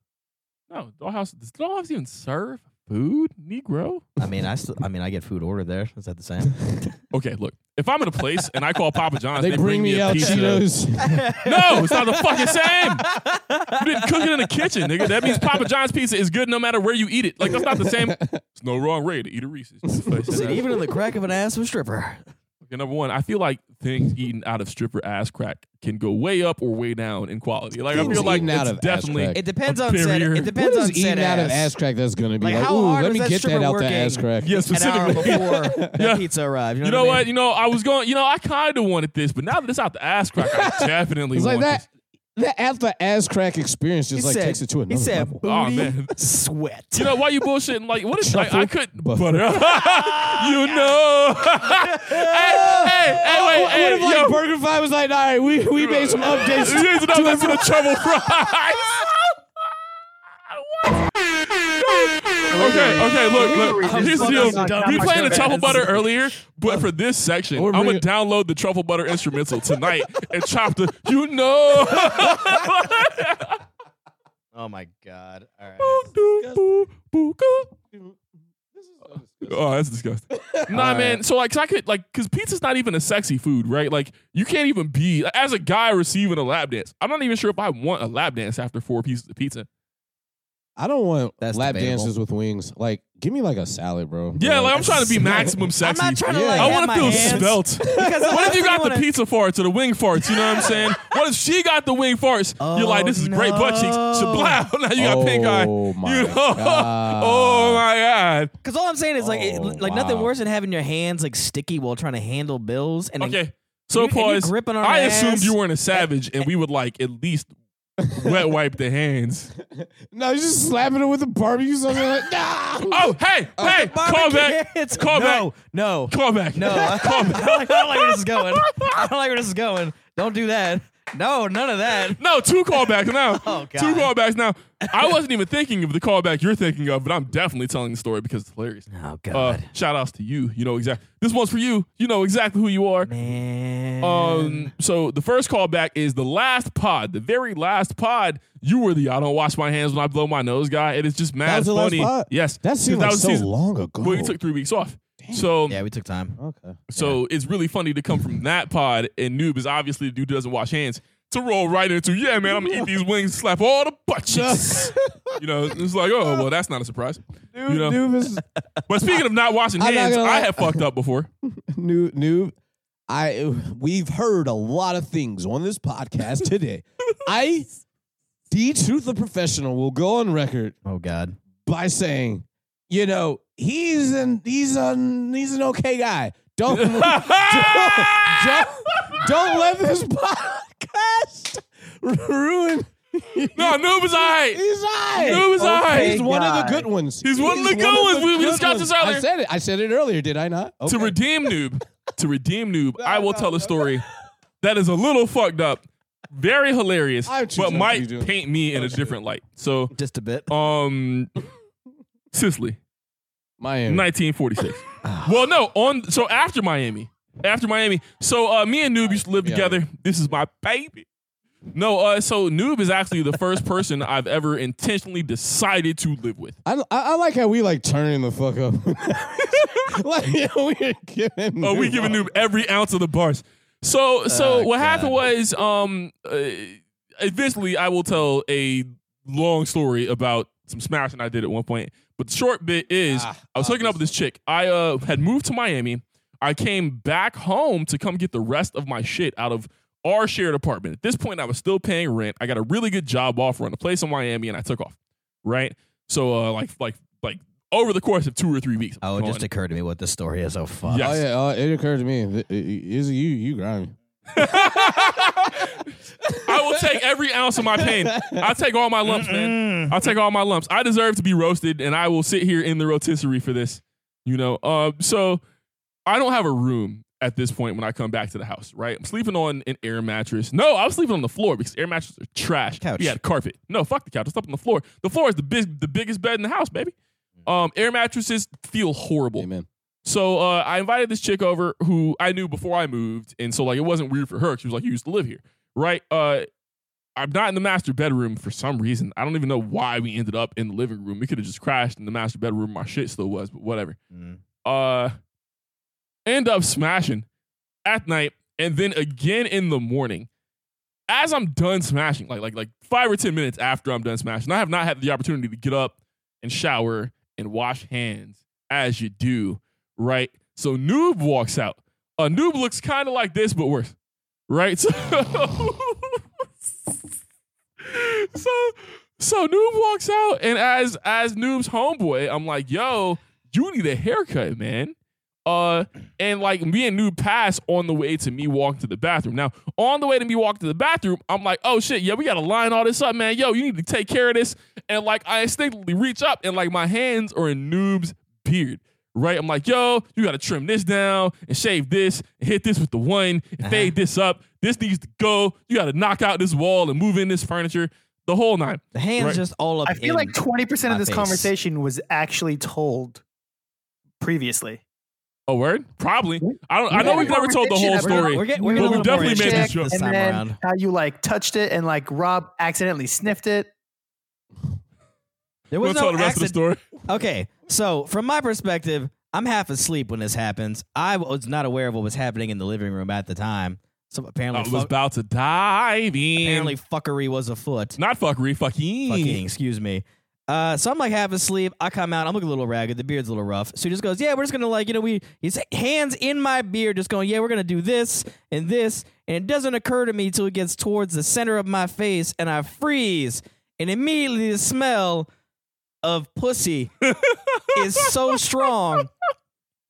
Speaker 3: No, Dollhouse. Does Dollhouse even serve food, Negro?
Speaker 1: I mean, I still. I mean, I get food ordered there. Is that the same?
Speaker 3: Okay, look. If I'm in a place and I call Papa John's,
Speaker 2: They, bring, me
Speaker 3: a
Speaker 2: out
Speaker 3: pizza.
Speaker 2: Cheetos.
Speaker 3: No, it's not the fucking same. You didn't cook it in the kitchen, nigga. That means Papa John's pizza is good no matter where you eat it. Like that's not the same. It's no wrong way to eat a Reese's.
Speaker 1: Is it even in the crack of an ass of a stripper?
Speaker 3: Okay, number one, I feel like things eaten out of stripper ass crack can go way up or way down in quality. Like I
Speaker 2: Things
Speaker 3: feel like
Speaker 2: eaten out
Speaker 3: it's
Speaker 2: of ass
Speaker 3: definitely
Speaker 2: crack.
Speaker 1: It depends
Speaker 3: A
Speaker 1: on said.
Speaker 3: barrier.
Speaker 1: It depends
Speaker 2: what is
Speaker 1: on said
Speaker 2: eating out of ass crack that's gonna be
Speaker 1: Like,
Speaker 2: like,
Speaker 1: how
Speaker 2: ooh,
Speaker 1: hard
Speaker 2: let
Speaker 1: was
Speaker 2: me
Speaker 1: that
Speaker 2: get
Speaker 1: stripper
Speaker 2: that out the
Speaker 1: working?"
Speaker 2: ass crack.
Speaker 3: yeah,
Speaker 1: An hour
Speaker 3: specifically.
Speaker 1: before
Speaker 3: Yeah.
Speaker 1: that pizza arrived. You know,
Speaker 3: You know
Speaker 1: I
Speaker 3: what?
Speaker 1: mean?
Speaker 3: You know, I was going. You know, I kind of wanted this, but now that it's out the ass crack, I definitely
Speaker 2: It's like
Speaker 3: want
Speaker 2: that. the as the ass crack experience just
Speaker 1: He
Speaker 2: like
Speaker 1: said-
Speaker 2: takes it to another
Speaker 1: He said,
Speaker 2: level.
Speaker 1: booty
Speaker 3: Oh, man.
Speaker 1: sweat.
Speaker 3: You know why you bullshitting? Like, what if like, I
Speaker 2: Shuffle,
Speaker 3: could? But,
Speaker 2: buff.
Speaker 3: you know, hey, hey, hey, wait, hey,
Speaker 2: what if like
Speaker 3: yo,
Speaker 2: Burger Fi was like, all right, we, we made some updates.
Speaker 3: You need to know that's the trouble fries. okay, okay, look, look. Here's the deal. We playing the truffle butter earlier,
Speaker 2: Uh,
Speaker 3: but for this section,
Speaker 2: We're
Speaker 3: I'm gonna
Speaker 2: bringing-
Speaker 3: download the truffle butter instrumental tonight and chop the. You know.
Speaker 1: Oh my god. All right.
Speaker 3: Oh, that's disgusting. nah, man. So like, 'cause I could like, cause pizza's not even a sexy food, right? Like, you can't even be like, as a guy receiving a lap dance. I'm not even sure if I want a lap dance after four pieces of pizza.
Speaker 2: I don't want
Speaker 1: That's
Speaker 2: lap
Speaker 1: debatable.
Speaker 2: dances with wings. Like, give me like a salad, bro.
Speaker 3: Yeah, like I'm trying to be maximum sexy.
Speaker 1: I'm not trying to
Speaker 2: Yeah.
Speaker 1: like.
Speaker 3: I
Speaker 1: have
Speaker 3: want
Speaker 1: my
Speaker 3: to feel
Speaker 1: hands-
Speaker 3: svelte.
Speaker 1: Because the
Speaker 3: What
Speaker 1: last
Speaker 3: if you
Speaker 1: thing I
Speaker 3: got the
Speaker 1: wanna-
Speaker 3: pizza farts or the wing farts? You know what I'm saying? What if she got the wing farts? You're like, this is great butt cheeks. Shablow. Now you got pink eye.
Speaker 2: Oh my
Speaker 3: You know?
Speaker 2: God.
Speaker 3: oh my god.
Speaker 1: Because all I'm saying is like, it,
Speaker 2: Oh,
Speaker 1: like nothing
Speaker 2: wow.
Speaker 1: worse than having your hands like sticky while trying to handle bills. And
Speaker 3: Okay.
Speaker 1: you-
Speaker 3: So
Speaker 1: and you
Speaker 3: pause.
Speaker 1: gripping on
Speaker 3: I
Speaker 1: her
Speaker 3: assumed
Speaker 1: ass.
Speaker 3: you weren't a savage, and we would like at least wet wipe the hands.
Speaker 2: No, you're just slapping it with a barbecue something like nah.
Speaker 3: Oh, hey, hey, call back,
Speaker 1: It's
Speaker 3: call
Speaker 1: no,
Speaker 3: back,
Speaker 1: no,
Speaker 3: call back.
Speaker 1: no. I
Speaker 3: call
Speaker 1: don't,
Speaker 3: back.
Speaker 1: like, I don't like where this is going. I don't like where this is going. Don't do that. No, none of that.
Speaker 3: No, two callbacks now.
Speaker 1: Oh, God.
Speaker 3: Two callbacks now. I wasn't even thinking of the callback you're thinking of, but I'm definitely telling the story because it's hilarious.
Speaker 1: Oh
Speaker 3: Uh,
Speaker 1: god,
Speaker 3: shout outs to you. You know exactly. This one's for you. You know exactly who you are.
Speaker 1: man.
Speaker 3: Um, so the first callback is the last pod, the very last pod. You were the I don't wash my hands when I blow my nose guy. It is just mad
Speaker 2: was the last
Speaker 3: funny.
Speaker 2: pod?
Speaker 3: Yes,
Speaker 2: That
Speaker 3: Because
Speaker 2: seemed like
Speaker 3: was
Speaker 2: so
Speaker 3: season-
Speaker 2: long ago.
Speaker 3: Well, you took three weeks off. So,
Speaker 1: yeah, we took time.
Speaker 2: okay.
Speaker 3: so it's really funny to come from that pod and noob is obviously the dude who doesn't wash hands to roll right into. Yeah, man, I'm gonna eat these wings, slap all the butt cheeks. you know, it's like, oh well, that's not a surprise.
Speaker 2: Noob,
Speaker 3: you know,
Speaker 2: noob is
Speaker 3: but speaking of not washing
Speaker 2: I'm not
Speaker 3: hands,
Speaker 2: gonna
Speaker 3: I
Speaker 2: lie.
Speaker 3: have fucked up before.
Speaker 2: noob, noob. I we've heard a lot of things on this podcast today. I D Truth the Professional will go on record
Speaker 1: Oh god.
Speaker 2: by saying, you know, he's an he's an he's an okay guy. Don't don't, don't, don't let this podcast ruin.
Speaker 3: no, noob is all right.
Speaker 2: He's I.
Speaker 3: Noob is all right.
Speaker 2: He's one of the
Speaker 4: guy.
Speaker 2: good ones.
Speaker 3: He's one of the good ones. We- we discussed this earlier.
Speaker 2: I said it. I said it earlier. Did I not?
Speaker 3: to
Speaker 2: Okay.
Speaker 3: redeem noob, to redeem noob, I will tell a story that is a little fucked up, very hilarious,
Speaker 2: I'm
Speaker 3: but
Speaker 2: choosing
Speaker 3: might
Speaker 2: what you do.
Speaker 3: paint me in a different light. So,
Speaker 1: Just a bit.
Speaker 3: um, Sicily,
Speaker 2: Miami.
Speaker 3: 1946.
Speaker 2: Ah.
Speaker 3: well, no, on so after Miami, after Miami. So, uh, me and noob used to live
Speaker 2: Yeah.
Speaker 3: together. This is my baby. No, uh, so noob is actually the first person I've ever intentionally decided to live with.
Speaker 2: I, I, I like how we like turning the fuck up. like yeah, we're giving.
Speaker 3: Oh, we
Speaker 2: Noob
Speaker 3: giving
Speaker 2: up.
Speaker 3: Noob every ounce of the bars. So, so
Speaker 1: Oh,
Speaker 3: what
Speaker 1: God.
Speaker 3: happened was, um, uh, eventually I will tell a long story about some smashing I did at one point. But the short bit is,
Speaker 2: Ah,
Speaker 3: I was hooking up with this chick. I uh, had moved to Miami. I came back home to come get the rest of my shit out of our shared apartment. At this point, I was still paying rent. I got a really good job offer on a place in Miami, and I took off. Right. So, uh, like, like, like over the course of two or three weeks.
Speaker 1: Oh, it
Speaker 3: gone.
Speaker 1: just occurred to me what this story is. Oh fuck.
Speaker 3: Yeah.
Speaker 2: Oh yeah, uh, it occurred to me. that- Is it you? You grimy.
Speaker 3: I will take every ounce of my pain. I'll take all my lumps, man. I'll take all my lumps. I deserve to be roasted, and I will sit here in the rotisserie for this. You know, uh, so I don't have a room at this point when I come back to the house, right? I'm sleeping on an air mattress. No, I was sleeping on the floor because air mattresses are trash.
Speaker 1: Couch.
Speaker 3: Yeah, carpet. No, fuck the couch. I slept on the floor. The floor is the big, the biggest bed in the house, baby. Um, air mattresses feel horrible.
Speaker 2: Amen.
Speaker 3: So uh, I invited this chick over who I knew before I moved, and so like it wasn't weird for her. 'cause She was like, "You used to live here, right?" Uh, I'm not in the master bedroom for some reason. I don't even know why we ended up in the living room. We could have just crashed in the master bedroom. My shit still was, but whatever.
Speaker 1: Mm.
Speaker 3: Uh, end up smashing at night, and then again in the morning. As I'm done smashing, like like like five or ten minutes after I'm done smashing, I have not had the opportunity to get up and shower and wash hands as you do, right? So Noob walks out. A Noob looks kind of like this, but worse, right? So, so, so Noob walks out, and as as Noob's homeboy, I'm like, yo, you need a haircut, man. Uh, and like me and Noob pass on the way to me walking to the bathroom. Now, on the way to me walking to the bathroom, I'm like, oh shit, yeah, we gotta line all this up, man. Yo, you need to take care of this. And like I instinctively reach up and like my hands are in Noob's beard. Right? I'm like, yo, you gotta trim this down and shave this and hit this with the one and fade this up. This needs to go. You gotta knock out this wall and move in this furniture. The whole nine.
Speaker 1: The hands
Speaker 3: Right.
Speaker 1: just all up.
Speaker 4: I feel
Speaker 1: in-
Speaker 4: like 20%
Speaker 1: my
Speaker 4: of this
Speaker 1: face.
Speaker 4: conversation was actually told previously.
Speaker 3: A word? Probably. I don't I know
Speaker 4: Yeah.
Speaker 3: we've never told the whole
Speaker 1: We're, gonna-
Speaker 3: story.
Speaker 1: we're, get, we're gonna
Speaker 3: But we
Speaker 1: a little more
Speaker 3: definitely made this
Speaker 1: in-depth
Speaker 3: joke.
Speaker 1: this
Speaker 4: and
Speaker 1: time
Speaker 4: then
Speaker 1: around.
Speaker 4: how you like touched it and like Rob accidentally sniffed it.
Speaker 1: There
Speaker 3: We'll
Speaker 1: was
Speaker 3: tell
Speaker 1: no
Speaker 3: the rest of the
Speaker 1: accident-
Speaker 3: story.
Speaker 1: Okay, so from my perspective, I'm half asleep when this happens. I was not aware of what was happening in the living room at the time. So
Speaker 3: I
Speaker 1: apparently,
Speaker 3: was
Speaker 1: fuck,
Speaker 3: about to dive in.
Speaker 1: apparently fuckery was afoot.
Speaker 3: Not fuckery, fucking.
Speaker 1: Fucking, excuse me. Uh, so I'm like half asleep. I come out. I'm looking a little ragged. The beard's a little rough. So he just goes, "Yeah, we're just gonna like you know we his hands in my beard, just going, yeah, we're gonna do this and this." And it doesn't occur to me till it gets towards the center of my face, and I freeze. And immediately the smell of pussy is so strong.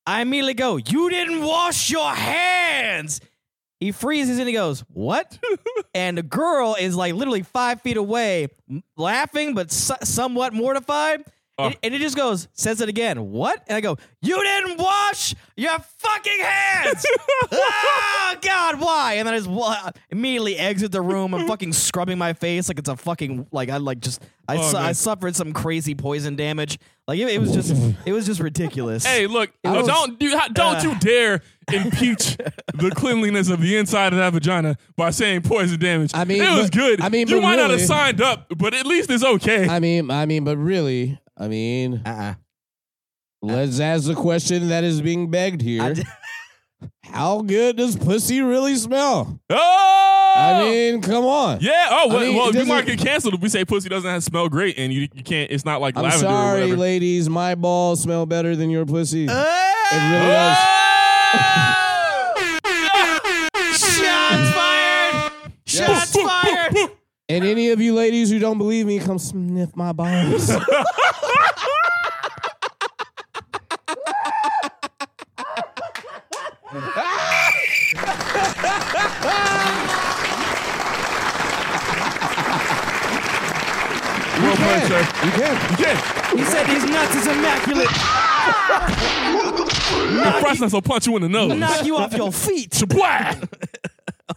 Speaker 1: I immediately go, "You didn't wash your hands." He freezes and he goes, "What?" and the girl is like literally five feet away, m- laughing but so- somewhat mortified.
Speaker 3: Oh.
Speaker 1: And, and it just goes, says it again. What? And I go, you didn't wash your fucking hands. oh God, why? And then I just wa- immediately exit the room. I'm fucking scrubbing my face like it's a fucking like I like just I,
Speaker 3: Oh,
Speaker 1: su- I
Speaker 3: man.
Speaker 1: suffered some crazy poison damage. Like it, it was just it was just ridiculous.
Speaker 3: Hey, look! oh,
Speaker 1: was-
Speaker 3: don't do don't
Speaker 1: uh,
Speaker 3: you dare impeach the cleanliness of the inside of that vagina by saying poison damage.
Speaker 2: I mean,
Speaker 3: it was
Speaker 2: but-
Speaker 3: good.
Speaker 2: I mean,
Speaker 3: you
Speaker 2: but
Speaker 3: might not have
Speaker 2: really-
Speaker 3: signed up, but at least it's okay.
Speaker 2: I mean, I mean, but really, I mean,
Speaker 1: Uh-uh.
Speaker 2: let's ask the question that is being begged
Speaker 1: I
Speaker 2: here.
Speaker 1: d-
Speaker 2: How good does pussy really smell?
Speaker 3: oh,
Speaker 2: I mean, come on.
Speaker 3: yeah. Oh, well,
Speaker 2: I mean,
Speaker 3: well
Speaker 2: it
Speaker 3: you might
Speaker 2: doesn't-
Speaker 3: get canceled if we say pussy doesn't have smell great, and you you can't. It's not like
Speaker 2: I'm
Speaker 3: lavender or
Speaker 2: sorry,
Speaker 3: whatever.
Speaker 2: ladies. My balls smell better than your pussy. it really does.
Speaker 1: Shots fired! Shots fired!
Speaker 2: And any of you ladies who don't believe me, come sniff my balls.
Speaker 3: Well played, sir.
Speaker 2: You can.
Speaker 3: You can.
Speaker 1: He said these nuts is immaculate.
Speaker 3: The fresh nuts will punch you in the nose.
Speaker 1: Knock you off your feet.
Speaker 3: Shablat!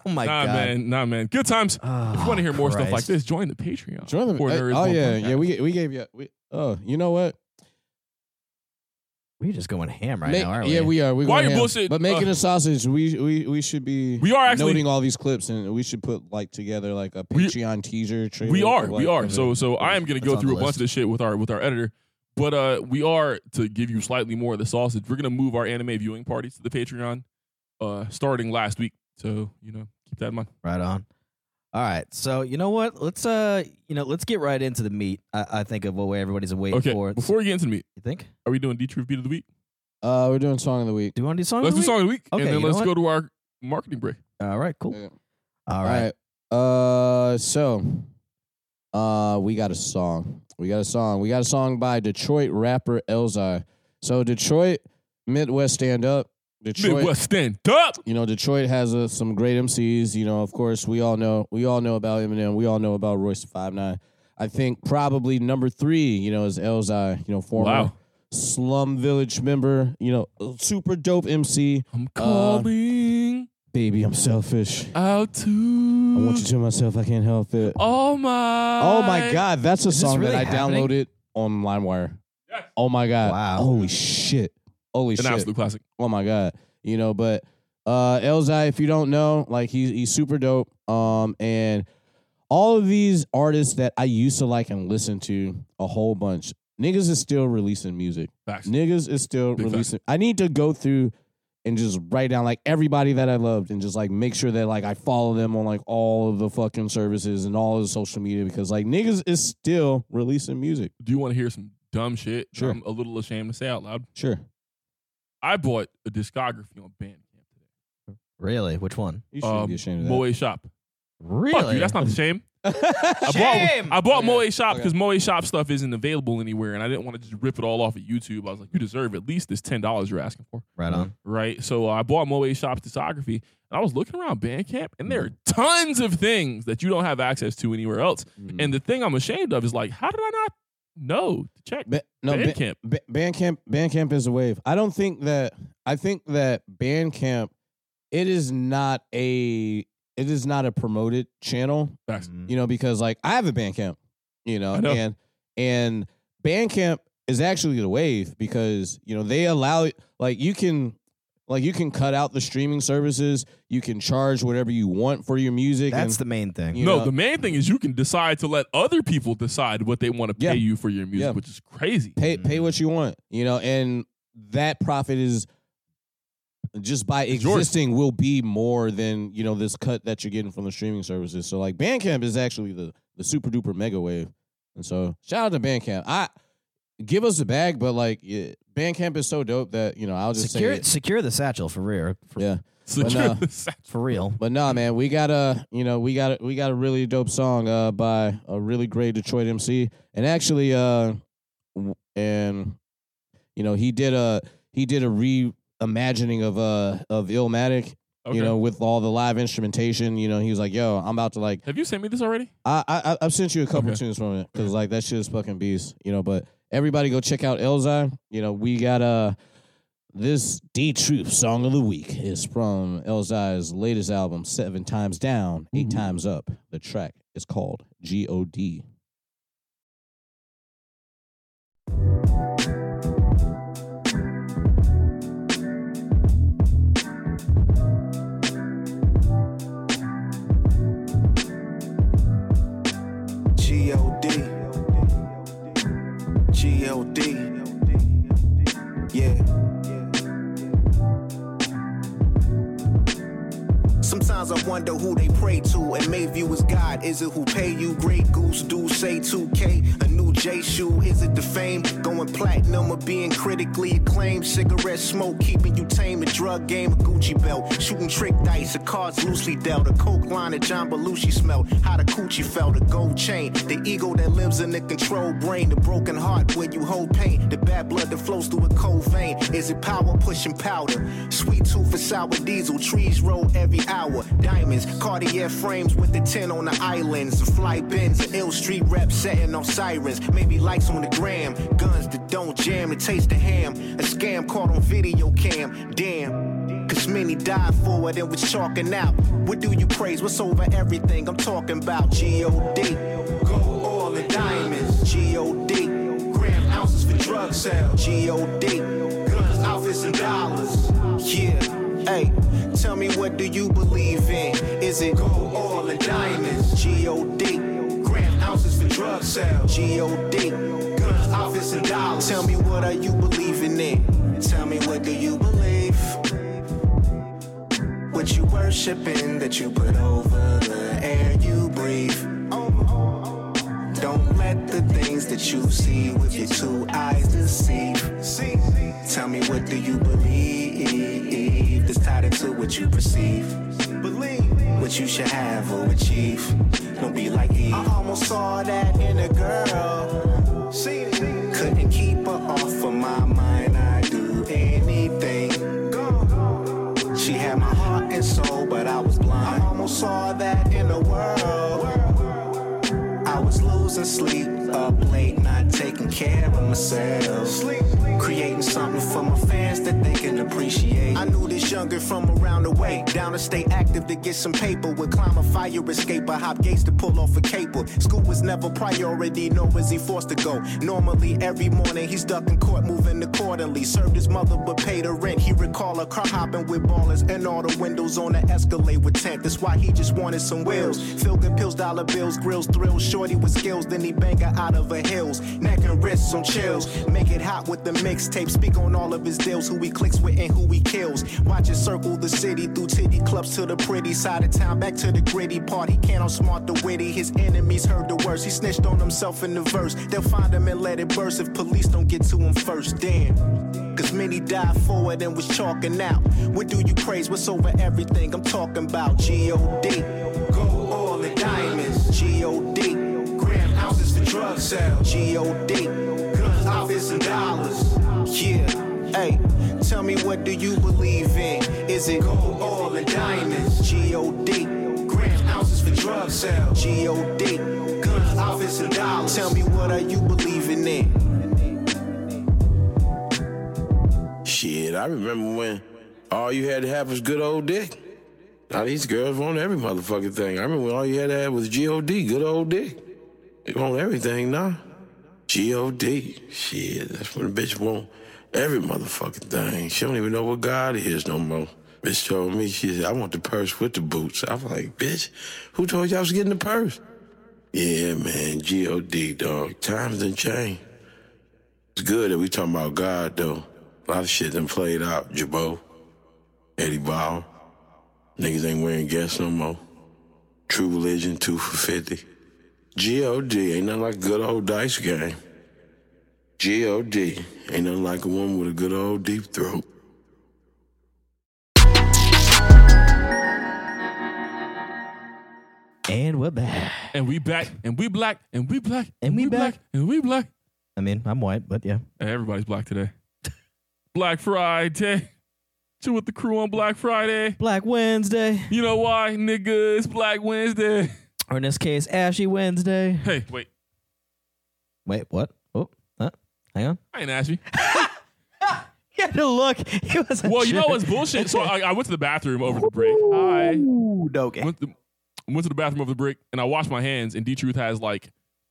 Speaker 1: Oh my
Speaker 3: Nah,
Speaker 1: god.
Speaker 3: man. Nah, man. Good times. if you want to hear more stuff like
Speaker 1: Christ.
Speaker 3: this, join the Patreon.
Speaker 2: Ah, Join the-
Speaker 3: For
Speaker 2: uh,
Speaker 3: There Is
Speaker 2: oh
Speaker 3: One
Speaker 2: yeah,
Speaker 3: Podcast.
Speaker 2: yeah. We we gave you. We, oh, you know what?
Speaker 1: We're just going ham right
Speaker 2: Make-
Speaker 1: now, aren't we?
Speaker 2: yeah, we are. We
Speaker 3: Why
Speaker 2: going
Speaker 3: you
Speaker 2: ham.
Speaker 3: bullshit- Uh,
Speaker 2: But making a sausage, we we we should be.
Speaker 3: We are actually-
Speaker 2: noting all these clips, and we should put like together like a
Speaker 3: We-
Speaker 2: Patreon teaser. Trailer
Speaker 3: we are.
Speaker 2: for,
Speaker 3: we
Speaker 2: like,
Speaker 3: are.
Speaker 2: the-
Speaker 3: So so I am gonna
Speaker 2: That's
Speaker 3: go
Speaker 2: on the
Speaker 3: through a bunch
Speaker 2: list.
Speaker 3: of this shit with our with our editor. But uh we are to give you slightly more of the sausage. We're gonna move our anime viewing parties to the Patreon uh starting last week. So, you know, keep that in mind.
Speaker 1: Right on. All right. So you know what? Let's uh you know, let's get right into the meat. I, I think of what everybody's waiting
Speaker 3: okay.
Speaker 1: for.
Speaker 3: Before we get into the meat,
Speaker 1: you think?
Speaker 3: are we doing D Truth Beat of the Week?
Speaker 2: Uh, we're doing song of the week.
Speaker 1: Do you want to do song?
Speaker 3: Let's
Speaker 1: of
Speaker 3: do
Speaker 1: the
Speaker 3: song of the week.
Speaker 1: Okay,
Speaker 3: and then
Speaker 1: you know
Speaker 3: let's
Speaker 1: what?
Speaker 3: go to our marketing break.
Speaker 1: week? All right, cool.
Speaker 2: Yeah.
Speaker 1: All right.
Speaker 2: Uh, so, uh, we got a song. We got a song. We got a song by Detroit rapper Elzai. So Detroit Midwest stand up. Detroit.
Speaker 3: Midwest stand up.
Speaker 2: You know, Detroit has uh, some great MCs. You know, of course, we all know we all know about Eminem. We all know about Royce Five Nine. I think probably number three. You know, is Elzai. You know, former
Speaker 3: Wow.
Speaker 2: Slum Village member. You know, super dope MC.
Speaker 3: I'm calling
Speaker 2: Baby, I'm selfish.
Speaker 3: out to
Speaker 2: I want you to myself. I can't help it.
Speaker 3: Oh my!
Speaker 2: Oh my god, that's a
Speaker 1: Is this
Speaker 2: song
Speaker 1: really
Speaker 2: that I
Speaker 1: happening?
Speaker 2: downloaded on LimeWire.
Speaker 3: Yes.
Speaker 2: Oh my god!
Speaker 1: Wow.
Speaker 2: Holy shit! Holy
Speaker 3: An
Speaker 2: shit!
Speaker 3: absolute classic.
Speaker 2: Oh my god! You know, but uh Elzai, if you don't know, like he's he's super dope. Um, and all of these artists that I used to like and listen to a whole bunch, niggas is still releasing music.
Speaker 3: Facts.
Speaker 2: Niggas is still
Speaker 3: Big facts.
Speaker 2: releasing. I need to go through and just write down like everybody that I loved and just like make sure that like I follow them on like all of the fucking services and all of the social media because like niggas is still releasing music.
Speaker 3: Do you want to hear some dumb shit? that
Speaker 2: Sure.
Speaker 3: I'm a little ashamed to say out loud.
Speaker 2: Sure.
Speaker 3: I bought a discography on Bandcamp today.
Speaker 1: Really? Which one?
Speaker 2: You shouldn't
Speaker 3: Um,
Speaker 2: be ashamed of that.
Speaker 3: Moe Shop.
Speaker 1: Really?
Speaker 3: Fuck you. That's not the shame. I
Speaker 1: Shame!
Speaker 3: bought I bought
Speaker 2: Okay.
Speaker 3: Moe Shop
Speaker 2: Okay.
Speaker 3: because Moe Shop stuff isn't available anywhere, and I didn't want to just rip it all off of YouTube. I was like, you deserve at least this ten dollars you're asking for,
Speaker 1: right on.
Speaker 3: right? So uh, I bought Moe Shop's discography, and I was looking around Bandcamp, and there are tons of things that you don't have access to anywhere else.
Speaker 2: Mm.
Speaker 3: And the thing I'm ashamed of is like, how did I not know to check
Speaker 2: Ba- no, Ba-
Speaker 3: Bandcamp?
Speaker 2: Ba- Bandcamp Bandcamp is a wave. I don't think that I think that Bandcamp it is not a it is not a promoted channel,
Speaker 3: Facts.
Speaker 2: you know, because like I have a Bandcamp, you know,
Speaker 3: Mm-hmm. I know.
Speaker 2: and and Bandcamp is actually the wave because, you know, they allow like you can like you can cut out the streaming services, you can charge whatever you want for your music and
Speaker 1: That's the main thing.
Speaker 2: You
Speaker 3: no,
Speaker 2: know-
Speaker 3: the main thing is you can decide to let other people decide what they want to pay
Speaker 2: Yeah.
Speaker 3: you for your music,
Speaker 2: Yeah.
Speaker 3: which is crazy.
Speaker 2: pay pay what you want, you know, and that profit is just by
Speaker 3: It's yours.
Speaker 2: existing will be more than you know this cut that you're getting from the streaming services. So like Bandcamp is actually the the super duper mega wave, and so shout out to Bandcamp. I give us the bag, but like yeah, Bandcamp is so dope that you know I'll just
Speaker 1: Secure
Speaker 2: say it.
Speaker 1: secure the satchel for real. For,
Speaker 2: Yeah,
Speaker 3: So
Speaker 2: But, uh,
Speaker 1: for real.
Speaker 2: but nah, man, we got a you know we got a, we got a really dope song uh, by a really great Detroit MC, and actually, uh, w- and you know he did a he did a reimagining of uh of Illmatic,
Speaker 3: okay.
Speaker 2: you know, with all the live instrumentation. You know, he was like, "Yo, I'm about to like
Speaker 3: have you sent me this already?
Speaker 2: I I I've sent you a couple
Speaker 3: Okay.
Speaker 2: tunes from it because like that shit is fucking beast, you know. But everybody go check out Elzai. You know, we got uh this D Troop song of the week is from Elzai's latest album, Seven Times Down, 8 Times Up. The track is called G O D.
Speaker 5: G-O-D. G-O-D. Yeah. Sometimes I wonder who they pray to, and Mayview is God. Is it who pay you? Great Goose, do say 2K, a new J shoe. Is it the fame? Going platinum or being critically acclaimed? Cigarette smoke keeping you tame, a drug game, a Gucci belt. Shooting trick dice, a cards loosely dealt, a coke line that John Belushi smelled. How the coochie felt, a gold chain. The ego that lives in the control brain, the broken heart where you hold pain, the bad blood that flows through a cold vein. Is it power pushing powder? Sweet tooth for sour diesel, trees roll every hour. Diamonds, Cartier frames with the tin on the islands. The fly bins, the ill street rep setting off sirens. Maybe lights on the gram, guns that don't jam, and taste the ham. A scam caught on video cam, damn. Cause many died for it and was chalking out. What do you praise? What's over everything? I'm talking about G.O.D. Gold, oil, and diamonds. G.O.D. Gram ounces for drug sales. G.O.D. Guns, outfits, and dollars. Yeah. Hey, tell me what do you believe in? Is it gold, oil, and diamonds? G.O.D. Gram ounces for drug sales. G.O.D. Guns, outfits, and dollars. Tell me what are you believing in? Tell me what do you believe? What you worshiping that you put over the air you breathe. Don't let the things that you see with your two eyes deceive. Tell me what do you believe that's tied into what you perceive. Believe what you should have or achieve. Don't be like Eve. I almost saw that in a girl. Couldn't keep her off of my mind. I do anything. She had my heart and soul, but I was blind. I almost saw that in the world. I was losing sleep, up late, not taking care of myself. Creating something for my fans that they can appreciate. I knew this younger from around the way. Down to stay active to get some paper. Would climb a fire escape or hop gates to pull off a caper. School was never priority, nor was he forced to go. Normally, every morning he's stuck in court, moving accordingly. Served his mother, but paid her rent. He recall her car hopping with ballers and all the windows on the Escalade with tent. That's why he just wanted some wheels. Feel good pills, dollar bills, grills, thrills. Shorty with skills, then he bang her out of her heels. Neck and wrists on chills. Make it hot with the mixtape. Speak on all of his deals, who he clicks with and who he kills. Watch it circle the city through titty clubs to the pretty side of town. Back to the gritty part. He can't outsmart the witty. His enemies heard the worst. He snitched on himself in the verse. They'll find him and let it burst if police don't get to him first. Damn. Cause many died for it and was chalking out. What do you praise? What's over everything? I'm talking about G.O.D. Gold, oil, gun sale. G.O.D. Guns, outfits, and dollars. Yeah, hey, tell me what do you believe in? Is it gold, oil, and diamonds? G.O.D. Grams, ounces for drug sale. G.O.D. Guns, outfits, and dollars. Tell me what are you believing in?
Speaker 7: Shit, I remember when all you had to have was good old dick. Now these girls want every motherfucking thing. I remember when all you had to have was G-O-D, good old dick. They want everything now. G-O-D. Shit, that's what a bitch want. Every motherfucking thing. She don't even know what God is no more. Bitch told me, she said, I want the purse with the boots. I was like, bitch, who told you I was getting the purse? Yeah, man, G-O-D, dog. Times done changed. It's good that we talking about God, though. A lot of shit done played out. Jabo, Eddie Bauer. Niggas ain't wearing guests no more. True Religion, two for 50. G.O.D. ain't nothing like a good old dice game. G.O.D. ain't nothing like a woman with a good old deep throat.
Speaker 1: And we're back.
Speaker 3: And we back, and we black, and we black,
Speaker 1: And we back.
Speaker 3: and we black.
Speaker 1: I mean, I'm white, but yeah.
Speaker 3: Hey, everybody's black today. black Friday. Two with the crew on Black Friday.
Speaker 1: Black Wednesday,
Speaker 3: You know why, nigga? It's Black Wednesday.
Speaker 1: or in this case, Ashy Wednesday.
Speaker 3: Hey, wait.
Speaker 1: Wait, what? Oh, huh? hang on.
Speaker 3: I ain't Ashy.
Speaker 1: You had to look. He was
Speaker 3: Well, you know what's bullshit? So I, I went to the bathroom over the break. Hi.
Speaker 4: Ooh, okay.
Speaker 3: Went to, went to the bathroom over the break and I washed my hands and D Truth has like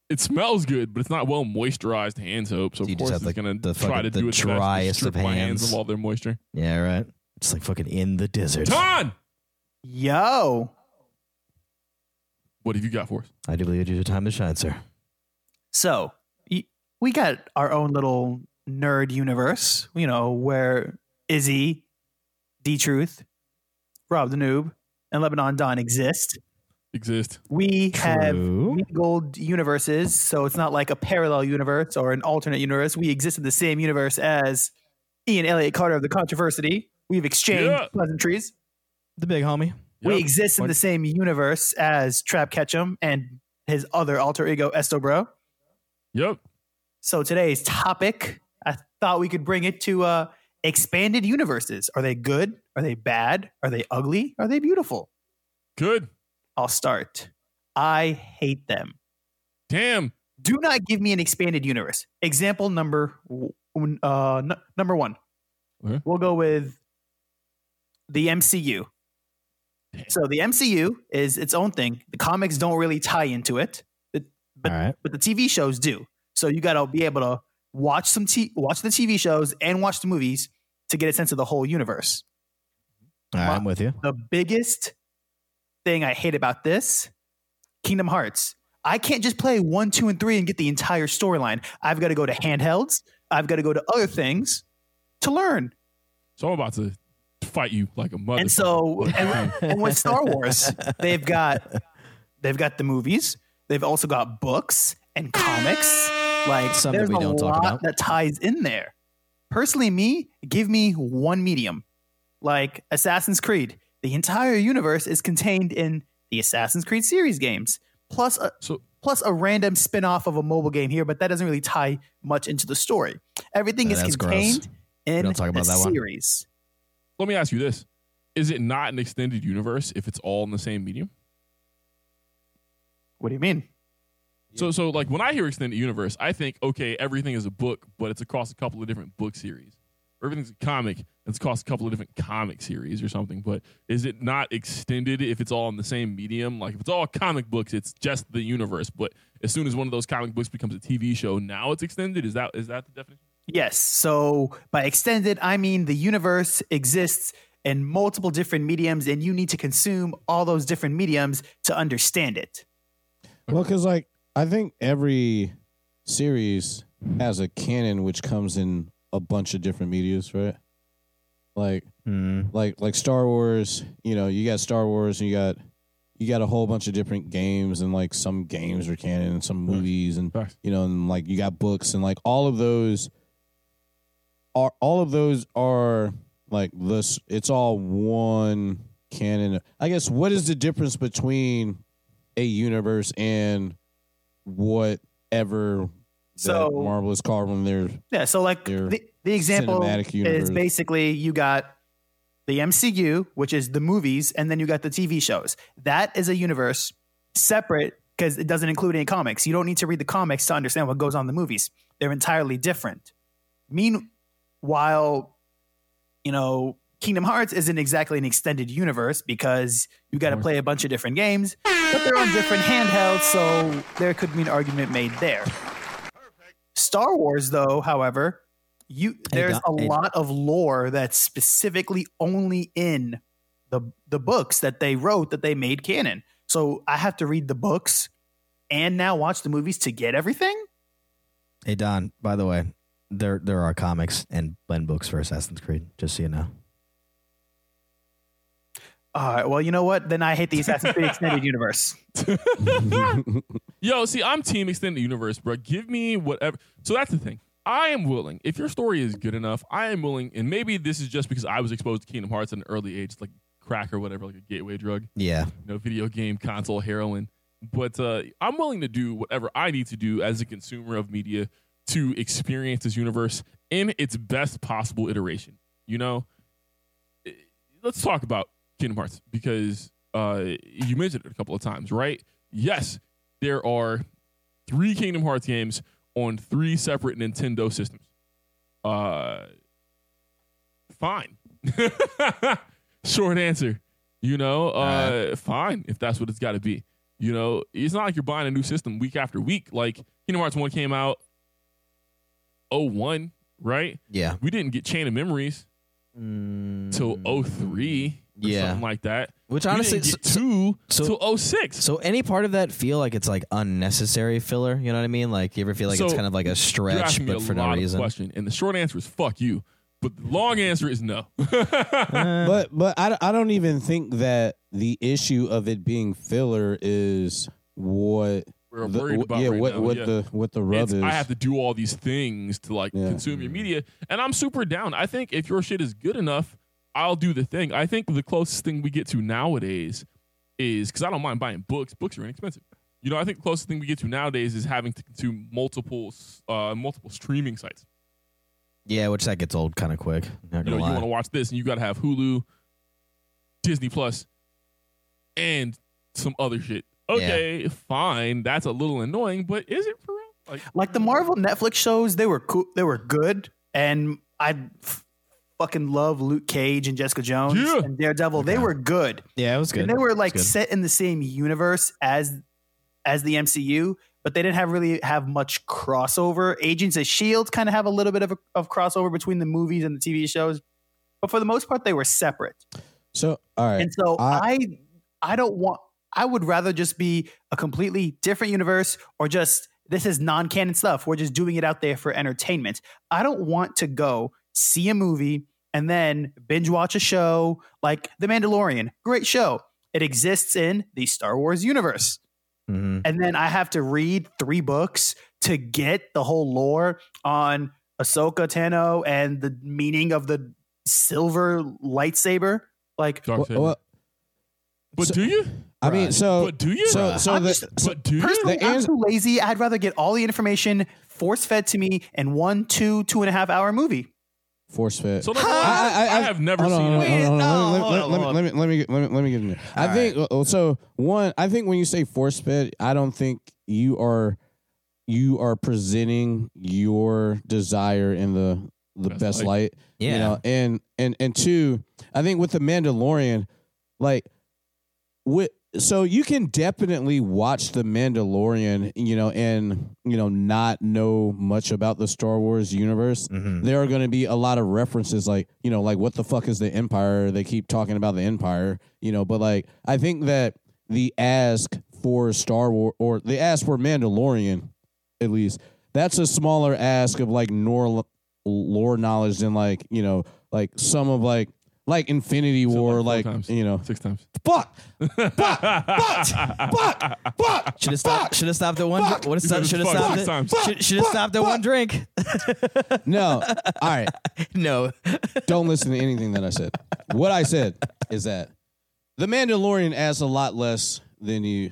Speaker 3: it smells good, but it's not well moisturized hand soap. So
Speaker 1: You just
Speaker 3: of course
Speaker 1: have,
Speaker 3: it's
Speaker 1: like,
Speaker 3: gonna
Speaker 1: the
Speaker 3: try
Speaker 1: fucking-
Speaker 3: to
Speaker 1: the
Speaker 3: do its best to
Speaker 1: driest
Speaker 3: strip
Speaker 1: of
Speaker 3: my hands
Speaker 1: hands.
Speaker 3: of all their moisture.
Speaker 1: Yeah, right. It's like fucking in the desert.
Speaker 3: Ton!
Speaker 4: Yo,
Speaker 3: What have you got for us?
Speaker 1: I do believe it is your time to shine, sir.
Speaker 4: so y- we got our own little nerd universe, you know, where Izzy, D Truth, Rob the Noob, and Lebanon Don exist.
Speaker 3: Exist.
Speaker 4: We have
Speaker 1: True.
Speaker 4: gold universes, so it's not like a parallel universe or an alternate universe. We exist in the same universe as Ian Elliott Carter of the Controversy. We've exchanged
Speaker 3: Yeah.
Speaker 4: pleasantries.
Speaker 1: The big homie.
Speaker 4: We
Speaker 3: Yep.
Speaker 4: exist in the same universe as Trap Ketchum and his other alter ego, Estobro.
Speaker 3: Yep.
Speaker 4: So today's topic, I thought we could bring it to uh, expanded universes. Are they good? Are they bad? Are they ugly? Are they beautiful?
Speaker 3: Good.
Speaker 4: I'll start. I hate them.
Speaker 3: Damn.
Speaker 4: Do not give me an expanded universe. Example number w- uh, n- number one.
Speaker 3: Okay.
Speaker 4: We'll go with the MCU. So the MCU is its own thing. The comics don't really tie into it, but, but,
Speaker 1: All right.
Speaker 4: but the TV shows do. So you got to be able to watch some t- watch the TV shows and watch the movies to get a sense of the whole universe.
Speaker 1: All right,
Speaker 4: Ma-
Speaker 1: I'm with you.
Speaker 4: The biggest thing I hate about this Kingdom Hearts. I can't just play one, two, and three and get the entire storyline. I've got to go to handhelds. I've got to go to other things to learn.
Speaker 3: So I'm about to fight you like a mother.
Speaker 4: And so, and, and with Star Wars, they've got they've got the movies. They've also got books and comics. Like
Speaker 1: Some that
Speaker 4: there's
Speaker 1: we
Speaker 4: a
Speaker 1: don't talk
Speaker 4: lot
Speaker 1: about.
Speaker 4: that ties in there. Personally, me, give me one medium. Like Assassin's Creed, the entire universe is contained in the Assassin's Creed series games, plus a,
Speaker 3: So-
Speaker 4: plus a random spin off of a mobile game here, but that doesn't really tie much into the story. Everything
Speaker 1: Yeah,
Speaker 4: is
Speaker 1: that's gross.
Speaker 4: contained in
Speaker 1: don't talk about
Speaker 4: the
Speaker 1: that one.
Speaker 4: series.
Speaker 3: let me ask you this. Is it not an extended universe if it's all in the same medium?
Speaker 4: What do you mean?
Speaker 3: So, so like when I hear extended universe, I think okay, everything is a book, but it's across a couple of different book series. Or everything's a comic, and it's across a couple of different comic series or something. But is it not extended if it's all in the same medium? Like if it's all comic books, it's just the universe. But as soon as one of those comic books becomes a TV show, now it's extended. Is that is that the definition?
Speaker 4: Yes. So by extended, I mean the universe exists in multiple different mediums, and you need to consume all those different mediums to understand it.
Speaker 2: Well, because like I think every series has a canon which comes in a bunch of different media's, right? Like,
Speaker 1: Hmm.
Speaker 2: like, like Star Wars. You know, you got Star Wars, and you got you got a whole bunch of different games, and like some games are canon, and some movies, and
Speaker 3: Facts.
Speaker 2: you know, and like you got books, and like all of those are all of those are like this. It's all one canon. I guess what is the difference between a universe and what ever
Speaker 4: So-
Speaker 2: that Marvel is carving their
Speaker 4: Yeah, so like
Speaker 2: Their
Speaker 4: the, the example
Speaker 2: cinematic universe.
Speaker 4: is basically you got the MCU, which is the movies, and then you got the TV shows. That is a universe separate because it doesn't include any comics. You don't need to read the comics to understand what goes on in the movies. They're entirely different. Meanwhile, you know, Kingdom Hearts isn't exactly an extended universe because you got to
Speaker 1: Mm-hmm.
Speaker 4: play a bunch of different games, but they're on different handhelds, so there could be an argument made there. Star Wars, though, however, you there's
Speaker 1: Doc-
Speaker 4: a
Speaker 1: hey,
Speaker 4: lot of lore that's specifically only in the the books that they wrote that they made canon. So I have to read the books and now watch the movies to get everything.
Speaker 1: Hey Don, by the way, there there are comics and blend books for Assassin's Creed. Just so you know.
Speaker 4: All right. Uh, Well, you know what? Then I hate the Assassin's Creed Extended Universe.
Speaker 3: Yo, see, I'm Team Extended Universe, bro. Give me whatever. So that's the thing. I am willing. If your story is good enough, I am willing. And maybe this is just because I was exposed to Kingdom Hearts at an early age, like crack or whatever, like a gateway drug,
Speaker 1: Yeah.
Speaker 3: you know, video game, console, heroin. But uh, I'm willing to do whatever I need to do as a consumer of media to experience this universe in its best possible iteration. You know, Eh, let's talk about Kingdom Hearts because uh, you mentioned it a couple of times, right? Yes, there are three Kingdom Hearts games on three separate Nintendo systems. Uh, fine. Short answer. You know,
Speaker 1: Uh-huh.
Speaker 3: uh, fine if that's what it's got to be. You know, it's not like you're buying a new system week after week. Like Kingdom Hearts One came out, oh one, right?
Speaker 1: Yeah.
Speaker 3: We didn't get Chain of Memories till oh three, or
Speaker 1: Mm. Yeah.
Speaker 3: something like that.
Speaker 1: Which honestly,
Speaker 3: we didn't get
Speaker 1: so-
Speaker 3: two
Speaker 1: so-
Speaker 3: till oh six.
Speaker 1: So any part of that feel like it's like unnecessary filler? You know what I mean? Like you ever feel like it's
Speaker 3: So,
Speaker 1: kind of like a
Speaker 3: You're
Speaker 1: stretch,
Speaker 3: asking me
Speaker 1: but
Speaker 3: a
Speaker 1: for no
Speaker 3: lot of
Speaker 1: reason.
Speaker 3: question, and the short answer is fuck you. But the long answer is no.
Speaker 2: but but I, I don't even think that the issue of it being filler is what
Speaker 3: We're
Speaker 2: the-
Speaker 3: worried about
Speaker 2: yeah
Speaker 3: right
Speaker 2: what
Speaker 3: now,
Speaker 2: what
Speaker 3: yeah.
Speaker 2: the what the rub
Speaker 3: It's-
Speaker 2: is
Speaker 3: I have to do all these things to like
Speaker 2: Yeah.
Speaker 3: consume your media, and I'm super down. I think if your shit is good enough, I'll do the thing. I think the closest thing we get to nowadays is because I don't mind buying books. Books are inexpensive. You know, I think the closest thing we get to nowadays is having to consume multiple uh, multiple streaming sites.
Speaker 1: Yeah, which that gets old kind of quick. Not
Speaker 3: You
Speaker 1: gonna
Speaker 3: know, you
Speaker 1: lie.
Speaker 3: want to watch this, and you got to have Hulu, Disney Plus, and some other shit. Okay, fine. That's a little annoying, but is it for real? Like,
Speaker 4: Like the Marvel Netflix shows, they were cool. They were good, and I f- fucking love Luke Cage and Jessica Jones
Speaker 3: Yeah.
Speaker 4: and Daredevil. They were good.
Speaker 1: yeah, it was good.
Speaker 4: And they were like
Speaker 1: good.
Speaker 4: set in the same universe as as the MCU, but they didn't have really have much crossover. Agents of Shield kind of have a little bit of, a, of crossover between the movies and the TV shows, but for the most part, they were separate.
Speaker 2: so all right
Speaker 4: And so
Speaker 2: I-
Speaker 4: I, I don't want. I would rather just be a completely different universe, or just this is non-canon stuff. We're just doing it out there for entertainment. I don't want to go see a movie and then binge watch a show like The Mandalorian. Great show. It exists in the Star Wars universe
Speaker 1: Mhm.
Speaker 4: and then I have to read three books to get the whole lore on Ahsoka Tano and the meaning of the silver lightsaber. Like,
Speaker 3: Dark
Speaker 2: well,
Speaker 3: Saber.
Speaker 2: well,
Speaker 3: but
Speaker 2: so-
Speaker 3: do you?
Speaker 2: I mean so
Speaker 3: But do you?
Speaker 2: so so
Speaker 4: I'm
Speaker 2: the,
Speaker 4: just-
Speaker 2: so
Speaker 3: but do you?
Speaker 4: personally,
Speaker 2: The
Speaker 4: I'm
Speaker 2: ans-
Speaker 4: too lazy. I'd rather get all the information force fed to me in one, two, two and a half hour movie.
Speaker 2: force fit
Speaker 3: So that's
Speaker 4: Huh?
Speaker 3: why I,
Speaker 2: I- I- I-
Speaker 3: have never
Speaker 2: Hold
Speaker 3: seen
Speaker 2: on, hold
Speaker 3: it.
Speaker 2: on, hold on,
Speaker 1: Wait,
Speaker 2: hold on,
Speaker 1: no,
Speaker 2: Let me let me let me let me let me get in there. I
Speaker 1: All
Speaker 2: think uh, so. One, I think when you say force fed, I don't think you are you are presenting your desire in the the
Speaker 3: Best
Speaker 2: best,
Speaker 3: light.
Speaker 2: light.
Speaker 1: yeah.
Speaker 2: You know, and and and two, I think with the Mandalorian, like with so you can definitely watch the Mandalorian, you know, and you know not know much about the Star Wars universe
Speaker 1: Mhm.
Speaker 2: there are going to be a lot of references like you know like what the fuck is the empire they keep talking about the empire you know but like i think that the ask for star wars or the ask for mandalorian at least that's a smaller ask of like nor lore knowledge than like you know like some of like like infinity
Speaker 3: like,
Speaker 2: war
Speaker 3: four
Speaker 2: like,
Speaker 3: times.
Speaker 2: you know
Speaker 3: Six times.
Speaker 2: fuck fuck fuck fuck fuck
Speaker 1: Should have stopped. Should have stopped at one.
Speaker 2: Fuck!
Speaker 1: What
Speaker 3: You said
Speaker 1: should have
Speaker 3: fuck
Speaker 1: stopped?
Speaker 3: six times.
Speaker 1: Should, should have
Speaker 2: Fuck!
Speaker 1: stopped at one drink.
Speaker 2: no all right
Speaker 1: no.
Speaker 2: don't listen to anything that I said. What I said is that the Mandalorian asks a lot less than you,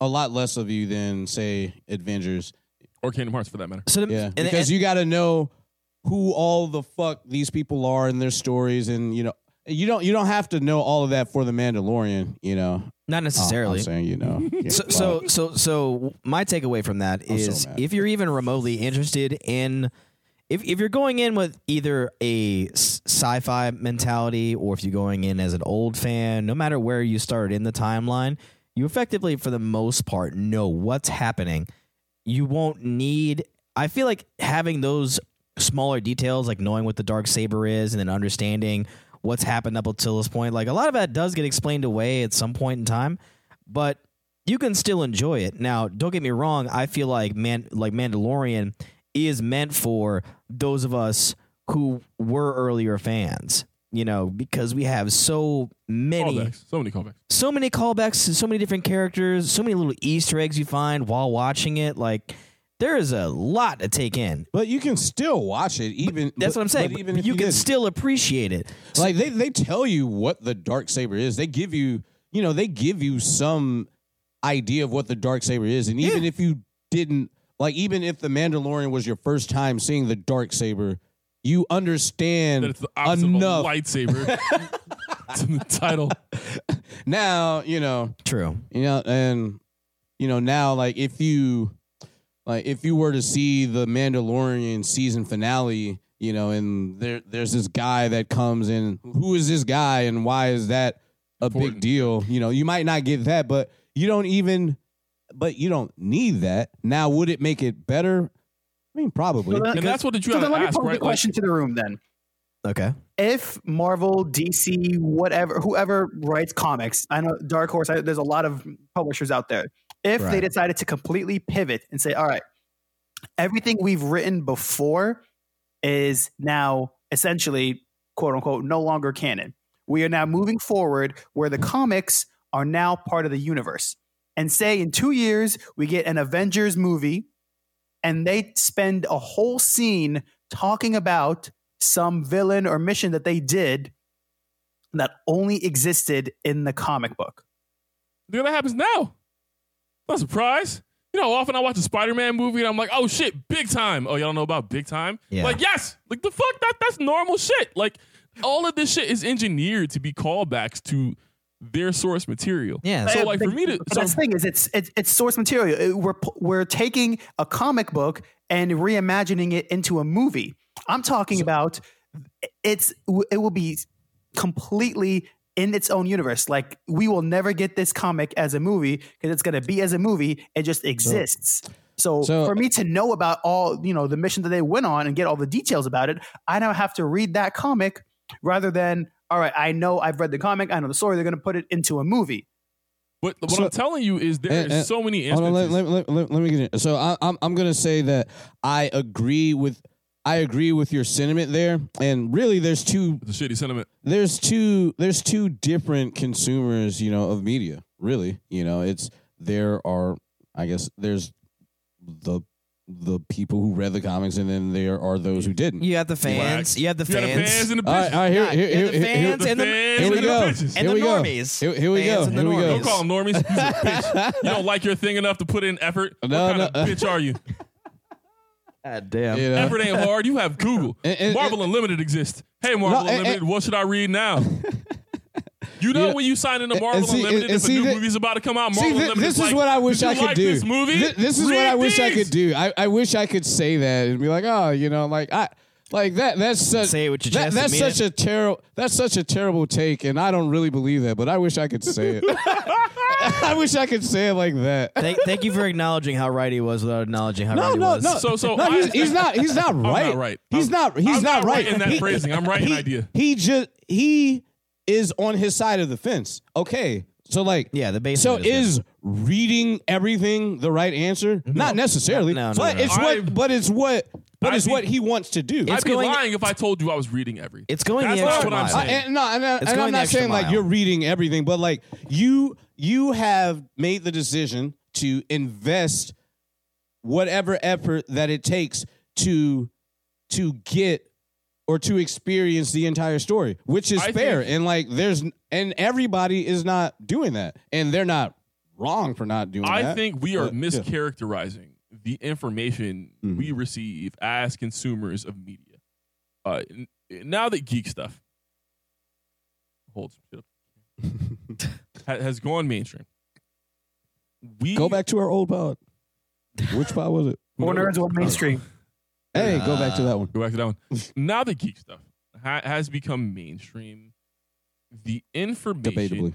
Speaker 2: a lot less of you than say Avengers.
Speaker 3: or Kingdom Hearts for that matter.
Speaker 1: So the,
Speaker 2: Yeah,
Speaker 1: and- and-
Speaker 2: because you got to know who all the fuck these people are and their stories, and you know, you don't you don't have to know all of that for the Mandalorian. You know,
Speaker 1: not
Speaker 2: Oh,
Speaker 1: necessarily.
Speaker 2: I'm saying you know. Yeah,
Speaker 1: so,
Speaker 2: fuck.
Speaker 1: so so so my takeaway from that
Speaker 2: I'm so
Speaker 1: is
Speaker 2: mad.
Speaker 1: if you're even remotely interested in if, if you're going in with either a s- sci-fi mentality or if you're going in as an old fan no matter where you start in the timeline you effectively for the most part know what's happening you won't need i feel like having those smaller details like knowing what the dark saber is and then understanding what's happened up until this point like a lot of that does get explained away at some point in time but you can still enjoy it now don't get me wrong i feel like man like mandalorian is meant for those of us who were earlier fans you know because we have so many
Speaker 3: Callbacks, so many callbacks.
Speaker 1: so many callbacks to so many different characters, so many little Easter eggs you find while watching it. Like there is a lot to take in.
Speaker 2: but you can still watch it. Even
Speaker 1: That's
Speaker 2: but-
Speaker 1: what I'm saying.
Speaker 2: but even if
Speaker 1: you can
Speaker 2: didn't.
Speaker 1: still appreciate it.
Speaker 2: like they they tell you what the dark saber is. They give you you know they give you some idea of what the dark saber is, and even if you didn't like, even if the Mandalorian was your first time seeing the dark saber, you understand
Speaker 3: That it's the opposite
Speaker 2: enough
Speaker 3: of a lightsaber. it's in the title.
Speaker 2: now. You know,
Speaker 1: True.
Speaker 2: you know, and you know now, like if you like if you were to see the Mandalorian season finale. You know, and there there's this guy that comes in. Who is this guy, and why is that a big
Speaker 3: Important.
Speaker 2: deal. You know, you might not get that, but you don't even, but you don't need that. Now, would it make it better? I mean, probably.
Speaker 4: Well, that-
Speaker 3: And that's what you
Speaker 4: So
Speaker 3: have
Speaker 4: then
Speaker 3: to
Speaker 4: let me
Speaker 3: ask,
Speaker 4: pose
Speaker 3: right?
Speaker 4: the
Speaker 3: Like,
Speaker 4: question to the room then.
Speaker 1: Okay.
Speaker 4: if Marvel, DC, whatever, whoever writes comics, I know Dark Horse, I, there's a lot of publishers out there. If
Speaker 1: Right.
Speaker 4: they decided to completely pivot and say, all right, everything we've written before is now essentially, quote unquote, no longer canon. We are now moving forward where the comics are now part of the universe. And say in two years, we get an Avengers movie and they spend a whole scene talking about some villain or mission that they did that only existed in the comic book.
Speaker 3: Dude, that happens now. Not a surprise. You know, how often I watch a Spider-Man movie and I'm like, oh shit, big time. Oh, y'all don't know about big time?
Speaker 1: Yeah.
Speaker 3: Like, yes. Like the fuck that that's normal shit. Like all of this shit is engineered to be callbacks to their source material.
Speaker 1: Yeah.
Speaker 3: So
Speaker 4: Uh,
Speaker 3: like
Speaker 4: but-
Speaker 3: for me to
Speaker 4: but
Speaker 3: so
Speaker 4: that's the thing is it's it's, it's source material. It- we're pu- we're taking a comic book and reimagining it into a movie. I'm talking about it's it will be completely in its own universe. Like we will never get this comic as a movie because it's going to be as a movie. It just exists. So,
Speaker 2: So-
Speaker 4: for me to know about all you know the mission that they went on and get all the details about it, I now have to read that comic rather than all right. I know I've read the comic. I know the story. They're going to put it into a movie.
Speaker 3: but what
Speaker 2: so-
Speaker 3: I'm telling you is there
Speaker 2: And-
Speaker 3: is
Speaker 2: and-
Speaker 3: so many
Speaker 2: Hold
Speaker 3: instances.
Speaker 2: on, let, let, let, let- let me get it. So I, I'm I'm gonna say that I agree with I agree with your sentiment there, and really, there's two
Speaker 3: it's a shitty sentiment.
Speaker 2: there's two there's two different consumers you know of media really you know it's there are i guess there's the the people who read the comics and then there are those who didn't
Speaker 1: You have the fans.
Speaker 3: Wax.
Speaker 1: You have the
Speaker 3: You got the
Speaker 1: fans.
Speaker 3: fans in the
Speaker 2: all right,
Speaker 3: picture.
Speaker 2: all right here,
Speaker 1: Yeah,
Speaker 2: here,
Speaker 1: and
Speaker 2: here,
Speaker 1: the
Speaker 2: here- here-
Speaker 1: fans and the-
Speaker 3: fans
Speaker 2: here we
Speaker 3: and the
Speaker 2: go.
Speaker 3: bitches.
Speaker 1: and
Speaker 2: here
Speaker 1: the
Speaker 2: we go.
Speaker 1: normies.
Speaker 2: Here, here we
Speaker 1: Fans
Speaker 2: go.
Speaker 1: and the
Speaker 2: Here we go.
Speaker 1: normies.
Speaker 3: Don't call them normies. He's a bitch. You don't like your thing enough to put in effort.
Speaker 2: No,
Speaker 3: what kind
Speaker 2: no.
Speaker 3: of bitch are you?
Speaker 1: God damn.
Speaker 2: You know?
Speaker 3: effort ain't hard. You have Google.
Speaker 2: And- and-
Speaker 3: Marvel Unlimited exists. Hey, Marvel
Speaker 2: No, and-
Speaker 3: Unlimited, what should I read now? You know, when you sign into Marvel
Speaker 2: and see-
Speaker 3: Unlimited,
Speaker 2: and-
Speaker 3: if a
Speaker 2: and
Speaker 3: new
Speaker 2: see thi-
Speaker 3: movie's about to come out, Marvel
Speaker 2: See, thi-
Speaker 3: Unlimited.
Speaker 2: this is what I wish
Speaker 3: did you
Speaker 2: I could
Speaker 3: like
Speaker 2: do.
Speaker 3: This movie.
Speaker 2: Thi- this is what
Speaker 3: Read
Speaker 2: I wish I
Speaker 3: these.
Speaker 2: could do. I, I wish I could say that and be like, oh, you know, like I like that. That's such
Speaker 1: Say it with your
Speaker 2: that-
Speaker 1: chest and
Speaker 2: That's
Speaker 1: mean
Speaker 2: such a terrible. That's such a terrible take, and I don't really believe that. But I wish I could say it. I wish I could say it like that.
Speaker 1: Thank, thank you for acknowledging how right he was without acknowledging how right
Speaker 2: No,
Speaker 1: he
Speaker 2: no,
Speaker 1: was.
Speaker 2: no.
Speaker 3: So- so
Speaker 2: no,
Speaker 3: I-
Speaker 2: he's, he's not. He's not right.
Speaker 3: not right.
Speaker 2: He's
Speaker 3: I'm-
Speaker 2: not. He's
Speaker 3: I'm
Speaker 2: not
Speaker 3: not right
Speaker 2: right.
Speaker 3: in that
Speaker 2: He-
Speaker 3: phrasing. I'm right in
Speaker 2: he-
Speaker 3: idea.
Speaker 2: He just he is on his side of the fence. Okay, so like
Speaker 1: Yeah, the base.
Speaker 2: so
Speaker 1: of it is
Speaker 2: is reading everything the right answer? Not necessarily.
Speaker 1: No, no,
Speaker 2: but
Speaker 1: no.
Speaker 2: it's
Speaker 3: I-
Speaker 2: what. But it's what. But
Speaker 3: I
Speaker 2: it's what
Speaker 3: think-
Speaker 2: he wants to do.
Speaker 3: I'd
Speaker 1: It's
Speaker 3: be
Speaker 1: going-
Speaker 3: lying if I told you I was reading everything.
Speaker 1: It's going the
Speaker 3: That's
Speaker 1: extra
Speaker 3: not what I'm
Speaker 1: mile.
Speaker 2: I-
Speaker 3: saying.
Speaker 2: and no, and, I-
Speaker 1: It's
Speaker 2: and
Speaker 1: going
Speaker 2: I'm
Speaker 1: the
Speaker 2: not
Speaker 1: extra
Speaker 2: saying like
Speaker 1: mile.
Speaker 2: you're reading everything, but like you you have made the decision to invest whatever effort that it takes to to get or to experience the entire story, which is
Speaker 3: I
Speaker 2: fair.
Speaker 3: think-
Speaker 2: and like there's and everybody is not doing that, and they're not wrong for not doing
Speaker 3: I
Speaker 2: that.
Speaker 3: think we are
Speaker 2: But, yeah.
Speaker 3: mischaracterizing the information
Speaker 2: Mhm.
Speaker 3: we receive as consumers of media. Uh, n- now that geek stuff holds has gone mainstream, we
Speaker 2: Go back to our old pod. Which pod was it?
Speaker 4: Four nerds, one mainstream.
Speaker 2: Hey, go back to that one.
Speaker 3: Go back to that one. now the geek stuff ha- has become mainstream. The information
Speaker 2: Debatably.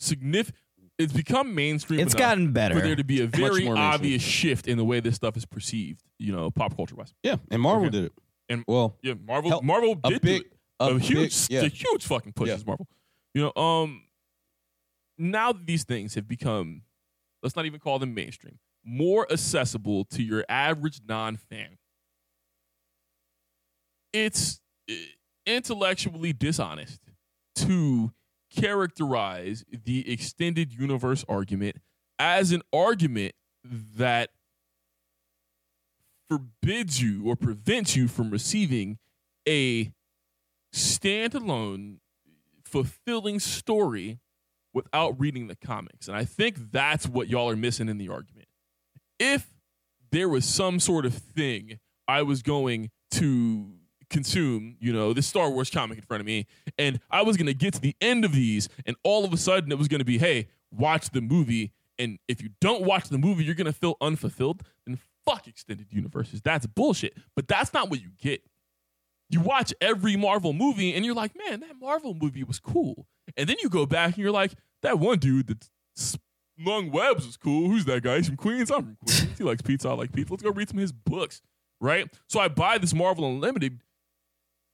Speaker 3: significant. It's become mainstream.
Speaker 1: It's
Speaker 3: enough
Speaker 1: gotten
Speaker 3: for there
Speaker 1: better.
Speaker 3: to be a very
Speaker 2: more mainstream.
Speaker 3: obvious shift in the way this stuff is perceived. You know, pop culture wise.
Speaker 2: Yeah, and Marvel
Speaker 3: Okay.
Speaker 2: did it.
Speaker 3: And-
Speaker 2: well,
Speaker 3: Yeah, Marvel.
Speaker 2: Hell,
Speaker 3: Marvel
Speaker 2: a
Speaker 3: did do
Speaker 2: big,
Speaker 3: it.
Speaker 2: a,
Speaker 3: a,
Speaker 2: big-
Speaker 3: huge,
Speaker 2: yeah.
Speaker 3: a huge fucking push
Speaker 2: Yeah.
Speaker 3: is Marvel. You know, um, now that these things have become, let's not even call them mainstream, more accessible to your average non-fan. It's eh, intellectually dishonest to characterize the extended universe argument as an argument that forbids you or prevents you from receiving a standalone, fulfilling story without reading the comics. And I think that's what y'all are missing in the argument. If there was some sort of thing I was going to consume, you know, this Star Wars comic in front of me, and I was going to get to the end of these, and all of a sudden it was going to be, hey, watch the movie. And if you don't watch the movie, you're going to feel unfulfilled. Then fuck extended universes. That's bullshit. But that's not what you get you watch every Marvel movie and you're like, man, that Marvel movie was cool. And then you go back and you're like, that one dude that slung webs was cool. Who's that guy? He's from Queens. I'm from Queens. he likes pizza. I like pizza. Let's go read some of his books, right? So I buy this Marvel Unlimited,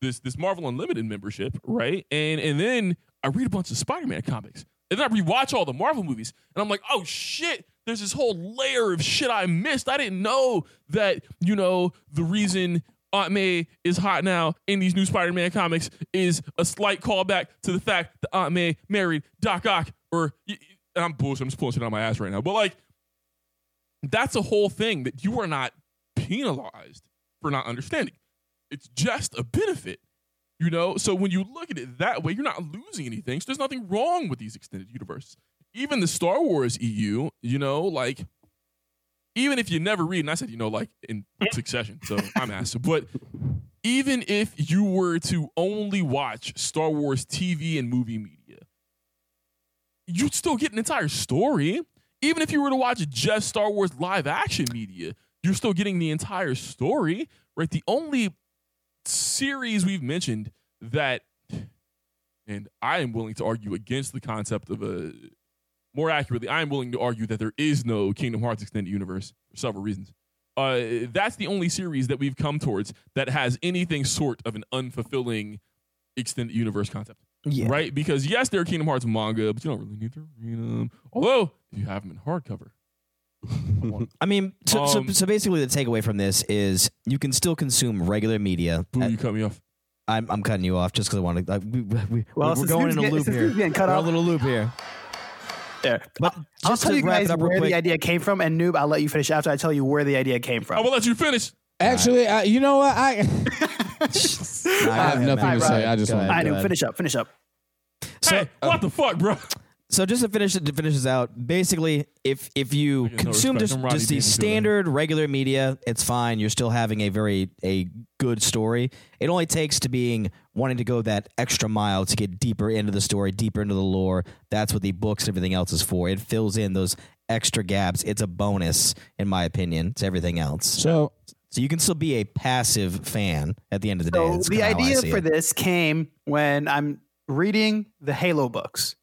Speaker 3: this this Marvel Unlimited membership, right? And and then I read a bunch of Spider-Man comics. And then I rewatch all the Marvel movies, and I'm like, oh shit, there's this whole layer of shit I missed. I didn't know that, you know, the reason Aunt May is hot now in these new Spider-Man comics is a slight callback to the fact that Aunt May married Doc Ock, or y- y- and I'm bullshit, I'm just pulling shit out of my ass right now. But like, that's a whole thing that you are not penalized for not understanding. It's just a benefit. You know, so when you look at it that way, you're not losing anything. So there's nothing wrong with these extended universes. Even the Star Wars EU, you know, like even if you never read, and I said, you know, like in succession, so I'm asked, but even if you were to only watch Star Wars TV and movie media, you'd still get an entire story. Even if you were to watch just Star Wars live action media, you're still getting the entire story, right? The only series we've mentioned that, and I am willing to argue against the concept of a, more accurately, I am willing to argue that there is no Kingdom Hearts Extended Universe for several reasons. Uh, that's the only series that we've come towards that has anything sort of an unfulfilling extended universe concept.
Speaker 1: Yeah.
Speaker 3: Right? Because yes, there are Kingdom Hearts manga, but you don't really need to read them. Although, if you have them in hardcover,
Speaker 1: I mean, so, so,
Speaker 3: Um,
Speaker 1: so basically, the takeaway from this is you can still consume regular media.
Speaker 3: boo,
Speaker 1: Uh,
Speaker 3: you cut me off.
Speaker 1: I'm, I'm cutting you off just because I want to. Like, we, we, we-
Speaker 4: Well,
Speaker 1: we're
Speaker 4: since
Speaker 1: going
Speaker 4: he's
Speaker 1: in a
Speaker 4: get-
Speaker 1: loop
Speaker 4: since
Speaker 1: here.
Speaker 4: he's getting cut
Speaker 1: we're
Speaker 4: off-
Speaker 1: on a little loop here.
Speaker 4: There.
Speaker 1: But
Speaker 4: I'll
Speaker 1: just
Speaker 4: tell
Speaker 1: to
Speaker 4: you
Speaker 1: wrap
Speaker 4: guys
Speaker 1: it up real
Speaker 4: where
Speaker 1: quick-
Speaker 4: the idea came from, and Noob, I'll let you finish after I tell you where the idea came
Speaker 3: I
Speaker 4: from.
Speaker 3: will let you finish.
Speaker 2: Actually, I, you know what? I, I
Speaker 1: Nah, go
Speaker 2: have
Speaker 1: ahead,
Speaker 2: nothing
Speaker 1: man.
Speaker 2: to
Speaker 4: Right,
Speaker 2: say. I just
Speaker 1: Go
Speaker 2: want
Speaker 1: ahead.
Speaker 4: I know. Finish up. Finish up.
Speaker 1: So, uh,
Speaker 3: hey, what the fuck, bro?
Speaker 1: so just to finish it, to finish this out, basically, if if you
Speaker 3: get no
Speaker 1: consume
Speaker 3: respect
Speaker 1: just,
Speaker 3: from Rodney
Speaker 1: just the
Speaker 3: Dangerfield.
Speaker 1: standard regular media, it's fine. You're still having a very a good story. It only takes to being wanting to go that extra mile to get deeper into the story, deeper into the lore. That's what the books and everything else is for. It fills in those extra gaps. It's a bonus, in my opinion, to everything else.
Speaker 2: So
Speaker 1: So you can still be a passive fan at the end of the day.
Speaker 4: So
Speaker 1: That's
Speaker 4: the
Speaker 1: kinda how I
Speaker 4: idea
Speaker 1: see
Speaker 4: for
Speaker 1: it.
Speaker 4: this came when I'm reading the Halo books.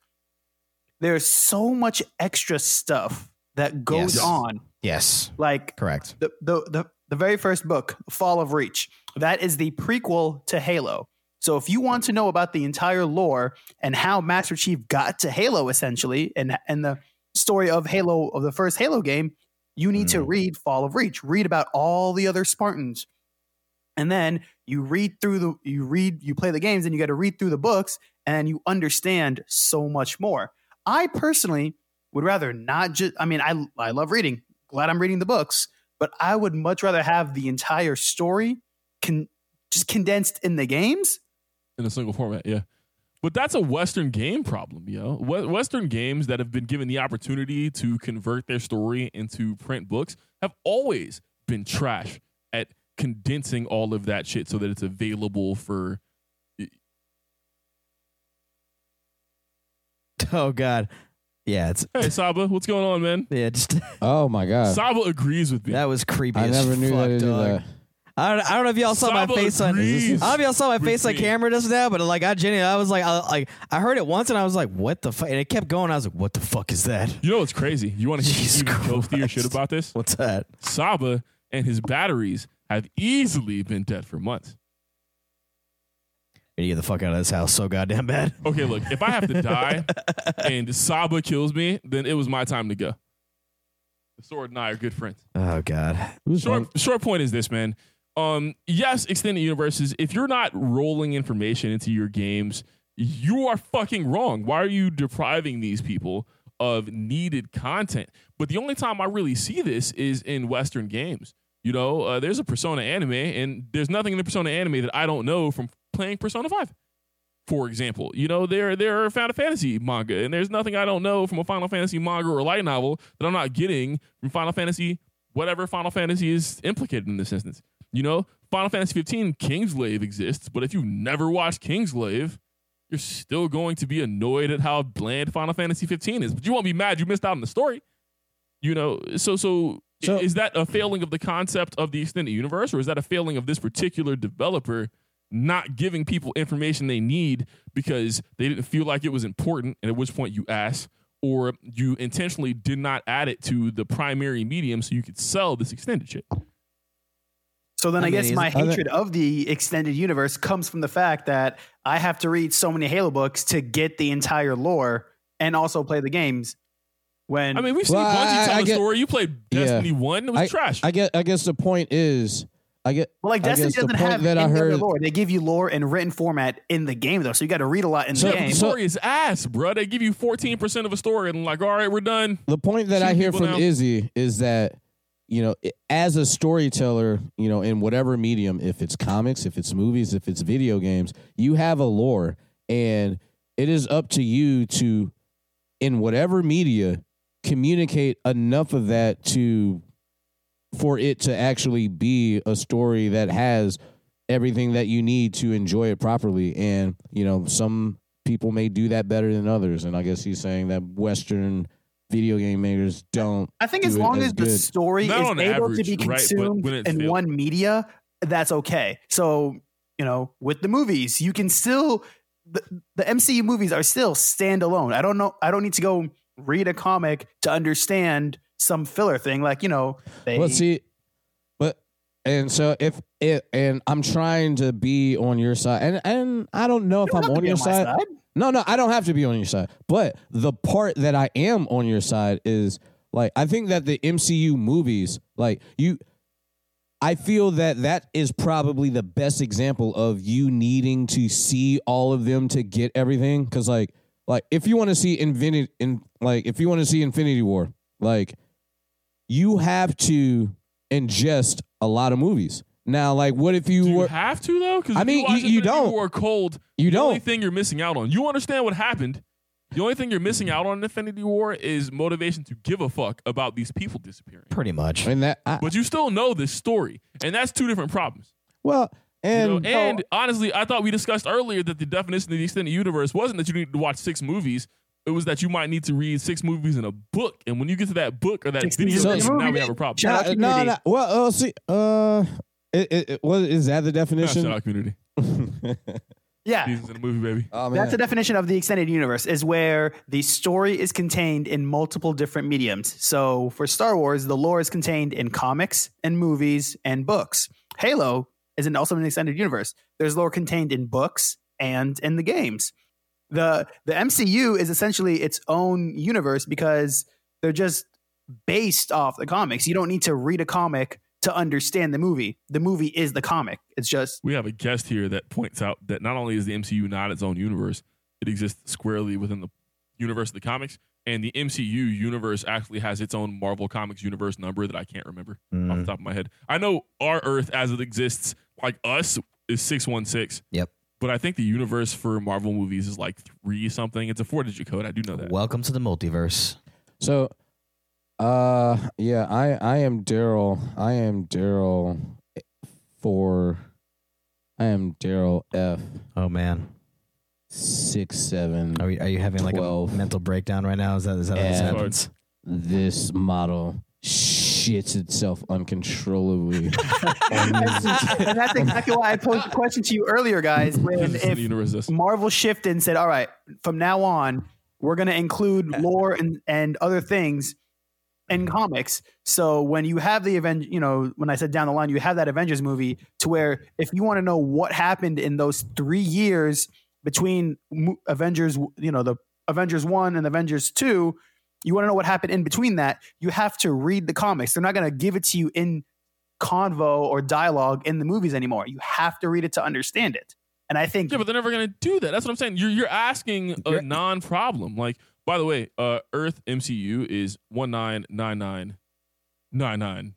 Speaker 4: There's so much extra stuff that goes
Speaker 1: Yes.
Speaker 4: on.
Speaker 1: yes,
Speaker 4: Like
Speaker 1: correct.
Speaker 4: the, the the the very first book, Fall of Reach. That is the prequel to Halo. So if you want to know about the entire lore and how Master Chief got to Halo essentially and and the story of Halo of the first Halo game, you need to read Fall of Reach. Read about all the other Spartans. And then you read through the you read you play the games and you got to read through the books and you understand so much more. I personally would rather not just I mean I I love reading. Glad I'm reading the books but I would much rather have the entire story con- just condensed in the games.
Speaker 3: In a single format, yeah. But that's a Western game problem, yo. We- Western games that have been given the opportunity to convert their story into print books have always been trash at condensing all of that shit so that it's available for.
Speaker 1: Oh God, yeah, it's
Speaker 3: Hey, Saba, what's going on, man?
Speaker 1: yeah, just
Speaker 2: Oh my god!
Speaker 3: Saba agrees with me.
Speaker 1: Uh, that was creepy.
Speaker 2: I
Speaker 1: as
Speaker 2: never knew
Speaker 1: fuck,
Speaker 2: that.
Speaker 1: dog.
Speaker 2: Either.
Speaker 1: I don't, I don't know if y'all saw my
Speaker 3: Saba
Speaker 1: face on. I
Speaker 3: agrees
Speaker 1: don't know if y'all saw my
Speaker 3: with
Speaker 1: face on
Speaker 3: me.
Speaker 1: camera just now, but like I genuinely, I was like, I, like I heard it once and I was like, what the fuck? And it kept going. I was like, what the fuck is that?
Speaker 3: you know what's crazy? You want to
Speaker 1: Jesus
Speaker 3: hear even ghostier shit
Speaker 1: Christ.
Speaker 3: about this?
Speaker 1: What's that?
Speaker 3: Saba and his batteries have easily been dead for months.
Speaker 1: I need to get the fuck out of this house so goddamn bad.
Speaker 3: Okay, look, if I have to die and Saba kills me, then it was my time to go. The sword and I are good friends.
Speaker 1: Oh God.
Speaker 2: Who's
Speaker 3: Short, short point is this, man. Um, yes, extended universes. If you're not rolling information into your games, you are fucking wrong. Why are you depriving these people of needed content? But the only time I really see this is in Western games. You know, uh, there's a Persona anime, and there's nothing in the Persona anime that I don't know from playing Persona Five. For example, you know there there are Final Fantasy manga, and there's nothing I don't know from a Final Fantasy manga or light novel that I'm not getting from Final Fantasy whatever Final Fantasy is implicated in this instance. You know, Final Fantasy 15 Kingslave exists, but if you never watched Kingslave, you're still going to be annoyed at how bland Final Fantasy 15 is. But you won't be mad you missed out on the story. You know, so so, i-
Speaker 2: So-
Speaker 3: is that a failing of the concept of the extended universe, or is that a failing of this particular developer not giving people information they need because they didn't feel like it was important? And at which point you ask, or you intentionally did not add it to the primary medium so you could sell this extended shit.
Speaker 4: So then
Speaker 1: I
Speaker 4: I,
Speaker 1: mean,
Speaker 4: guess
Speaker 1: is-
Speaker 4: my
Speaker 1: are
Speaker 2: there-
Speaker 4: hatred of the extended universe comes from the fact that I have to read so many Halo books to get the entire lore and also play the games. When
Speaker 3: I mean, we've seen
Speaker 2: Well, I-
Speaker 3: Bungie
Speaker 2: I-
Speaker 3: tell
Speaker 2: I
Speaker 3: the
Speaker 2: get-
Speaker 3: story. You played Destiny One; it was trash.
Speaker 2: I guess. I guess the point is, I get.
Speaker 4: well, like
Speaker 2: I
Speaker 4: Destiny
Speaker 2: guess the
Speaker 4: doesn't
Speaker 2: point
Speaker 4: have
Speaker 2: that I
Speaker 4: any other
Speaker 2: heard-
Speaker 4: lore. They give you lore in written format in the game though, so you got to read a lot in
Speaker 2: So-
Speaker 4: the game.
Speaker 3: the
Speaker 2: so-
Speaker 3: story is ass, bro. They give you fourteen percent of a story, and like, all right, we're done.
Speaker 2: The point that
Speaker 3: Shoot
Speaker 2: I hear
Speaker 3: people
Speaker 2: from
Speaker 3: now.
Speaker 2: Izzy is that you know, i- as a storyteller, you know, in whatever medium, if it's comics, if it's movies, if it's video games, you have a lore, and it is up to you to, in whatever media, communicate enough of that to for it to actually be a story that has everything that you need to enjoy it properly. And, you know, some people may do that better than others. And I guess he's saying that Western video game makers don't.
Speaker 4: I think
Speaker 2: do
Speaker 4: as
Speaker 2: it
Speaker 4: long
Speaker 2: as
Speaker 4: as the
Speaker 2: good.
Speaker 4: story
Speaker 3: Not
Speaker 4: is
Speaker 3: on
Speaker 4: able to be
Speaker 3: average, right, but
Speaker 4: consumed
Speaker 3: when it's
Speaker 4: in
Speaker 3: available.
Speaker 4: one media, that's okay. So, you know, with the movies, you can still the, the MCU movies are still standalone. I don't know I don't need to go read a comic to understand some filler thing like, you know, they
Speaker 2: Well, see, but and so if it and I'm trying to be on your side, and and I don't know if
Speaker 4: You don't
Speaker 2: I'm
Speaker 4: have to
Speaker 2: on
Speaker 4: be
Speaker 2: your
Speaker 4: my
Speaker 2: side. No, no, I don't have to be on your side. But the part that I am on your side is like I think that the MCU movies, like you I feel that that is probably the best example of you needing to see all of them to get everything cuz like like if you want to see Infinity in like if you want to see Infinity War, like you have to ingest a lot of movies. Now like what if you
Speaker 3: Do you
Speaker 2: were
Speaker 3: have to though? Because
Speaker 2: I mean, you- you don't.
Speaker 3: War cold.
Speaker 2: You
Speaker 3: the Only
Speaker 2: don't.
Speaker 3: thing you're missing out on. You understand what happened. The only thing you're missing out on in Infinity War is motivation to give a fuck about these people disappearing.
Speaker 1: Pretty much.
Speaker 2: and that I,
Speaker 3: But you still know this story, and that's two different problems.
Speaker 2: well
Speaker 3: You
Speaker 2: and
Speaker 3: know, and honestly, I thought we discussed earlier that the definition of the extended universe wasn't that you need to watch six movies. It was that you might need to read six movies in a book, and when you get to that book or that
Speaker 4: Six
Speaker 3: video,
Speaker 4: movies
Speaker 2: in
Speaker 3: game,
Speaker 2: a
Speaker 3: now we
Speaker 4: movie.
Speaker 3: have a problem.
Speaker 4: Shout out
Speaker 2: Uh,
Speaker 4: to
Speaker 2: no,
Speaker 4: Community.
Speaker 2: no. Well, uh, see, uh, it, it, it, what is that the
Speaker 3: Shout
Speaker 2: definition?
Speaker 3: out community.
Speaker 4: Yeah.
Speaker 3: Seasons in a movie, baby.
Speaker 2: oh
Speaker 4: That's the definition of the extended universe is where the story is contained in multiple different mediums. So for Star Wars, the lore is contained in comics and movies and books. Halo is an, also an extended universe. There's lore contained in books and in the games. The the MCU is essentially its own universe because they're just based off the comics. You don't need to read a comic to understand the movie. The movie is the comic. It's just
Speaker 3: We have a guest here that points out that not only is the MCU not its own universe, it exists squarely within the universe of the comics, and the MCU universe actually has its own Marvel Comics universe number that I can't remember off the
Speaker 1: Mm,
Speaker 3: top of my head. I know our Earth as it exists, like us, is 616.
Speaker 1: Yep.
Speaker 3: But I think the universe for Marvel movies is like three something. It's a four digit code. I do know that.
Speaker 1: Welcome to the multiverse.
Speaker 2: So, uh, yeah, I I am Daryl. I am Daryl for. I am Daryl F
Speaker 1: Oh man,
Speaker 2: six seven.
Speaker 1: are, we, are you having like
Speaker 2: Twelve.
Speaker 1: a mental breakdown right now? Is that is that how this
Speaker 2: Yeah.
Speaker 1: happens?
Speaker 2: This model shits itself uncontrollably. on this-
Speaker 4: and that's exactly why I posed the question to you earlier, guys. When
Speaker 3: This is the
Speaker 4: if
Speaker 3: universe is-
Speaker 4: Marvel shifted and said, "All right, from now on, we're going to include lore and and other things in comics." So when you have the Aven you know, when I said down the line, you have that Avengers movie to where if you want to know what happened in those three years between mo- Avengers, you know, the Avengers one and Avengers two. You want to know what happened in between that? You have to read the comics. They're not going to give it to you in convo or dialogue in the movies anymore. You have to read it to understand it. And I think
Speaker 3: Yeah, but they're never gonna do that. That's what I'm saying. You're you're asking a non problem. Like, by the way, uh, Earth MCU is one nine nine nine nine nine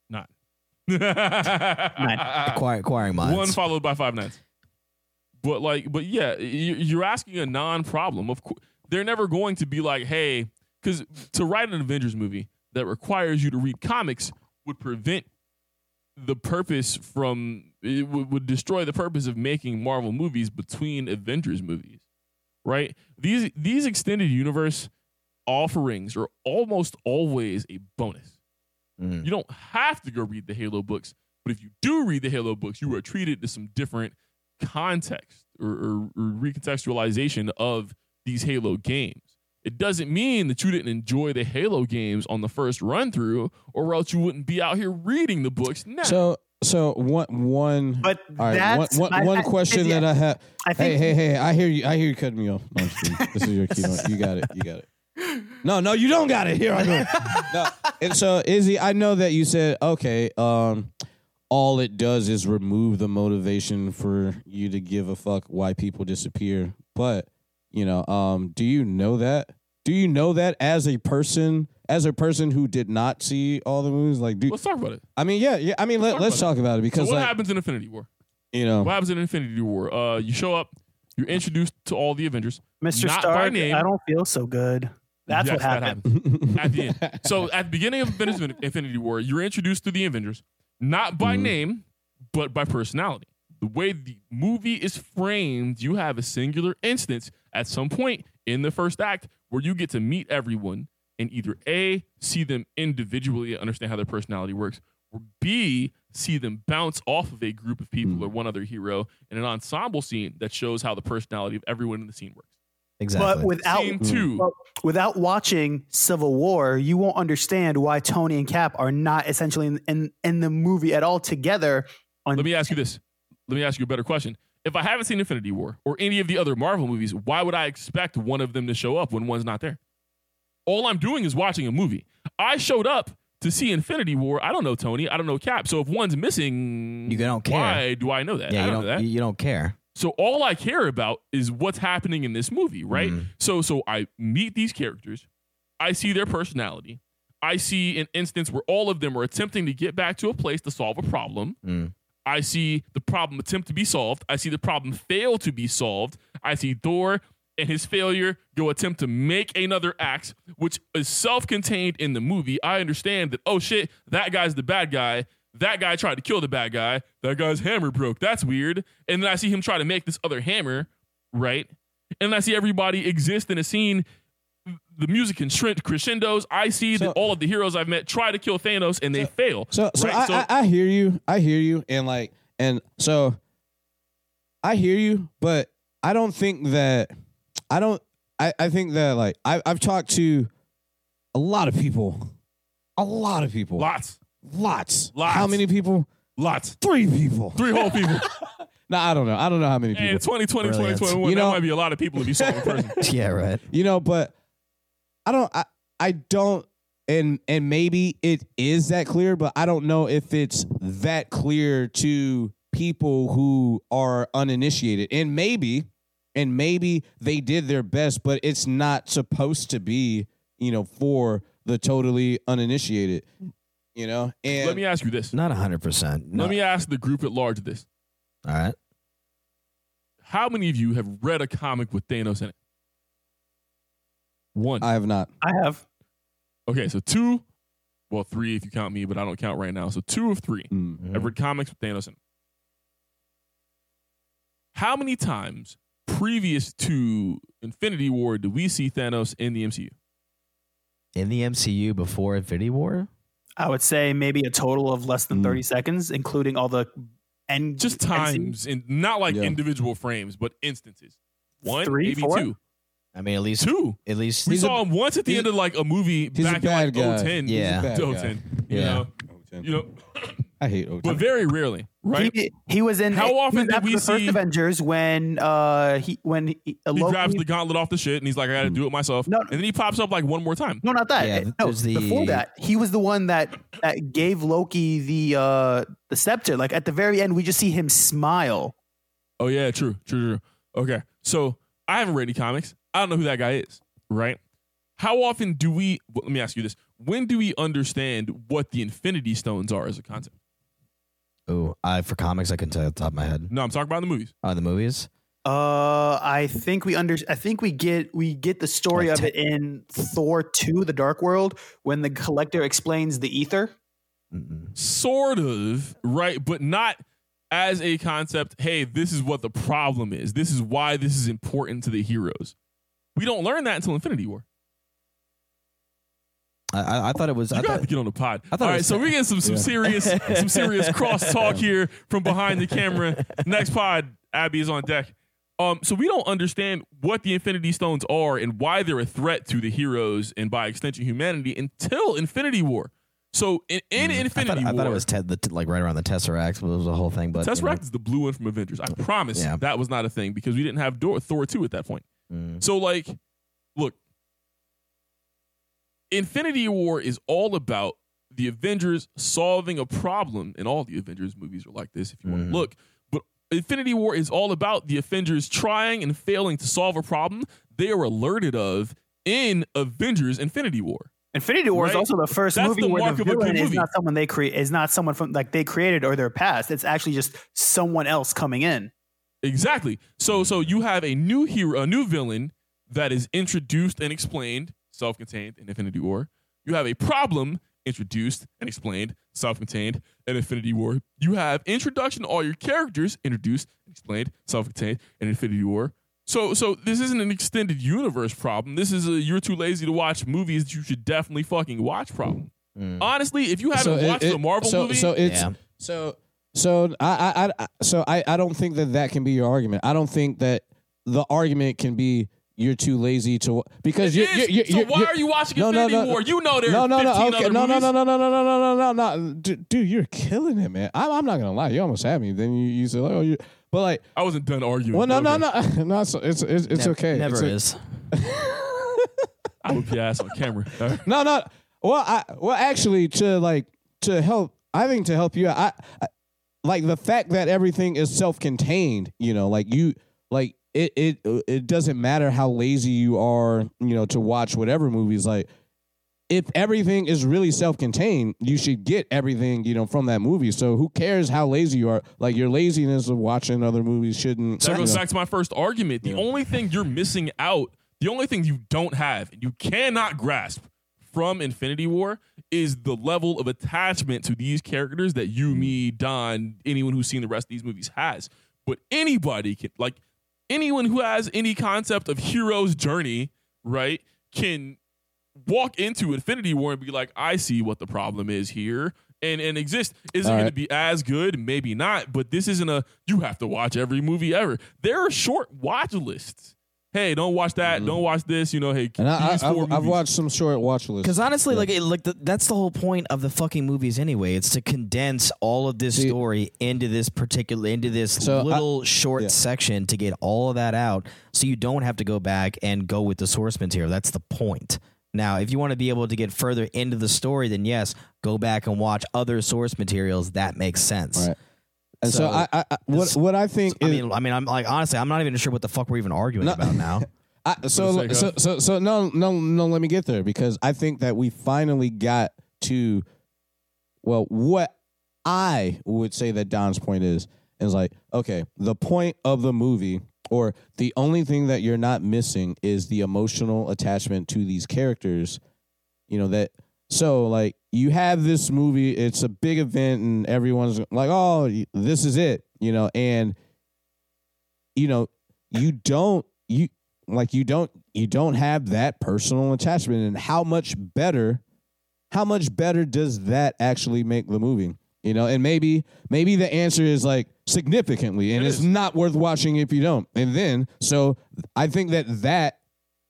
Speaker 3: nine.
Speaker 1: Acquire, acquiring minds.
Speaker 3: Ah. One followed by five nines. But like, but yeah, you- you're asking a non-problem. Of course, they're never going to be like, hey, because to write an Avengers movie that requires you to read comics would prevent the purpose from it would, would destroy the purpose of making Marvel movies between Avengers movies, right? These these extended universe offerings are almost always a bonus.
Speaker 2: Mm-hmm.
Speaker 1: Mm.
Speaker 3: You don't have to go read the Halo books, but if you do read the Halo books, you are treated to some different context or, or, or recontextualization of these Halo games. It doesn't mean that you didn't enjoy the Halo games on the first run through, or else you wouldn't be out here reading the books now.
Speaker 2: so so one one.
Speaker 4: But
Speaker 2: all right, one,
Speaker 4: that's-
Speaker 2: one,
Speaker 4: I-
Speaker 2: one
Speaker 4: I-
Speaker 2: question
Speaker 4: yeah.
Speaker 2: that I have.
Speaker 4: I
Speaker 2: Hey,
Speaker 4: think
Speaker 2: hey, hey! I hear you. I hear you cutting me off. No, I'm just kidding. this is your keynote. You got it. You got it. No, no, you don't got it. Here I go. No. And so, Izzy, I know that you said okay. Um, all it does is remove the motivation for you to give a fuck why people disappear. But you know, um, do you know that? Do you know that as a person, as a person who did not see all the movies? Like, do
Speaker 3: Let's talk about it.
Speaker 2: I mean, yeah, yeah. I mean, let,
Speaker 3: talk
Speaker 2: let's
Speaker 3: about
Speaker 2: talk about
Speaker 3: So
Speaker 2: it because,
Speaker 3: what
Speaker 2: like, Oh.
Speaker 3: happens in Infinity War?
Speaker 2: you know,
Speaker 3: What happens in Infinity War? Uh, you show up, you're introduced to all the Avengers.
Speaker 4: Mr.
Speaker 3: Not by
Speaker 4: Stark,
Speaker 3: name.
Speaker 4: I don't feel so good. That's
Speaker 3: Yes,
Speaker 4: what
Speaker 3: that
Speaker 4: happened.
Speaker 3: happens. at the end. So at the beginning of Avengers Infinity War, you're introduced to the Avengers, not by
Speaker 2: Mhm.
Speaker 3: name, but by personality. The way the movie is framed, you have a singular instance at some point in the first act where you get to meet everyone and either A, see them individually and understand how their personality works, or B, see them bounce off of a group of people or one other hero in an ensemble scene that shows how the personality of everyone in the scene works.
Speaker 1: exactly.
Speaker 4: But without
Speaker 3: Scene two.
Speaker 4: but without watching Civil War, you won't understand why Tony and Cap are not essentially in in, in the movie at all together. On
Speaker 3: Let me ask you this. Let me ask you a better question. If I haven't seen Infinity War or any of the other Marvel movies, why would I expect one of them to show up when one's not there? All I'm doing is watching a movie. I showed up to see Infinity War. I don't know Tony. I don't know Cap. So if one's missing,
Speaker 1: You don't care.
Speaker 3: Why do I know that?
Speaker 1: yeah,
Speaker 3: I
Speaker 1: you
Speaker 3: don't,
Speaker 1: don't,
Speaker 3: know that.
Speaker 1: you, you don't care.
Speaker 3: So all I care about is what's happening in this movie, right?
Speaker 1: Mhm.
Speaker 3: So so I meet these characters, I see their personality, I see an instance where all of them are attempting to get back to a place to solve a problem.
Speaker 1: Mm.
Speaker 3: I see the problem attempt to be solved. I see the problem fail to be solved. I see Thor and his failure go attempt to make another axe, which is self-contained in the movie. I understand that. Oh shit, that guy's the bad guy. That guy tried to kill the bad guy. That guy's hammer broke. That's weird. And then I see him try to make this other hammer, right? And I see everybody exist in a scene. The music and shrin- crescendos. I see
Speaker 2: So-
Speaker 3: that all of the heroes I've met try to kill Thanos and they fail.
Speaker 2: So, so,
Speaker 3: right?
Speaker 2: I,
Speaker 3: So-
Speaker 2: I, I hear you. I hear you, and like, and so I hear you, but I don't think that I don't. I, I think that like I, I've talked to a lot of people, a lot of people,
Speaker 3: lots,
Speaker 2: lots,
Speaker 3: Lots.
Speaker 2: How many people?
Speaker 3: lots,
Speaker 2: Three people.
Speaker 3: three whole people.
Speaker 2: No, I don't know. I don't know how many
Speaker 3: Hey,
Speaker 2: people.
Speaker 3: 2020,
Speaker 1: Brilliant.
Speaker 3: 2021,
Speaker 2: You
Speaker 3: that
Speaker 2: know-
Speaker 3: might be a lot of people if you saw in person.
Speaker 1: yeah, right.
Speaker 2: you know but i don't i, I don't and and maybe it is that clear but i don't know if it's that clear to people who are uninitiated and maybe and maybe they did their best but it's not supposed to be you know for the totally uninitiated you know and
Speaker 3: Let me ask you this.
Speaker 1: Not hundred percent.
Speaker 3: Let me ask the group at large this.
Speaker 1: All right.
Speaker 3: How many of you have read a comic with Thanos in it? One.
Speaker 2: I have not.
Speaker 4: I have.
Speaker 3: okay, so two, well, three if you count me, but I don't count right now. So two of three
Speaker 2: Mm.
Speaker 3: have read comics with Thanos in it. How many times previous to Infinity War do we see Thanos in the MCU?
Speaker 1: in the MCU before Infinity War.
Speaker 4: I would say maybe a total of less than
Speaker 2: Mm.
Speaker 4: 30 seconds, including all the end.
Speaker 3: Just
Speaker 4: end scenes.
Speaker 3: times, and not like
Speaker 2: Yeah.
Speaker 3: individual frames, but instances. One,
Speaker 4: Three,
Speaker 3: maybe
Speaker 4: four?
Speaker 3: two.
Speaker 1: I mean, at least
Speaker 3: Two.
Speaker 1: at least
Speaker 3: We
Speaker 2: He's a-
Speaker 3: saw him once at the
Speaker 2: he's-
Speaker 3: end of like a movie
Speaker 2: he's a
Speaker 3: back
Speaker 2: bad
Speaker 3: in
Speaker 2: guy.
Speaker 3: like 010.
Speaker 1: Yeah.
Speaker 2: Bad guy.
Speaker 3: 010. You
Speaker 1: Yeah.
Speaker 3: know,
Speaker 2: O10.
Speaker 3: you know,
Speaker 2: I hate O10.
Speaker 3: but very rarely, right?
Speaker 4: He, he was in.
Speaker 3: How
Speaker 4: he was
Speaker 3: often did
Speaker 4: after
Speaker 3: we
Speaker 4: the first
Speaker 3: see-
Speaker 4: Avengers when uh he when he, uh,
Speaker 3: He
Speaker 4: Loki-
Speaker 3: grabs the gauntlet off the shit and he's like, I gotta do it myself.
Speaker 4: No.
Speaker 3: And then he pops up like one more time.
Speaker 4: no not that
Speaker 1: Yeah,
Speaker 4: no
Speaker 1: there's the-
Speaker 4: before that he was the one that that gave Loki the uh the scepter like at the very end we just see him smile
Speaker 3: Oh yeah, true, true, true. Okay, so I haven't read any comics. I don't know who that guy is, right? How often do we? well, let me ask you this: When do we understand what the Infinity Stones are as a concept?
Speaker 1: oh, I for comics I couldn't tell off the top of my head.
Speaker 3: No, I'm talking about in the movies.
Speaker 1: Oh, the movies.
Speaker 4: uh I think we under I think we get we get the story
Speaker 1: Like
Speaker 4: of it in Thor 2 the Dark World when the collector explains the ether
Speaker 1: Mm-mm.
Speaker 3: Sort of, right? But not as a concept. Hey, this is what the problem is. This is why this is important to the heroes. We don't learn that until Infinity War.
Speaker 1: I, I I thought it was.
Speaker 3: You
Speaker 1: I
Speaker 3: got
Speaker 1: thought,
Speaker 3: to get on the pod.
Speaker 1: I thought
Speaker 3: All
Speaker 1: it
Speaker 3: right,
Speaker 1: was-
Speaker 3: so we get some some serious some serious crosstalk here from behind the camera. Next pod, Abby is on deck. Um, so we don't understand what the Infinity Stones are and why they're a threat to the heroes and by extension humanity until Infinity War. So in, in
Speaker 1: Mm, I thought,
Speaker 3: Infinity
Speaker 1: I
Speaker 3: War,
Speaker 1: thought it was te- the t- like right around the Tesseract, but it was a whole thing. But you know.
Speaker 3: Tesseract is the blue one from Avengers. I promise
Speaker 1: Yeah.
Speaker 3: that was not a thing because we didn't have Dor- Thor two at that point.
Speaker 1: Mm.
Speaker 3: So like, look, Infinity War is all about the Avengers solving a problem, and all the Avengers movies are like this if you want
Speaker 1: Mhm.
Speaker 3: to look. But Infinity War is all about the Avengers trying and failing to solve a problem they are alerted of in Avengers Infinity War.
Speaker 4: Infinity War is
Speaker 3: Right?
Speaker 4: also the first
Speaker 3: That's
Speaker 4: movie
Speaker 3: the
Speaker 4: where
Speaker 3: mark
Speaker 4: the
Speaker 3: of a good
Speaker 4: villain is
Speaker 3: movie.
Speaker 4: not someone they create is not someone from like they created or their past. It's actually just someone else coming in.
Speaker 3: Exactly. So so you have a new hero, a new villain that is introduced and explained, self-contained in Infinity War. You have a problem introduced and explained, self-contained in Infinity War. You have introduction to all your characters introduced, explained, self-contained in Infinity War. So so this isn't an extended universe problem. This is a you're too lazy to watch movies that you should definitely fucking watch problem.
Speaker 1: Mm.
Speaker 3: Honestly, if you haven't
Speaker 2: it-
Speaker 3: watched
Speaker 2: it-
Speaker 3: a Marvel
Speaker 2: so,
Speaker 3: movie,
Speaker 2: So it's
Speaker 1: Yeah.
Speaker 2: so so I, I I so I I don't think that that can be your argument. I don't think that the argument can be you're too lazy to wa- because you're,
Speaker 3: It
Speaker 2: you're,
Speaker 3: is.
Speaker 2: you're,
Speaker 3: so
Speaker 2: you're-
Speaker 3: why
Speaker 2: you're-
Speaker 3: are you watching
Speaker 2: No, no,
Speaker 3: Infinity
Speaker 2: no.
Speaker 3: War? You know there's
Speaker 2: no, no,
Speaker 3: 15
Speaker 2: no,
Speaker 3: other
Speaker 2: okay, no, no,
Speaker 3: movies.
Speaker 2: no, no, no, no, no, no, no, no, no, dude, dude, you're killing it, man. I'm, I'm not gonna lie, you almost had me. Then you, you said, oh, you, but like,
Speaker 3: I wasn't done arguing.
Speaker 2: well, no,
Speaker 3: Okay.
Speaker 2: no, no, no, it's it's it's, it's
Speaker 1: Nev-
Speaker 2: okay.
Speaker 1: Never
Speaker 2: It's a-
Speaker 1: is.
Speaker 3: I whoop your ass on camera.
Speaker 2: No, no. Well, I well actually to like to help. I think to help you. I, I like the fact that everything is self-contained. You know, like you like it. It it doesn't matter how lazy you are. You know, to watch whatever movies. Like if everything is really self-contained, you should get everything you know from that movie. So who cares how lazy you are? Like your laziness of watching other movies shouldn't.
Speaker 3: That
Speaker 2: you
Speaker 3: goes
Speaker 2: know.
Speaker 3: back to my first argument. The only thing you're missing out, the only thing you don't have, and you cannot grasp from Infinity War is the level of attachment to these characters that you,
Speaker 2: Mm.
Speaker 3: me, Don, anyone who's seen the rest of these movies has. But anybody can, like, anyone who has any concept of hero's journey, right, can walk into Infinity War and be like, I see what the problem is here. And, and exist is it
Speaker 2: All
Speaker 3: going to
Speaker 2: right.
Speaker 3: be as good? Maybe not. But this isn't a you have to watch every movie ever. There are short watch lists. Hey, don't watch that. Don't watch this. You know, hey,
Speaker 2: Mm-hmm. And I, I,
Speaker 3: these 4
Speaker 2: I've, I've
Speaker 3: movies.
Speaker 2: watched some short watch lists.
Speaker 1: Because honestly, like, it, like the, that's the whole point of the fucking movies anyway. It's to condense all of this
Speaker 2: See-
Speaker 1: story into this particular, into this
Speaker 2: So I-
Speaker 1: little short
Speaker 2: yeah.
Speaker 1: section to get all of that out, so you don't have to go back and go with the source material. That's the point. Now, if you want to be able to get further into the story, then yes, go back and watch other source materials. That makes sense.
Speaker 2: Right. And
Speaker 1: so
Speaker 2: so, I, I, I what
Speaker 1: this-
Speaker 2: what I think
Speaker 1: I
Speaker 2: is,
Speaker 1: mean, I mean, I'm like honestly, I'm not even sure what the fuck we're even arguing about now.
Speaker 2: I, so,
Speaker 3: sake
Speaker 2: so
Speaker 3: of-
Speaker 2: so so no no no let me get there because I think that we finally got to well what I would say that Don's point is is like okay the point of the movie or the only thing that you're not missing is the emotional attachment to these characters you know that so like you have this movie it's a big event and everyone's like oh y- this is it you know and you know you don't you like you don't you don't have that personal attachment and how much better how much better does that actually make the movie you know and maybe maybe the answer is like significantly and
Speaker 3: It
Speaker 2: it's
Speaker 3: is.
Speaker 2: not worth watching if you don't and then so i think that that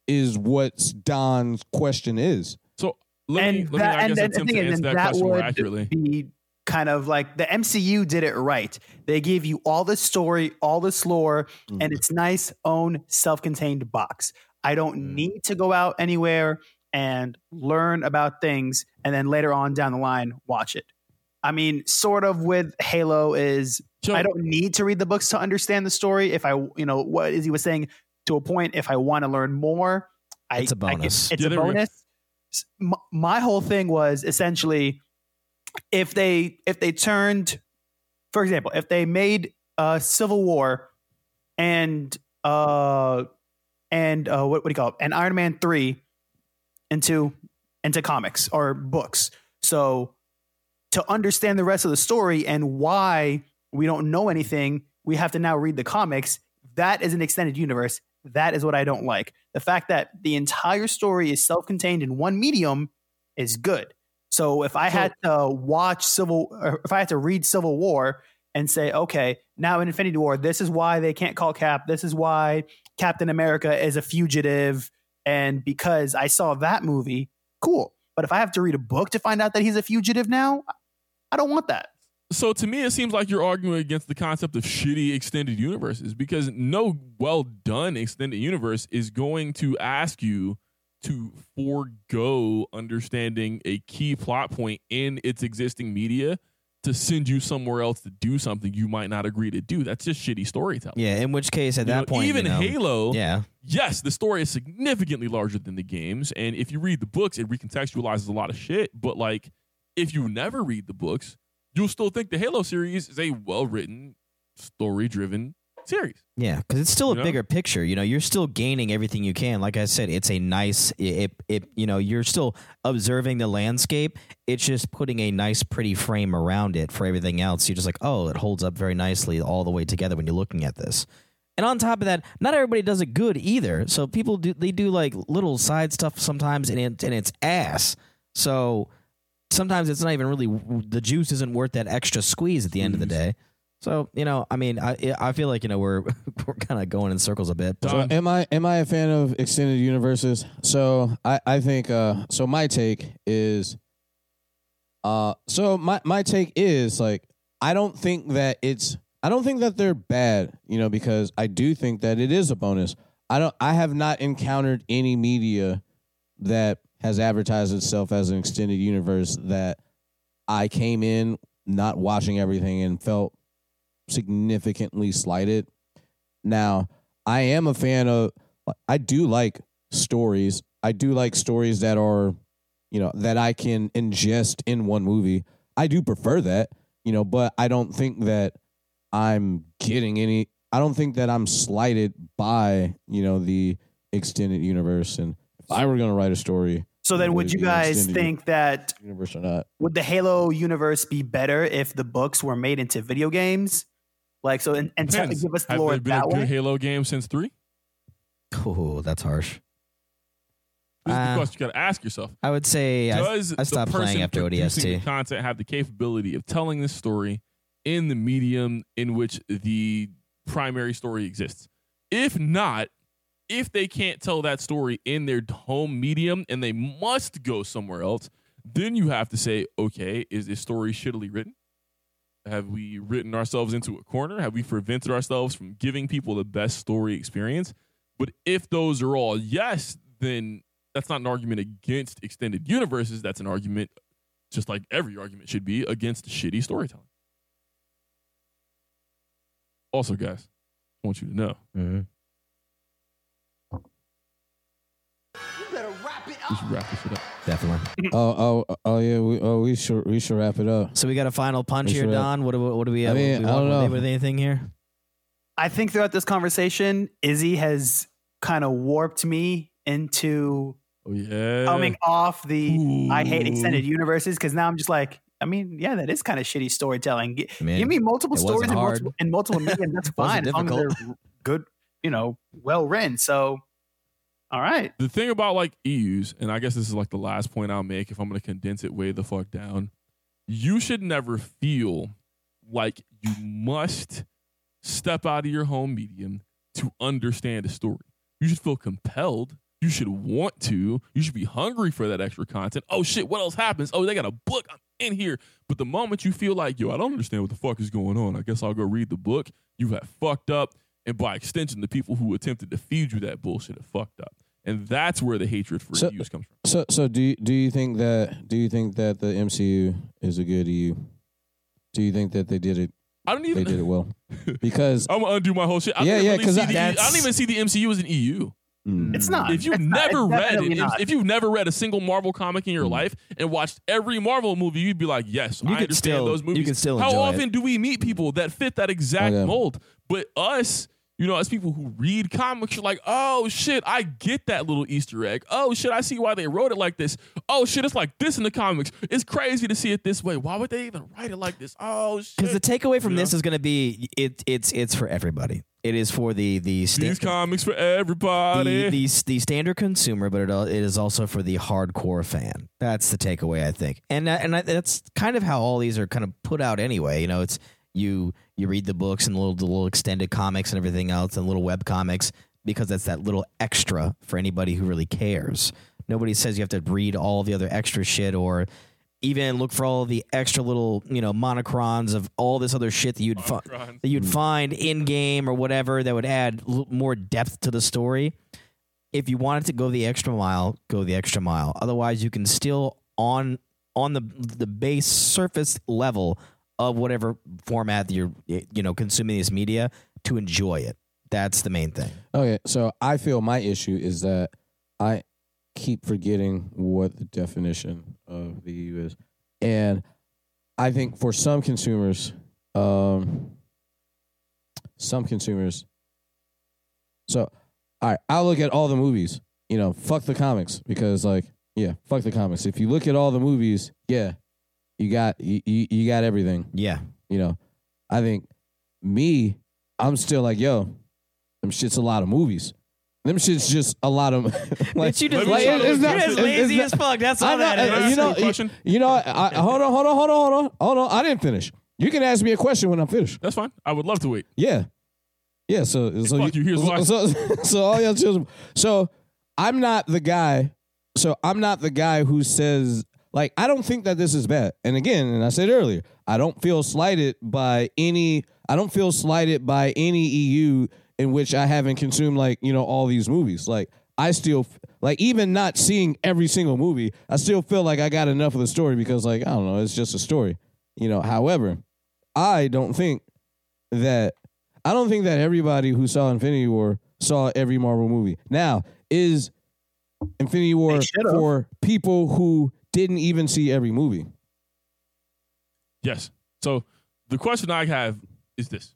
Speaker 2: is what don's question is
Speaker 3: So let me,
Speaker 4: and
Speaker 3: let me
Speaker 4: that,
Speaker 3: I
Speaker 4: and
Speaker 3: guess
Speaker 4: then the
Speaker 3: attempt
Speaker 4: thing
Speaker 3: to
Speaker 4: is,
Speaker 3: answer
Speaker 4: and
Speaker 3: that,
Speaker 4: that
Speaker 3: question more
Speaker 4: would
Speaker 3: accurately.
Speaker 4: be kind of like the MCU did it right. They gave you all this story, all this lore,
Speaker 1: Mm.
Speaker 4: and its nice own self-contained box. I don't
Speaker 1: Mm.
Speaker 4: need to go out anywhere and learn about things, and then later on down the line watch it. I mean, sort of with Halo is
Speaker 3: So,
Speaker 4: I don't need to read the books to understand the story. If I, you know, what Izzy was saying to a point, if I want to learn more, I,
Speaker 1: It's a
Speaker 4: I can-
Speaker 1: bonus.
Speaker 4: it's
Speaker 3: Yeah,
Speaker 4: a
Speaker 3: there we go.
Speaker 4: bonus. S- My, my whole thing was essentially if they if they turned, for example, if they made uh, Civil War and uh and uh what, what do you call it? And Iron Man three into into comics or books. So to understand the rest of the story and why we don't know anything, we have to now read the comics. That is an extended universe. That is what I don't like. The fact that the entire story is self contained in one medium is good. So if I had to watch Civil, or if I had to read Civil War and say, okay, now in Infinity War, this is why they can't call Cap. This is why Captain America is a fugitive. And because I saw that movie, cool. But if I have to read a book to find out that he's a fugitive now, I don't want that.
Speaker 3: so to me, it seems like you're arguing against the concept of shitty extended universes because no well done extended universe is going to ask you to forego understanding a key plot point in its existing media to send you somewhere else to do something you might not agree to do. That's just shitty storytelling.
Speaker 1: Yeah, in which case, at
Speaker 3: You
Speaker 1: that
Speaker 3: know,
Speaker 1: point,
Speaker 3: even
Speaker 1: you know,
Speaker 3: Halo,
Speaker 1: Yeah,
Speaker 3: yes, the story is significantly larger than the games. And if you read the books, it recontextualizes a lot of shit. But like, if you never read the books, you'll still think the Halo series is a well written, story driven series.
Speaker 1: yeah, because it's still a
Speaker 3: You know?
Speaker 1: bigger picture. You know, you're still gaining everything you can. Like I said, it's a nice. It, it, it you know, you're still observing the landscape. It's just putting a nice, pretty frame around it for everything else. You're just like, oh, it holds up very nicely all the way together when you're looking at this. And on top of that, not everybody does it good either. So people do they do like little side stuff sometimes, and it, and it's ass. So sometimes it's not even really the juice isn't worth that extra squeeze at the end of the day. So you know, I mean, I I feel like you know we're we're kind of going in circles a bit. but-
Speaker 3: Done.
Speaker 2: Am I am I a fan of extended universes? So I I think uh so my take is uh so my my take is like I don't think that it's I don't think that they're bad, you know, because I do think that it is a bonus. I don't I have not encountered any media that has advertised itself as an extended universe that I came in not watching everything and felt significantly slighted. Now, I am a fan of I do like stories. I do like stories that are you know that I can ingest in one movie. I do prefer that, you know, but I don't think that I'm getting any I don't think that I'm slighted by, you know, the extended universe and if I were going to write a story
Speaker 4: So then, would you guys
Speaker 2: Extended.
Speaker 4: think that
Speaker 2: universe or not.
Speaker 4: would the Halo universe be better if the books were made into video games? Like so, and, and to
Speaker 3: Depends.
Speaker 4: give us the
Speaker 3: Have
Speaker 4: lore
Speaker 3: there been a
Speaker 4: that
Speaker 3: good
Speaker 4: way.
Speaker 3: Halo game since three?
Speaker 1: Ooh, that's harsh.
Speaker 3: This is the
Speaker 1: Uh,
Speaker 3: question you got to ask yourself.
Speaker 1: I would say I,
Speaker 3: Does
Speaker 1: I stopped
Speaker 3: the person
Speaker 1: playing after
Speaker 3: producing
Speaker 1: ODST.
Speaker 3: the content have the capability of telling this story in the medium in which the primary story exists? If not, if they can't tell that story in their home medium and they must go somewhere else, then you have to say, okay, is this story shittily written? Have we written ourselves into a corner? Have we prevented ourselves from giving people the best story experience? But if those are all yes, then that's not an argument against extended universes. That's an argument, just like every argument should be, against shitty storytelling. Also, guys, I want you to know
Speaker 1: Mhm.
Speaker 3: we should wrap this shit up.
Speaker 1: Definitely.
Speaker 2: oh, oh, oh yeah, we oh we should we should wrap it up.
Speaker 1: So we got a final punch
Speaker 2: We
Speaker 1: here,
Speaker 2: should have-
Speaker 1: Don. What do, what do we?
Speaker 2: I
Speaker 1: uh,
Speaker 2: mean,
Speaker 1: we
Speaker 2: I
Speaker 1: walk
Speaker 2: don't
Speaker 1: away
Speaker 2: know.
Speaker 1: with anything here?
Speaker 4: I think throughout this conversation, Izzy has kind of warped me into
Speaker 3: Oh yeah.
Speaker 4: coming off the E. I hate
Speaker 3: Ooh.
Speaker 4: extended universes because now I'm just like, I mean, yeah, that is kind of shitty storytelling. G-
Speaker 1: Man,
Speaker 4: Give me multiple
Speaker 1: it wasn't
Speaker 4: stories in
Speaker 1: hard.
Speaker 4: multiple, in multiple mediums. That's fine. As long as
Speaker 1: difficult.
Speaker 4: they're good, you know, well written. So, all right.
Speaker 3: the thing about like EUs, and I guess this is like the last point I'll make if I'm gonna condense it way the fuck down. You should never feel like you must step out of your home medium to understand a story. You should feel compelled. You should want to. You should be hungry for that extra content. Oh shit, what else happens? Oh, they got a book. I'm in here. But the moment you feel like, yo, I don't understand what the fuck is going on. I guess I'll go read the book. You have fucked up. And by extension, the people who attempted to feed you that bullshit have fucked up. And that's where the hatred for
Speaker 2: So-
Speaker 3: EUs comes from.
Speaker 2: So so do you, do you think that do you think that the MCU is a good EU? Do you think that they did it
Speaker 3: I don't
Speaker 2: they
Speaker 3: even
Speaker 2: did it well? Because
Speaker 3: I'm gonna undo my whole shit. I
Speaker 2: Yeah,
Speaker 3: don't
Speaker 2: yeah,
Speaker 3: really
Speaker 2: 'cause
Speaker 3: see
Speaker 2: I-
Speaker 3: the EU I don't
Speaker 1: that's-
Speaker 3: even see the MCU as an EU.
Speaker 4: It's not.
Speaker 3: if you've
Speaker 4: It's not.
Speaker 3: never
Speaker 4: It's
Speaker 3: read
Speaker 4: definitely
Speaker 3: it, if,
Speaker 4: not.
Speaker 3: if you've never read a single Marvel comic in your life and watched every Marvel movie, you'd be like, "Yes,
Speaker 1: Mm-hmm. You
Speaker 3: I
Speaker 1: could
Speaker 3: understand
Speaker 1: still-
Speaker 3: those
Speaker 1: you
Speaker 3: movies."
Speaker 1: could still
Speaker 3: How
Speaker 1: enjoy Oh,
Speaker 3: often do we meet people that fit that exact
Speaker 2: Okay.
Speaker 3: mold? But us, you know, as people who read comics, you're like, "Oh shit, I get that little Easter egg. Oh shit, I see why they wrote it like this. Oh shit, it's like this in the comics. It's crazy to see it this way. Why would they even write it like this? Oh shit."
Speaker 1: Because the takeaway from
Speaker 3: You
Speaker 1: this
Speaker 3: know?
Speaker 1: is going to be it, it's it's for everybody. It is for the the sta-
Speaker 3: these comics for
Speaker 1: the,
Speaker 3: everybody.
Speaker 1: the, the standard consumer, but it, al- it is also for the hardcore fan. That's the takeaway, I think, and that- and I, that's kind of how all these are kind of put out anyway. You know, it's you you read the books and little the little extended comics and everything else and little web comics because that's that little extra for anybody who really cares. Nobody says you have to read all the other extra shit or even look for all the extra little you know monochrons of all this other shit that you'd find
Speaker 3: Monochrons.
Speaker 1: that you'd find in game or whatever that would add l- more depth to the story. If you wanted to go the extra mile, go the extra mile. Otherwise, you can still on on the the base surface level of whatever format that you're you know consuming this media to enjoy it. That's the main thing.
Speaker 2: Okay, so I feel my issue is that I keep forgetting what the definition of the EU is, and I think for some consumers, um, some consumers. So, all right, I'll look at all the movies. You know, fuck the comics because, like, yeah, fuck the comics. If you look at all the movies, yeah, you got you you, you got everything
Speaker 1: Yeah,
Speaker 2: you know, I think me, I'm still like, yo, them shit's a lot of movies. Them shit's just a lot of. like,
Speaker 1: Bitch, you just
Speaker 3: Let me
Speaker 1: lazy,
Speaker 3: try to-
Speaker 1: you're just
Speaker 3: it's not-
Speaker 1: lazy
Speaker 2: it's
Speaker 1: as fuck. That's
Speaker 2: I
Speaker 1: all
Speaker 2: know,
Speaker 1: that
Speaker 2: uh,
Speaker 1: is.
Speaker 3: Can I
Speaker 2: you
Speaker 3: ask
Speaker 2: know,
Speaker 3: a question?
Speaker 2: you know, I, I, hold on, hold on, hold on, hold on, hold on. I didn't finish. You can ask me a question when I'm finished.
Speaker 3: That's fine. I would love to wait.
Speaker 2: Yeah, yeah. So, so
Speaker 3: fuck you, here's why.
Speaker 2: so, so, so all y'all children. So I'm not the guy. So I'm not the guy who says like I don't think that this is bad. And again, and I said earlier, I don't feel slighted by any. I don't feel slighted by any EU in which I haven't consumed like you know all these movies. Like I still like even not seeing every single movie, I still feel like I got enough of the story because like I don't know, it's just a story. You know. However, I don't think that I don't think that everybody who saw Infinity War saw every Marvel movie. Now, is Infinity War
Speaker 4: should've.
Speaker 2: for people who didn't even see every movie?
Speaker 3: Yes. So the question I have is this,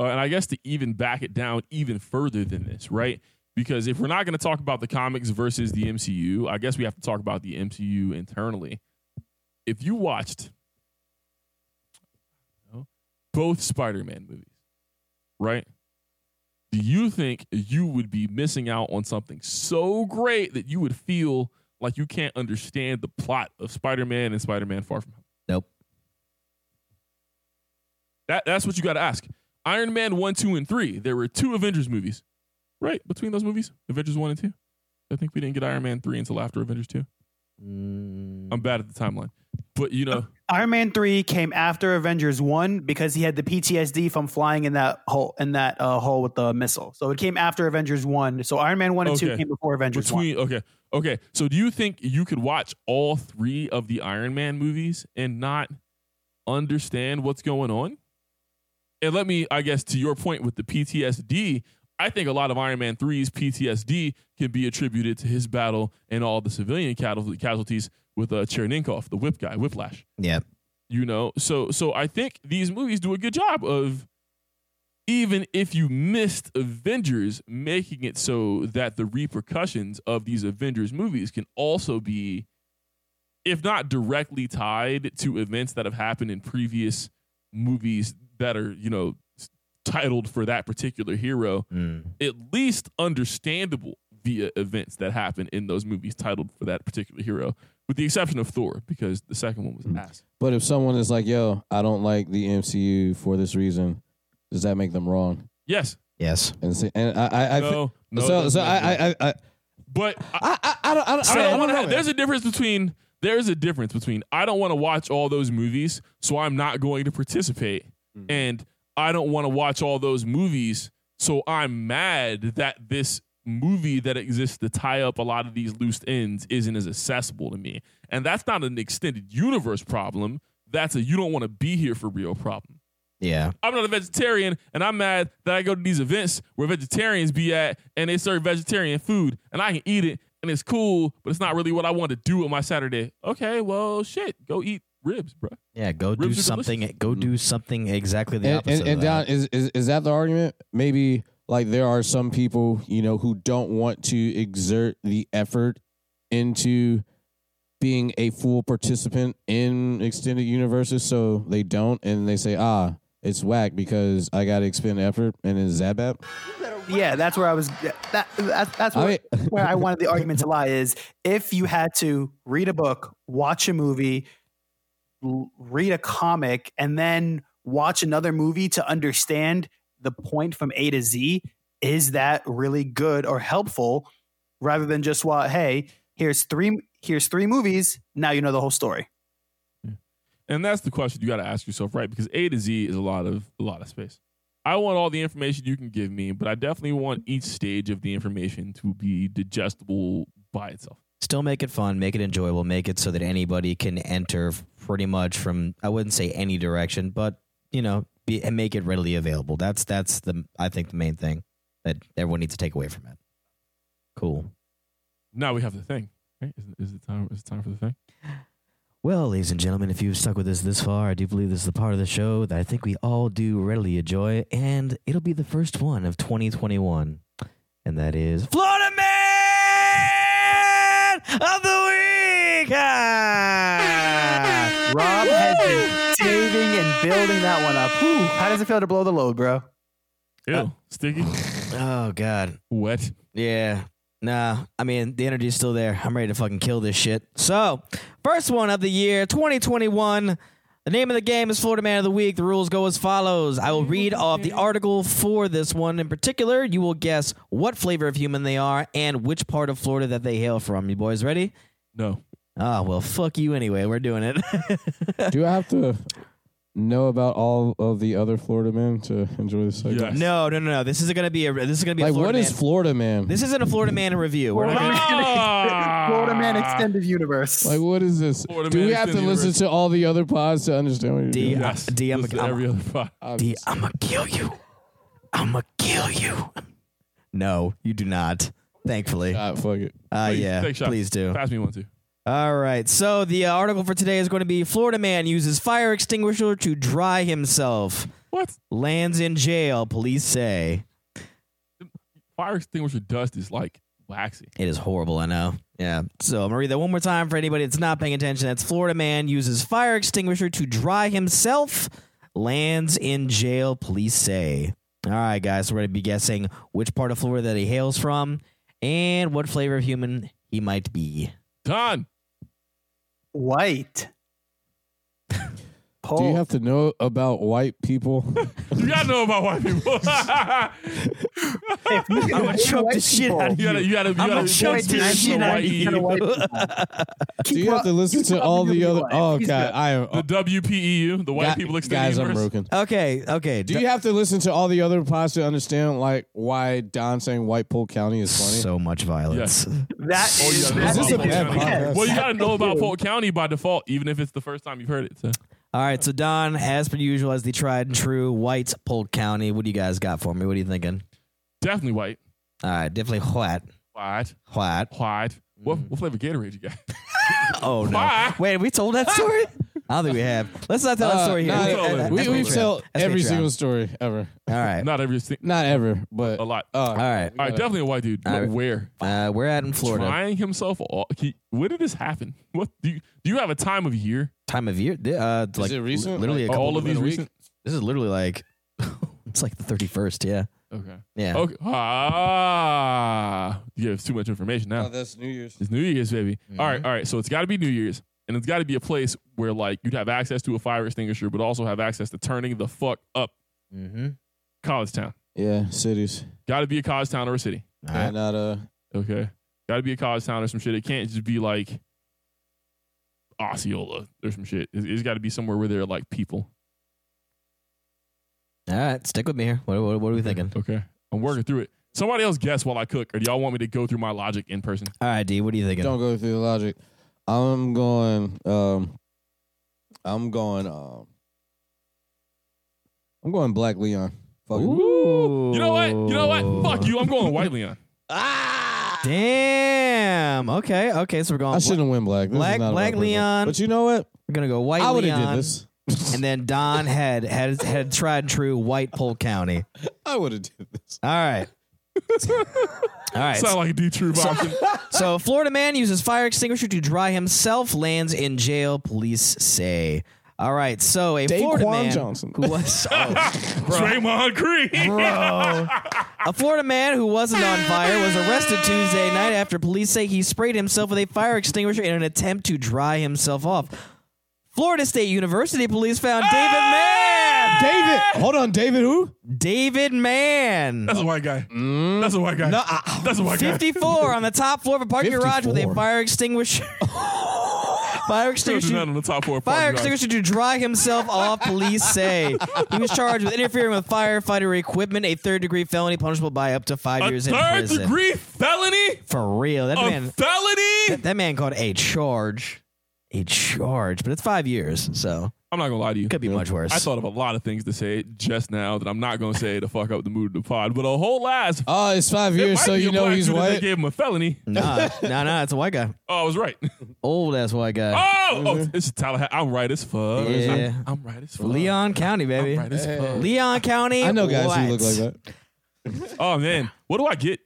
Speaker 3: uh, and I guess to even back it down even further than this, right? Because if we're not going to talk about the comics versus the MCU, I guess we have to talk about the MCU internally. If you watched you know, both Spider-Man movies, right? Do you think you would be missing out on something so great that you would feel like you can't understand the plot of Spider-Man and Spider-Man Far From Home?
Speaker 1: Nope.
Speaker 3: That that's what you got to ask. Iron Man one, two, and three. There were two Avengers movies, right? Between those movies, Avengers one and two. I think we didn't get Iron Man three until after Avengers two.
Speaker 1: Mm-hmm.
Speaker 3: I'm bad at the timeline, but you know,
Speaker 4: Iron Man 3 came after Avengers 1 because he had the PTSD from flying in that hole in that uh, hole with the missile. So it came after Avengers 1. So Iron Man 1 and
Speaker 3: Okay.
Speaker 4: 2 came before Avengers 1.
Speaker 3: between okay, okay. So do you think you could watch all three of the Iron Man movies and not understand what's going on? And let me, I guess, to your point with the PTSD, I think a lot of Iron Man 3's PTSD can be attributed to his battle and all the civilian cattle- casualties with uh, Cherninkov, the whip guy, Whiplash.
Speaker 1: Yeah,
Speaker 3: You know, so so I think these movies do a good job of even if you missed Avengers, making it so that the repercussions of these Avengers movies can also be, if not directly tied to events that have happened in previous movies that are, you know, s- titled for that particular hero, at least understandable via events that happen in those movies titled for that particular hero, with the exception of Thor, because the second one was ass.
Speaker 2: But if someone is like, "Yo, I don't like the MCU for this reason," does that make them wrong?
Speaker 3: Yes.
Speaker 1: Yes.
Speaker 2: And see, and I, I, I thi-
Speaker 3: no. no. it
Speaker 2: so,
Speaker 3: doesn't
Speaker 2: so
Speaker 3: make sense.
Speaker 2: I, I, I,
Speaker 3: but I,
Speaker 2: I, I, I don't, I don't,
Speaker 3: I
Speaker 2: I
Speaker 3: don't
Speaker 2: don't
Speaker 3: want to.
Speaker 2: know,
Speaker 3: Have,
Speaker 2: man.
Speaker 3: there's a difference between there's a difference between I don't want to watch all those movies, so I'm not going to participate,
Speaker 2: Mm-hmm.
Speaker 3: and I don't want to watch all those movies, so I'm mad that this movie that exists to tie up a lot of these loose ends isn't as accessible to me, and that's not an extended universe problem. That's a you don't want to be here for real problem.
Speaker 1: Yeah.
Speaker 3: I'm not a vegetarian, and I'm mad that I go to these events where vegetarians be at and they serve vegetarian food, and I can eat it, and it's cool, but it's not really what I want to do on my Saturday. Okay, well, shit, go eat ribs, bro.
Speaker 1: Yeah. Go do
Speaker 3: Ribs are
Speaker 1: something. e, Go do something exactly the
Speaker 2: Mm. and,
Speaker 1: opposite.
Speaker 2: and, and
Speaker 1: of that.
Speaker 2: Don, is, is is that the argument? Maybe like there are some people you know who don't want to exert the effort into being a full participant in extended universes, so they don't, and they say, ah, it's whack because I got to expend effort, and it's zabap.
Speaker 4: Yeah, that's where I was. That, that, that's
Speaker 2: I
Speaker 4: where,
Speaker 2: mean-
Speaker 4: where I wanted the argument to lie is if you had to read a book, watch a movie, l- read a comic, and then watch another movie to understand the point from A to Z, is that really good or helpful? Rather than just what, hey, here's three, here's three movies. Now you know the whole story.
Speaker 3: And that's the question you got to ask yourself, right? Because A to Z is a lot of a lot of space. I want all the information you can give me, but I definitely want each stage of the information to be digestible by itself.
Speaker 1: still make it fun, make it enjoyable, make it so that anybody can enter f- pretty much from I wouldn't say any direction, but you know, be, and make it readily available. That's that's the I think the main thing that everyone needs to take away from it. Cool.
Speaker 3: Now we have the thing. Right? Is, is it time? Is it time for the thing?
Speaker 1: Well, ladies and gentlemen, if you've stuck with us this far, I do believe this is the part of the show that I think we all do readily enjoy, and it'll be the first one of 2021, and that is Florida Man of the Week. Ah!
Speaker 4: Rob has been saving and building that one up. Whew, how does it feel to blow the load, bro?
Speaker 3: Ew, sticky,
Speaker 1: Oh God,
Speaker 3: wet.
Speaker 1: yeah. Nah, I mean the energy's still there. I'm ready to fucking kill this shit. So, first one of the year, 2021. The name of the game is Florida Man of the Week. The rules go as follows. I will read off the article for this one in particular. You will guess what flavor of human they are and which part of Florida that they hail from. You boys ready?
Speaker 3: No,
Speaker 1: Ah, well, fuck you anyway. We're doing it.
Speaker 2: Do I have to know about all of the other Florida men to enjoy this? segment?
Speaker 3: Yes.
Speaker 1: no, no, no, no. This is gonna be a. This is gonna be a
Speaker 2: Like,
Speaker 1: Florida
Speaker 2: what
Speaker 1: man.
Speaker 2: is Florida man?
Speaker 1: this isn't a Florida Man in review. We're not gonna-
Speaker 3: Ah.
Speaker 4: Florida Man Extended Universe.
Speaker 2: like, what is this?
Speaker 3: Florida
Speaker 2: Do
Speaker 3: man
Speaker 2: we have to
Speaker 3: extended
Speaker 2: listen
Speaker 3: universe.
Speaker 2: to all the other pods to understand what you're
Speaker 1: D-
Speaker 2: doing?
Speaker 3: Yes.
Speaker 1: D, I'm a-
Speaker 3: Listen to
Speaker 1: I'm a-
Speaker 3: every other pod.
Speaker 1: D, I'm gonna kill you. I'm gonna kill you. No, you do not. Thankfully.
Speaker 2: Ah, fuck it.
Speaker 1: Uh, yeah,
Speaker 3: Take shots.
Speaker 1: please do.
Speaker 3: Pass me one too.
Speaker 1: All right. So the uh, article for today is going to be Florida man uses fire extinguisher to dry himself.
Speaker 3: What?
Speaker 1: Lands in jail, police say.
Speaker 3: Fire extinguisher dust is like waxy.
Speaker 1: It is horrible, I know. Yeah. So I'm going to read that one more time for anybody that's not paying attention. That's Florida man uses fire extinguisher to dry himself, lands in jail, police say. All right, guys. So we're going to be guessing which part of Florida that he hails from and what flavor of human he might be.
Speaker 3: Done.
Speaker 4: White.
Speaker 2: Do
Speaker 4: Paul,
Speaker 2: you have to know about white people?
Speaker 3: You gotta know about white people. you gotta,
Speaker 4: if you can
Speaker 1: I'm gonna
Speaker 4: white
Speaker 1: choke the
Speaker 4: people,
Speaker 1: shit out of
Speaker 3: you gotta, you gotta, you gotta
Speaker 1: choke
Speaker 3: experience
Speaker 1: the shit
Speaker 3: the
Speaker 1: out
Speaker 3: white
Speaker 1: of you.
Speaker 4: Kinda
Speaker 3: E-
Speaker 4: white people.
Speaker 2: Do
Speaker 4: Keep
Speaker 2: you have
Speaker 4: up-
Speaker 2: to listen
Speaker 4: keep
Speaker 2: to
Speaker 4: up
Speaker 2: all
Speaker 4: with
Speaker 2: the
Speaker 4: your
Speaker 2: other?
Speaker 4: life.
Speaker 2: Oh
Speaker 4: He's
Speaker 2: god,
Speaker 4: good.
Speaker 2: I am.
Speaker 3: The WPEU, the white people extended
Speaker 2: guys, I'm
Speaker 3: universe.
Speaker 2: broken.
Speaker 1: Okay, okay.
Speaker 2: Do you have to listen to all the other pods to understand like why Don saying White Pole County is funny?
Speaker 1: so much violence.
Speaker 4: That
Speaker 3: Oh, you
Speaker 4: is,
Speaker 3: gotta know
Speaker 4: that
Speaker 3: about
Speaker 2: Is this
Speaker 4: is
Speaker 2: a
Speaker 3: Polk
Speaker 2: bad
Speaker 3: County.
Speaker 2: podcast?
Speaker 3: Well, you gotta know about
Speaker 4: you.
Speaker 3: Polk County by default, even if it's the first time you've heard it. So.
Speaker 1: All right, so Don, as per usual, as the tried and true white Polk County, what do you guys got for me? What are you thinking?
Speaker 3: Definitely white.
Speaker 1: All right, definitely white,
Speaker 3: White.
Speaker 1: white.
Speaker 3: White. What, what flavor Gatorade you got?
Speaker 1: Oh no!
Speaker 3: Why?
Speaker 1: Wait, we told that story. I don't think we have. Let's not tell that
Speaker 2: Uh,
Speaker 1: story here.
Speaker 2: nah,
Speaker 1: We-
Speaker 3: We'll tell it.
Speaker 1: uh,
Speaker 2: we,
Speaker 1: that's
Speaker 2: we've
Speaker 1: Patreon.
Speaker 2: told
Speaker 1: That's
Speaker 2: every
Speaker 1: Patreon.
Speaker 2: single story ever.
Speaker 1: All right.
Speaker 3: Not every single.
Speaker 2: Not ever, but
Speaker 3: A lot.
Speaker 2: Uh,
Speaker 1: All right.
Speaker 3: All right, definitely a white dude.
Speaker 1: All right.
Speaker 3: Where?
Speaker 1: Uh, we're at in Florida.
Speaker 3: Trying himself. All, he, when did this happen? What do you do? You have a time of year?
Speaker 1: Time of year. Th- Uh, like
Speaker 2: it
Speaker 1: li-
Speaker 2: recent? Oh.
Speaker 1: Literally
Speaker 2: Like,
Speaker 1: a couple.
Speaker 3: all of
Speaker 2: in
Speaker 3: these
Speaker 2: a week?
Speaker 3: recent.
Speaker 1: this is literally like it's like the thirty first. Yeah.
Speaker 3: Okay.
Speaker 1: Yeah.
Speaker 3: Okay. Ah, you have too much information now.
Speaker 2: Oh, that's New Year's.
Speaker 3: It's New Year's, baby. All right, all right. So it's got to be New Year's, and it's got to be a place where like you'd have access to a fire extinguisher, but also have access to turning the fuck up.
Speaker 1: Mm-hmm.
Speaker 3: College town.
Speaker 2: Yeah, cities.
Speaker 3: Got to be a college town or a city.
Speaker 1: All right.
Speaker 2: And not uh,
Speaker 3: Okay. Got to be a college town or some shit. It can't just be like Osceola or some shit. It's, it's got to be somewhere where there are like people.
Speaker 1: All right. Stick with me here. What, what, what are we
Speaker 2: Mm-hmm.
Speaker 1: thinking?
Speaker 3: Okay. I'm working through it. Somebody else guess while I cook, or do y'all want me to go through my logic in person?
Speaker 1: All right, D. What are you thinking?
Speaker 2: don't go through the logic. I'm going. Um, I'm going. Um, I'm going Black Leon. Fuck it.
Speaker 3: You know what? You know what? Fuck you. I'm going White Leon.
Speaker 1: Ah! Damn. Okay. Okay. So we're going.
Speaker 2: I shouldn't win Black. This is
Speaker 1: Black-
Speaker 2: not about
Speaker 1: Black
Speaker 2: purple.
Speaker 1: Leon.
Speaker 2: But you know what?
Speaker 1: We're gonna go white.
Speaker 2: I would have
Speaker 1: Leon,
Speaker 2: did this.
Speaker 1: And then Don had had had tried and true white Polk County.
Speaker 2: I would have did this.
Speaker 1: All right. All right.
Speaker 3: Sound like a D Troop option.
Speaker 1: So, Florida man uses fire extinguisher to dry himself, lands in jail, police say. All right, so a Florida
Speaker 2: Daquan
Speaker 1: man
Speaker 2: Johnson.
Speaker 1: who was oh,
Speaker 3: Draymond Green.
Speaker 1: a Florida man who wasn't on fire was arrested Tuesday night after police say he sprayed himself with a fire extinguisher in an attempt to dry himself off. Florida State University police found David Mann.
Speaker 2: David, hold on, David. Who?
Speaker 1: David Mann.
Speaker 3: That's a white guy. That's a white guy. That's a white guy.
Speaker 1: 54 on the top floor of a parking garage with a
Speaker 2: 54.
Speaker 1: fire extinguisher. fire
Speaker 3: Still do
Speaker 1: extinguisher.
Speaker 3: not on the top four.
Speaker 1: Fire
Speaker 3: parking garage.
Speaker 1: extinguisher to dry himself off, police say. He was charged with interfering with firefighter equipment, a third degree felony punishable by up to five
Speaker 3: A
Speaker 1: years in
Speaker 3: third
Speaker 1: prison.
Speaker 3: degree felony.
Speaker 1: For real. That
Speaker 3: A
Speaker 1: man
Speaker 3: felony.
Speaker 1: that man called a charge. A charge. But it's five years, so
Speaker 3: I'm not gonna lie to you.
Speaker 1: could be much worse.
Speaker 3: I thought of a lot of things to say just now that I'm not gonna say to fuck up the mood of the pod, but a whole ass.
Speaker 2: Oh, it's five
Speaker 3: It
Speaker 2: years,
Speaker 3: might
Speaker 2: so
Speaker 3: be
Speaker 2: you
Speaker 3: a
Speaker 2: know
Speaker 3: black
Speaker 2: he's
Speaker 3: dude that They
Speaker 2: white.
Speaker 3: gave him a felony.
Speaker 1: nah, nah, nah, it's a white guy.
Speaker 3: Oh, I was right.
Speaker 1: Old ass white guy.
Speaker 3: Oh,
Speaker 2: Mm-hmm.
Speaker 3: oh it's Tallahassee. I'm right as fuck.
Speaker 1: Yeah.
Speaker 3: I'm, I'm right as fuck.
Speaker 1: Leon County,
Speaker 3: I'm
Speaker 1: baby.
Speaker 3: Oh! right as fuck.
Speaker 1: Leon County.
Speaker 2: I know guys
Speaker 1: what?
Speaker 2: who look like that.
Speaker 3: Oh man, what do I get?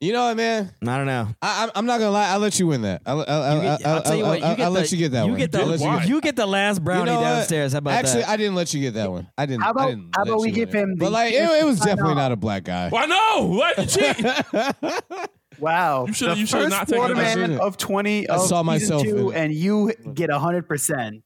Speaker 2: You know what, man?
Speaker 1: I don't know.
Speaker 2: I, I'm- I'm not gonna lie. I'll let you win that. I'll, I'll, I'll,
Speaker 1: You get-
Speaker 2: I'll,
Speaker 1: I'll tell you what, you
Speaker 2: I'll-
Speaker 1: get
Speaker 2: I'll
Speaker 1: the-
Speaker 2: let you get that
Speaker 1: you
Speaker 2: one.
Speaker 1: Get the,
Speaker 2: I'll let
Speaker 3: Why?
Speaker 1: you get the last brownie
Speaker 2: know what?
Speaker 1: downstairs. How about
Speaker 2: Actually,
Speaker 1: that?
Speaker 2: I didn't let you get that one. I didn't.
Speaker 4: How
Speaker 2: I
Speaker 4: about-
Speaker 2: didn't
Speaker 4: how
Speaker 2: let
Speaker 4: about
Speaker 2: you
Speaker 4: we
Speaker 2: win
Speaker 4: give
Speaker 2: it.
Speaker 4: him
Speaker 2: But
Speaker 4: the
Speaker 2: like, it, it was
Speaker 4: $50
Speaker 2: definitely not a black guy.
Speaker 3: Why no? What you cheat?
Speaker 4: Wow.
Speaker 3: You should-
Speaker 4: the
Speaker 3: you should
Speaker 4: first
Speaker 3: not take
Speaker 4: Florida
Speaker 3: it. I
Speaker 2: seen
Speaker 4: man
Speaker 2: it.
Speaker 4: of 20
Speaker 2: I
Speaker 4: of
Speaker 2: saw
Speaker 4: season
Speaker 2: myself
Speaker 4: two,
Speaker 2: in it.
Speaker 4: and you get 100%.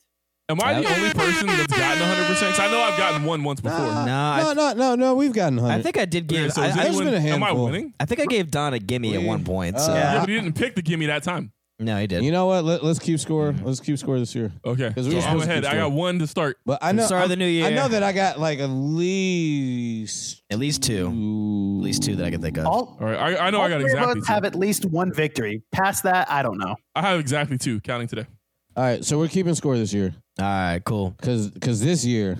Speaker 3: Am I the only person that's gotten 100? percent I know I've gotten one once before.
Speaker 2: Uh,
Speaker 1: Nah, I-
Speaker 2: no, no, no, no. We've gotten
Speaker 1: I
Speaker 2: hundred.
Speaker 1: think I did give.
Speaker 3: Okay, so
Speaker 1: I,
Speaker 3: is
Speaker 1: I-
Speaker 2: There's
Speaker 3: anyone-
Speaker 2: been a
Speaker 3: am I
Speaker 2: handful.
Speaker 3: winning?
Speaker 1: I think I gave Don a gimme at
Speaker 2: We-
Speaker 1: one point. So.
Speaker 2: uh,
Speaker 3: yeah, but he didn't pick the gimme that time.
Speaker 1: No, he did.
Speaker 2: You know what? Let, let's keep score. Let's keep score this year.
Speaker 3: Okay,
Speaker 2: 'Cause we
Speaker 3: so
Speaker 2: were
Speaker 3: I'm
Speaker 2: supposed to
Speaker 3: ahead.
Speaker 2: keep
Speaker 3: I got one to start.
Speaker 2: But I know.
Speaker 1: Start of the new year.
Speaker 2: I know that I got like at least
Speaker 1: at least two.
Speaker 2: two.
Speaker 1: At least two that I can think of.
Speaker 4: All,
Speaker 3: All right, I, I know
Speaker 4: all
Speaker 3: I got
Speaker 4: three of
Speaker 3: exactly.
Speaker 4: us
Speaker 3: Two.
Speaker 4: have at least one victory. Past that, I don't know.
Speaker 3: I have exactly two counting today.
Speaker 2: All right, so we're keeping score this year
Speaker 1: All right, cool.
Speaker 2: because because this year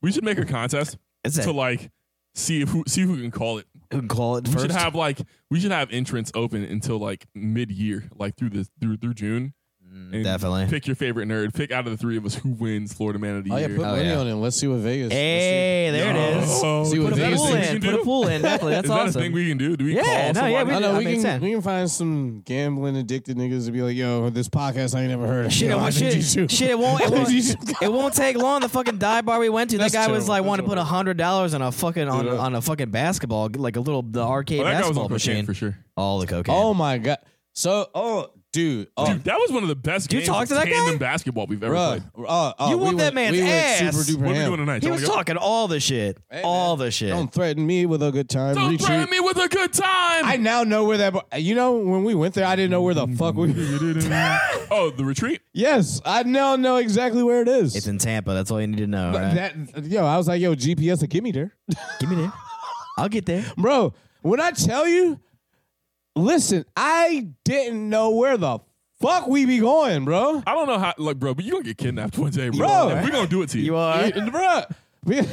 Speaker 3: We should make a contest
Speaker 1: It's a,
Speaker 3: to like see if who see who can call it.
Speaker 1: who can call it
Speaker 3: We should
Speaker 1: first.
Speaker 3: have like we should have entrance open until like mid year, like through this through through June. And
Speaker 1: definitely.
Speaker 3: Pick your favorite nerd. Pick out of the three of us who wins Florida Man of the
Speaker 2: Oh yeah,
Speaker 3: Year.
Speaker 2: put money
Speaker 1: yeah.
Speaker 2: on it. Let's see what Vegas. let's see-
Speaker 1: hey, there it is.
Speaker 3: Oh,
Speaker 2: See
Speaker 3: put
Speaker 2: what
Speaker 3: a
Speaker 2: they
Speaker 1: Put a
Speaker 3: pool
Speaker 1: pool
Speaker 2: think.
Speaker 3: in.
Speaker 1: in. Put a pool in. Definitely. That's
Speaker 3: is that a
Speaker 1: awesome.
Speaker 3: thing we can do? Do we
Speaker 1: Yeah,
Speaker 3: call
Speaker 1: no,
Speaker 3: somebody?
Speaker 1: yeah, we
Speaker 2: I
Speaker 1: That
Speaker 2: know we
Speaker 1: makes
Speaker 2: can
Speaker 1: sense.
Speaker 2: we can find some gambling addicted niggas to be like, yo, this podcast I ain't never heard. Of.
Speaker 1: Shit,
Speaker 2: Yo,
Speaker 1: it
Speaker 2: I
Speaker 1: won't,
Speaker 2: think you
Speaker 1: shit,
Speaker 2: should-
Speaker 1: shit, it won't, it
Speaker 2: I think you
Speaker 1: won't,
Speaker 2: should-
Speaker 1: it won't take long. The fucking dive bar we went to, that
Speaker 2: That's
Speaker 1: guy was
Speaker 2: terrible.
Speaker 1: like wanting to
Speaker 2: That's
Speaker 1: put a hundred dollars on a fucking on,
Speaker 2: Dude,
Speaker 1: a-
Speaker 2: uh,
Speaker 1: on a fucking basketball, like a little the arcade
Speaker 3: Oh, that guy was
Speaker 1: basketball
Speaker 3: on cocaine
Speaker 1: machine.
Speaker 3: for sure.
Speaker 1: All the cocaine.
Speaker 2: Oh my god. So, oh, dude, oh,
Speaker 3: Dude, that was one of the best
Speaker 1: You
Speaker 3: games
Speaker 1: talk
Speaker 3: of
Speaker 1: to that guy?
Speaker 3: tandem basketball we've ever
Speaker 2: bruh,
Speaker 3: played.
Speaker 2: oh, oh,
Speaker 1: You
Speaker 2: we
Speaker 1: want that
Speaker 2: went-
Speaker 1: man's
Speaker 2: we went
Speaker 1: ass.
Speaker 2: Super duper
Speaker 3: What are we
Speaker 2: ham.
Speaker 3: doing tonight?
Speaker 1: he
Speaker 3: Trying
Speaker 1: was
Speaker 3: to go-
Speaker 1: talking all the shit,
Speaker 2: Hey,
Speaker 1: all
Speaker 2: man,
Speaker 1: the shit.
Speaker 2: Don't threaten me with a good time.
Speaker 3: Don't
Speaker 2: Retreat.
Speaker 3: threaten me with a good time.
Speaker 2: I now know where that. bo- You know, when we went there, I didn't know where the
Speaker 1: Mm-hmm.
Speaker 2: fuck we.
Speaker 3: oh, the retreat.
Speaker 2: Yes, I now know exactly where it is.
Speaker 1: It's in Tampa. That's all you need to know. Right?
Speaker 2: that, yo, I was like, yo, GPS, will get me there.
Speaker 1: Give me there. I'll get there.
Speaker 2: Bro, when I tell you, listen, I didn't know where the fuck we be going, bro.
Speaker 3: I don't know how, like, bro, but you gonna get kidnapped one day, bro.
Speaker 2: Bro.
Speaker 3: We're gonna do it to you.
Speaker 1: are.
Speaker 2: Bro. we-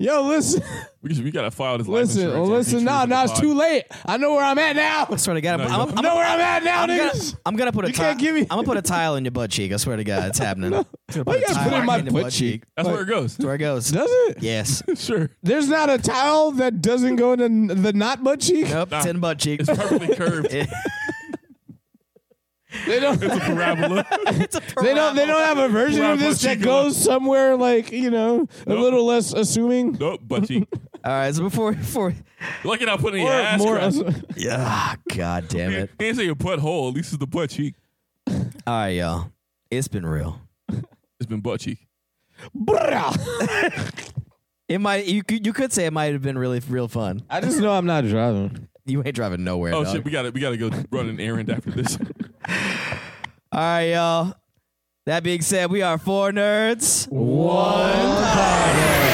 Speaker 2: Yo, listen,
Speaker 3: We, just- we gotta file this. life
Speaker 2: listen, oh,
Speaker 3: insurance on
Speaker 2: listen.
Speaker 3: features
Speaker 2: Nah,
Speaker 3: in the
Speaker 2: nah, it's
Speaker 3: pod.
Speaker 2: too late. I know where I'm at now.
Speaker 1: I swear to God,
Speaker 3: No,
Speaker 1: I'm,
Speaker 3: you
Speaker 1: I'm,
Speaker 3: don't.
Speaker 2: I
Speaker 1: I'm,
Speaker 2: know where I'm at now,
Speaker 1: I'm gonna,
Speaker 2: niggas.
Speaker 1: I'm gonna put a
Speaker 2: You can't
Speaker 1: ti-
Speaker 2: give me-
Speaker 1: I'm gonna put a tile in your butt cheek. I swear to God, it's happening. I'm gonna
Speaker 2: Why you
Speaker 1: a
Speaker 2: gotta put it
Speaker 1: tile
Speaker 2: in my
Speaker 1: your
Speaker 2: butt cheek?
Speaker 3: That's where it goes.
Speaker 1: That's where it goes.
Speaker 2: Does it?
Speaker 1: Yes.
Speaker 3: sure,
Speaker 2: There's not a towel that doesn't go into n- the not butt cheek.
Speaker 1: Nope.
Speaker 3: Nah.
Speaker 1: Ten butt cheeks.
Speaker 3: it's perfectly curved.
Speaker 2: They don't.
Speaker 3: It's a parabola.
Speaker 1: it's a
Speaker 2: They don't. They don't have a version
Speaker 3: Round
Speaker 2: of this
Speaker 3: butt
Speaker 2: that
Speaker 3: cheek
Speaker 2: goes somewhere like you know a
Speaker 3: Nope.
Speaker 2: little less assuming
Speaker 3: nope, butt cheek.
Speaker 1: All right. So before before.
Speaker 3: Lucky not putting your
Speaker 2: or
Speaker 3: ass.
Speaker 2: more.
Speaker 3: crack.
Speaker 2: assu-
Speaker 1: Yeah. God damn
Speaker 3: You
Speaker 1: it.
Speaker 3: can't say your butt hole. At least it's the butt cheek.
Speaker 1: All right, y'all. It's been real.
Speaker 3: It's been butt cheek.
Speaker 2: Bruh.
Speaker 1: It might you could you could say it might have been really real fun.
Speaker 2: I just know I'm not driving.
Speaker 1: You ain't driving nowhere.
Speaker 3: Oh
Speaker 1: dog.
Speaker 3: shit, we gotta we gotta go run an errand after this.
Speaker 1: All right, y'all. That being said, we are four nerds.
Speaker 2: One.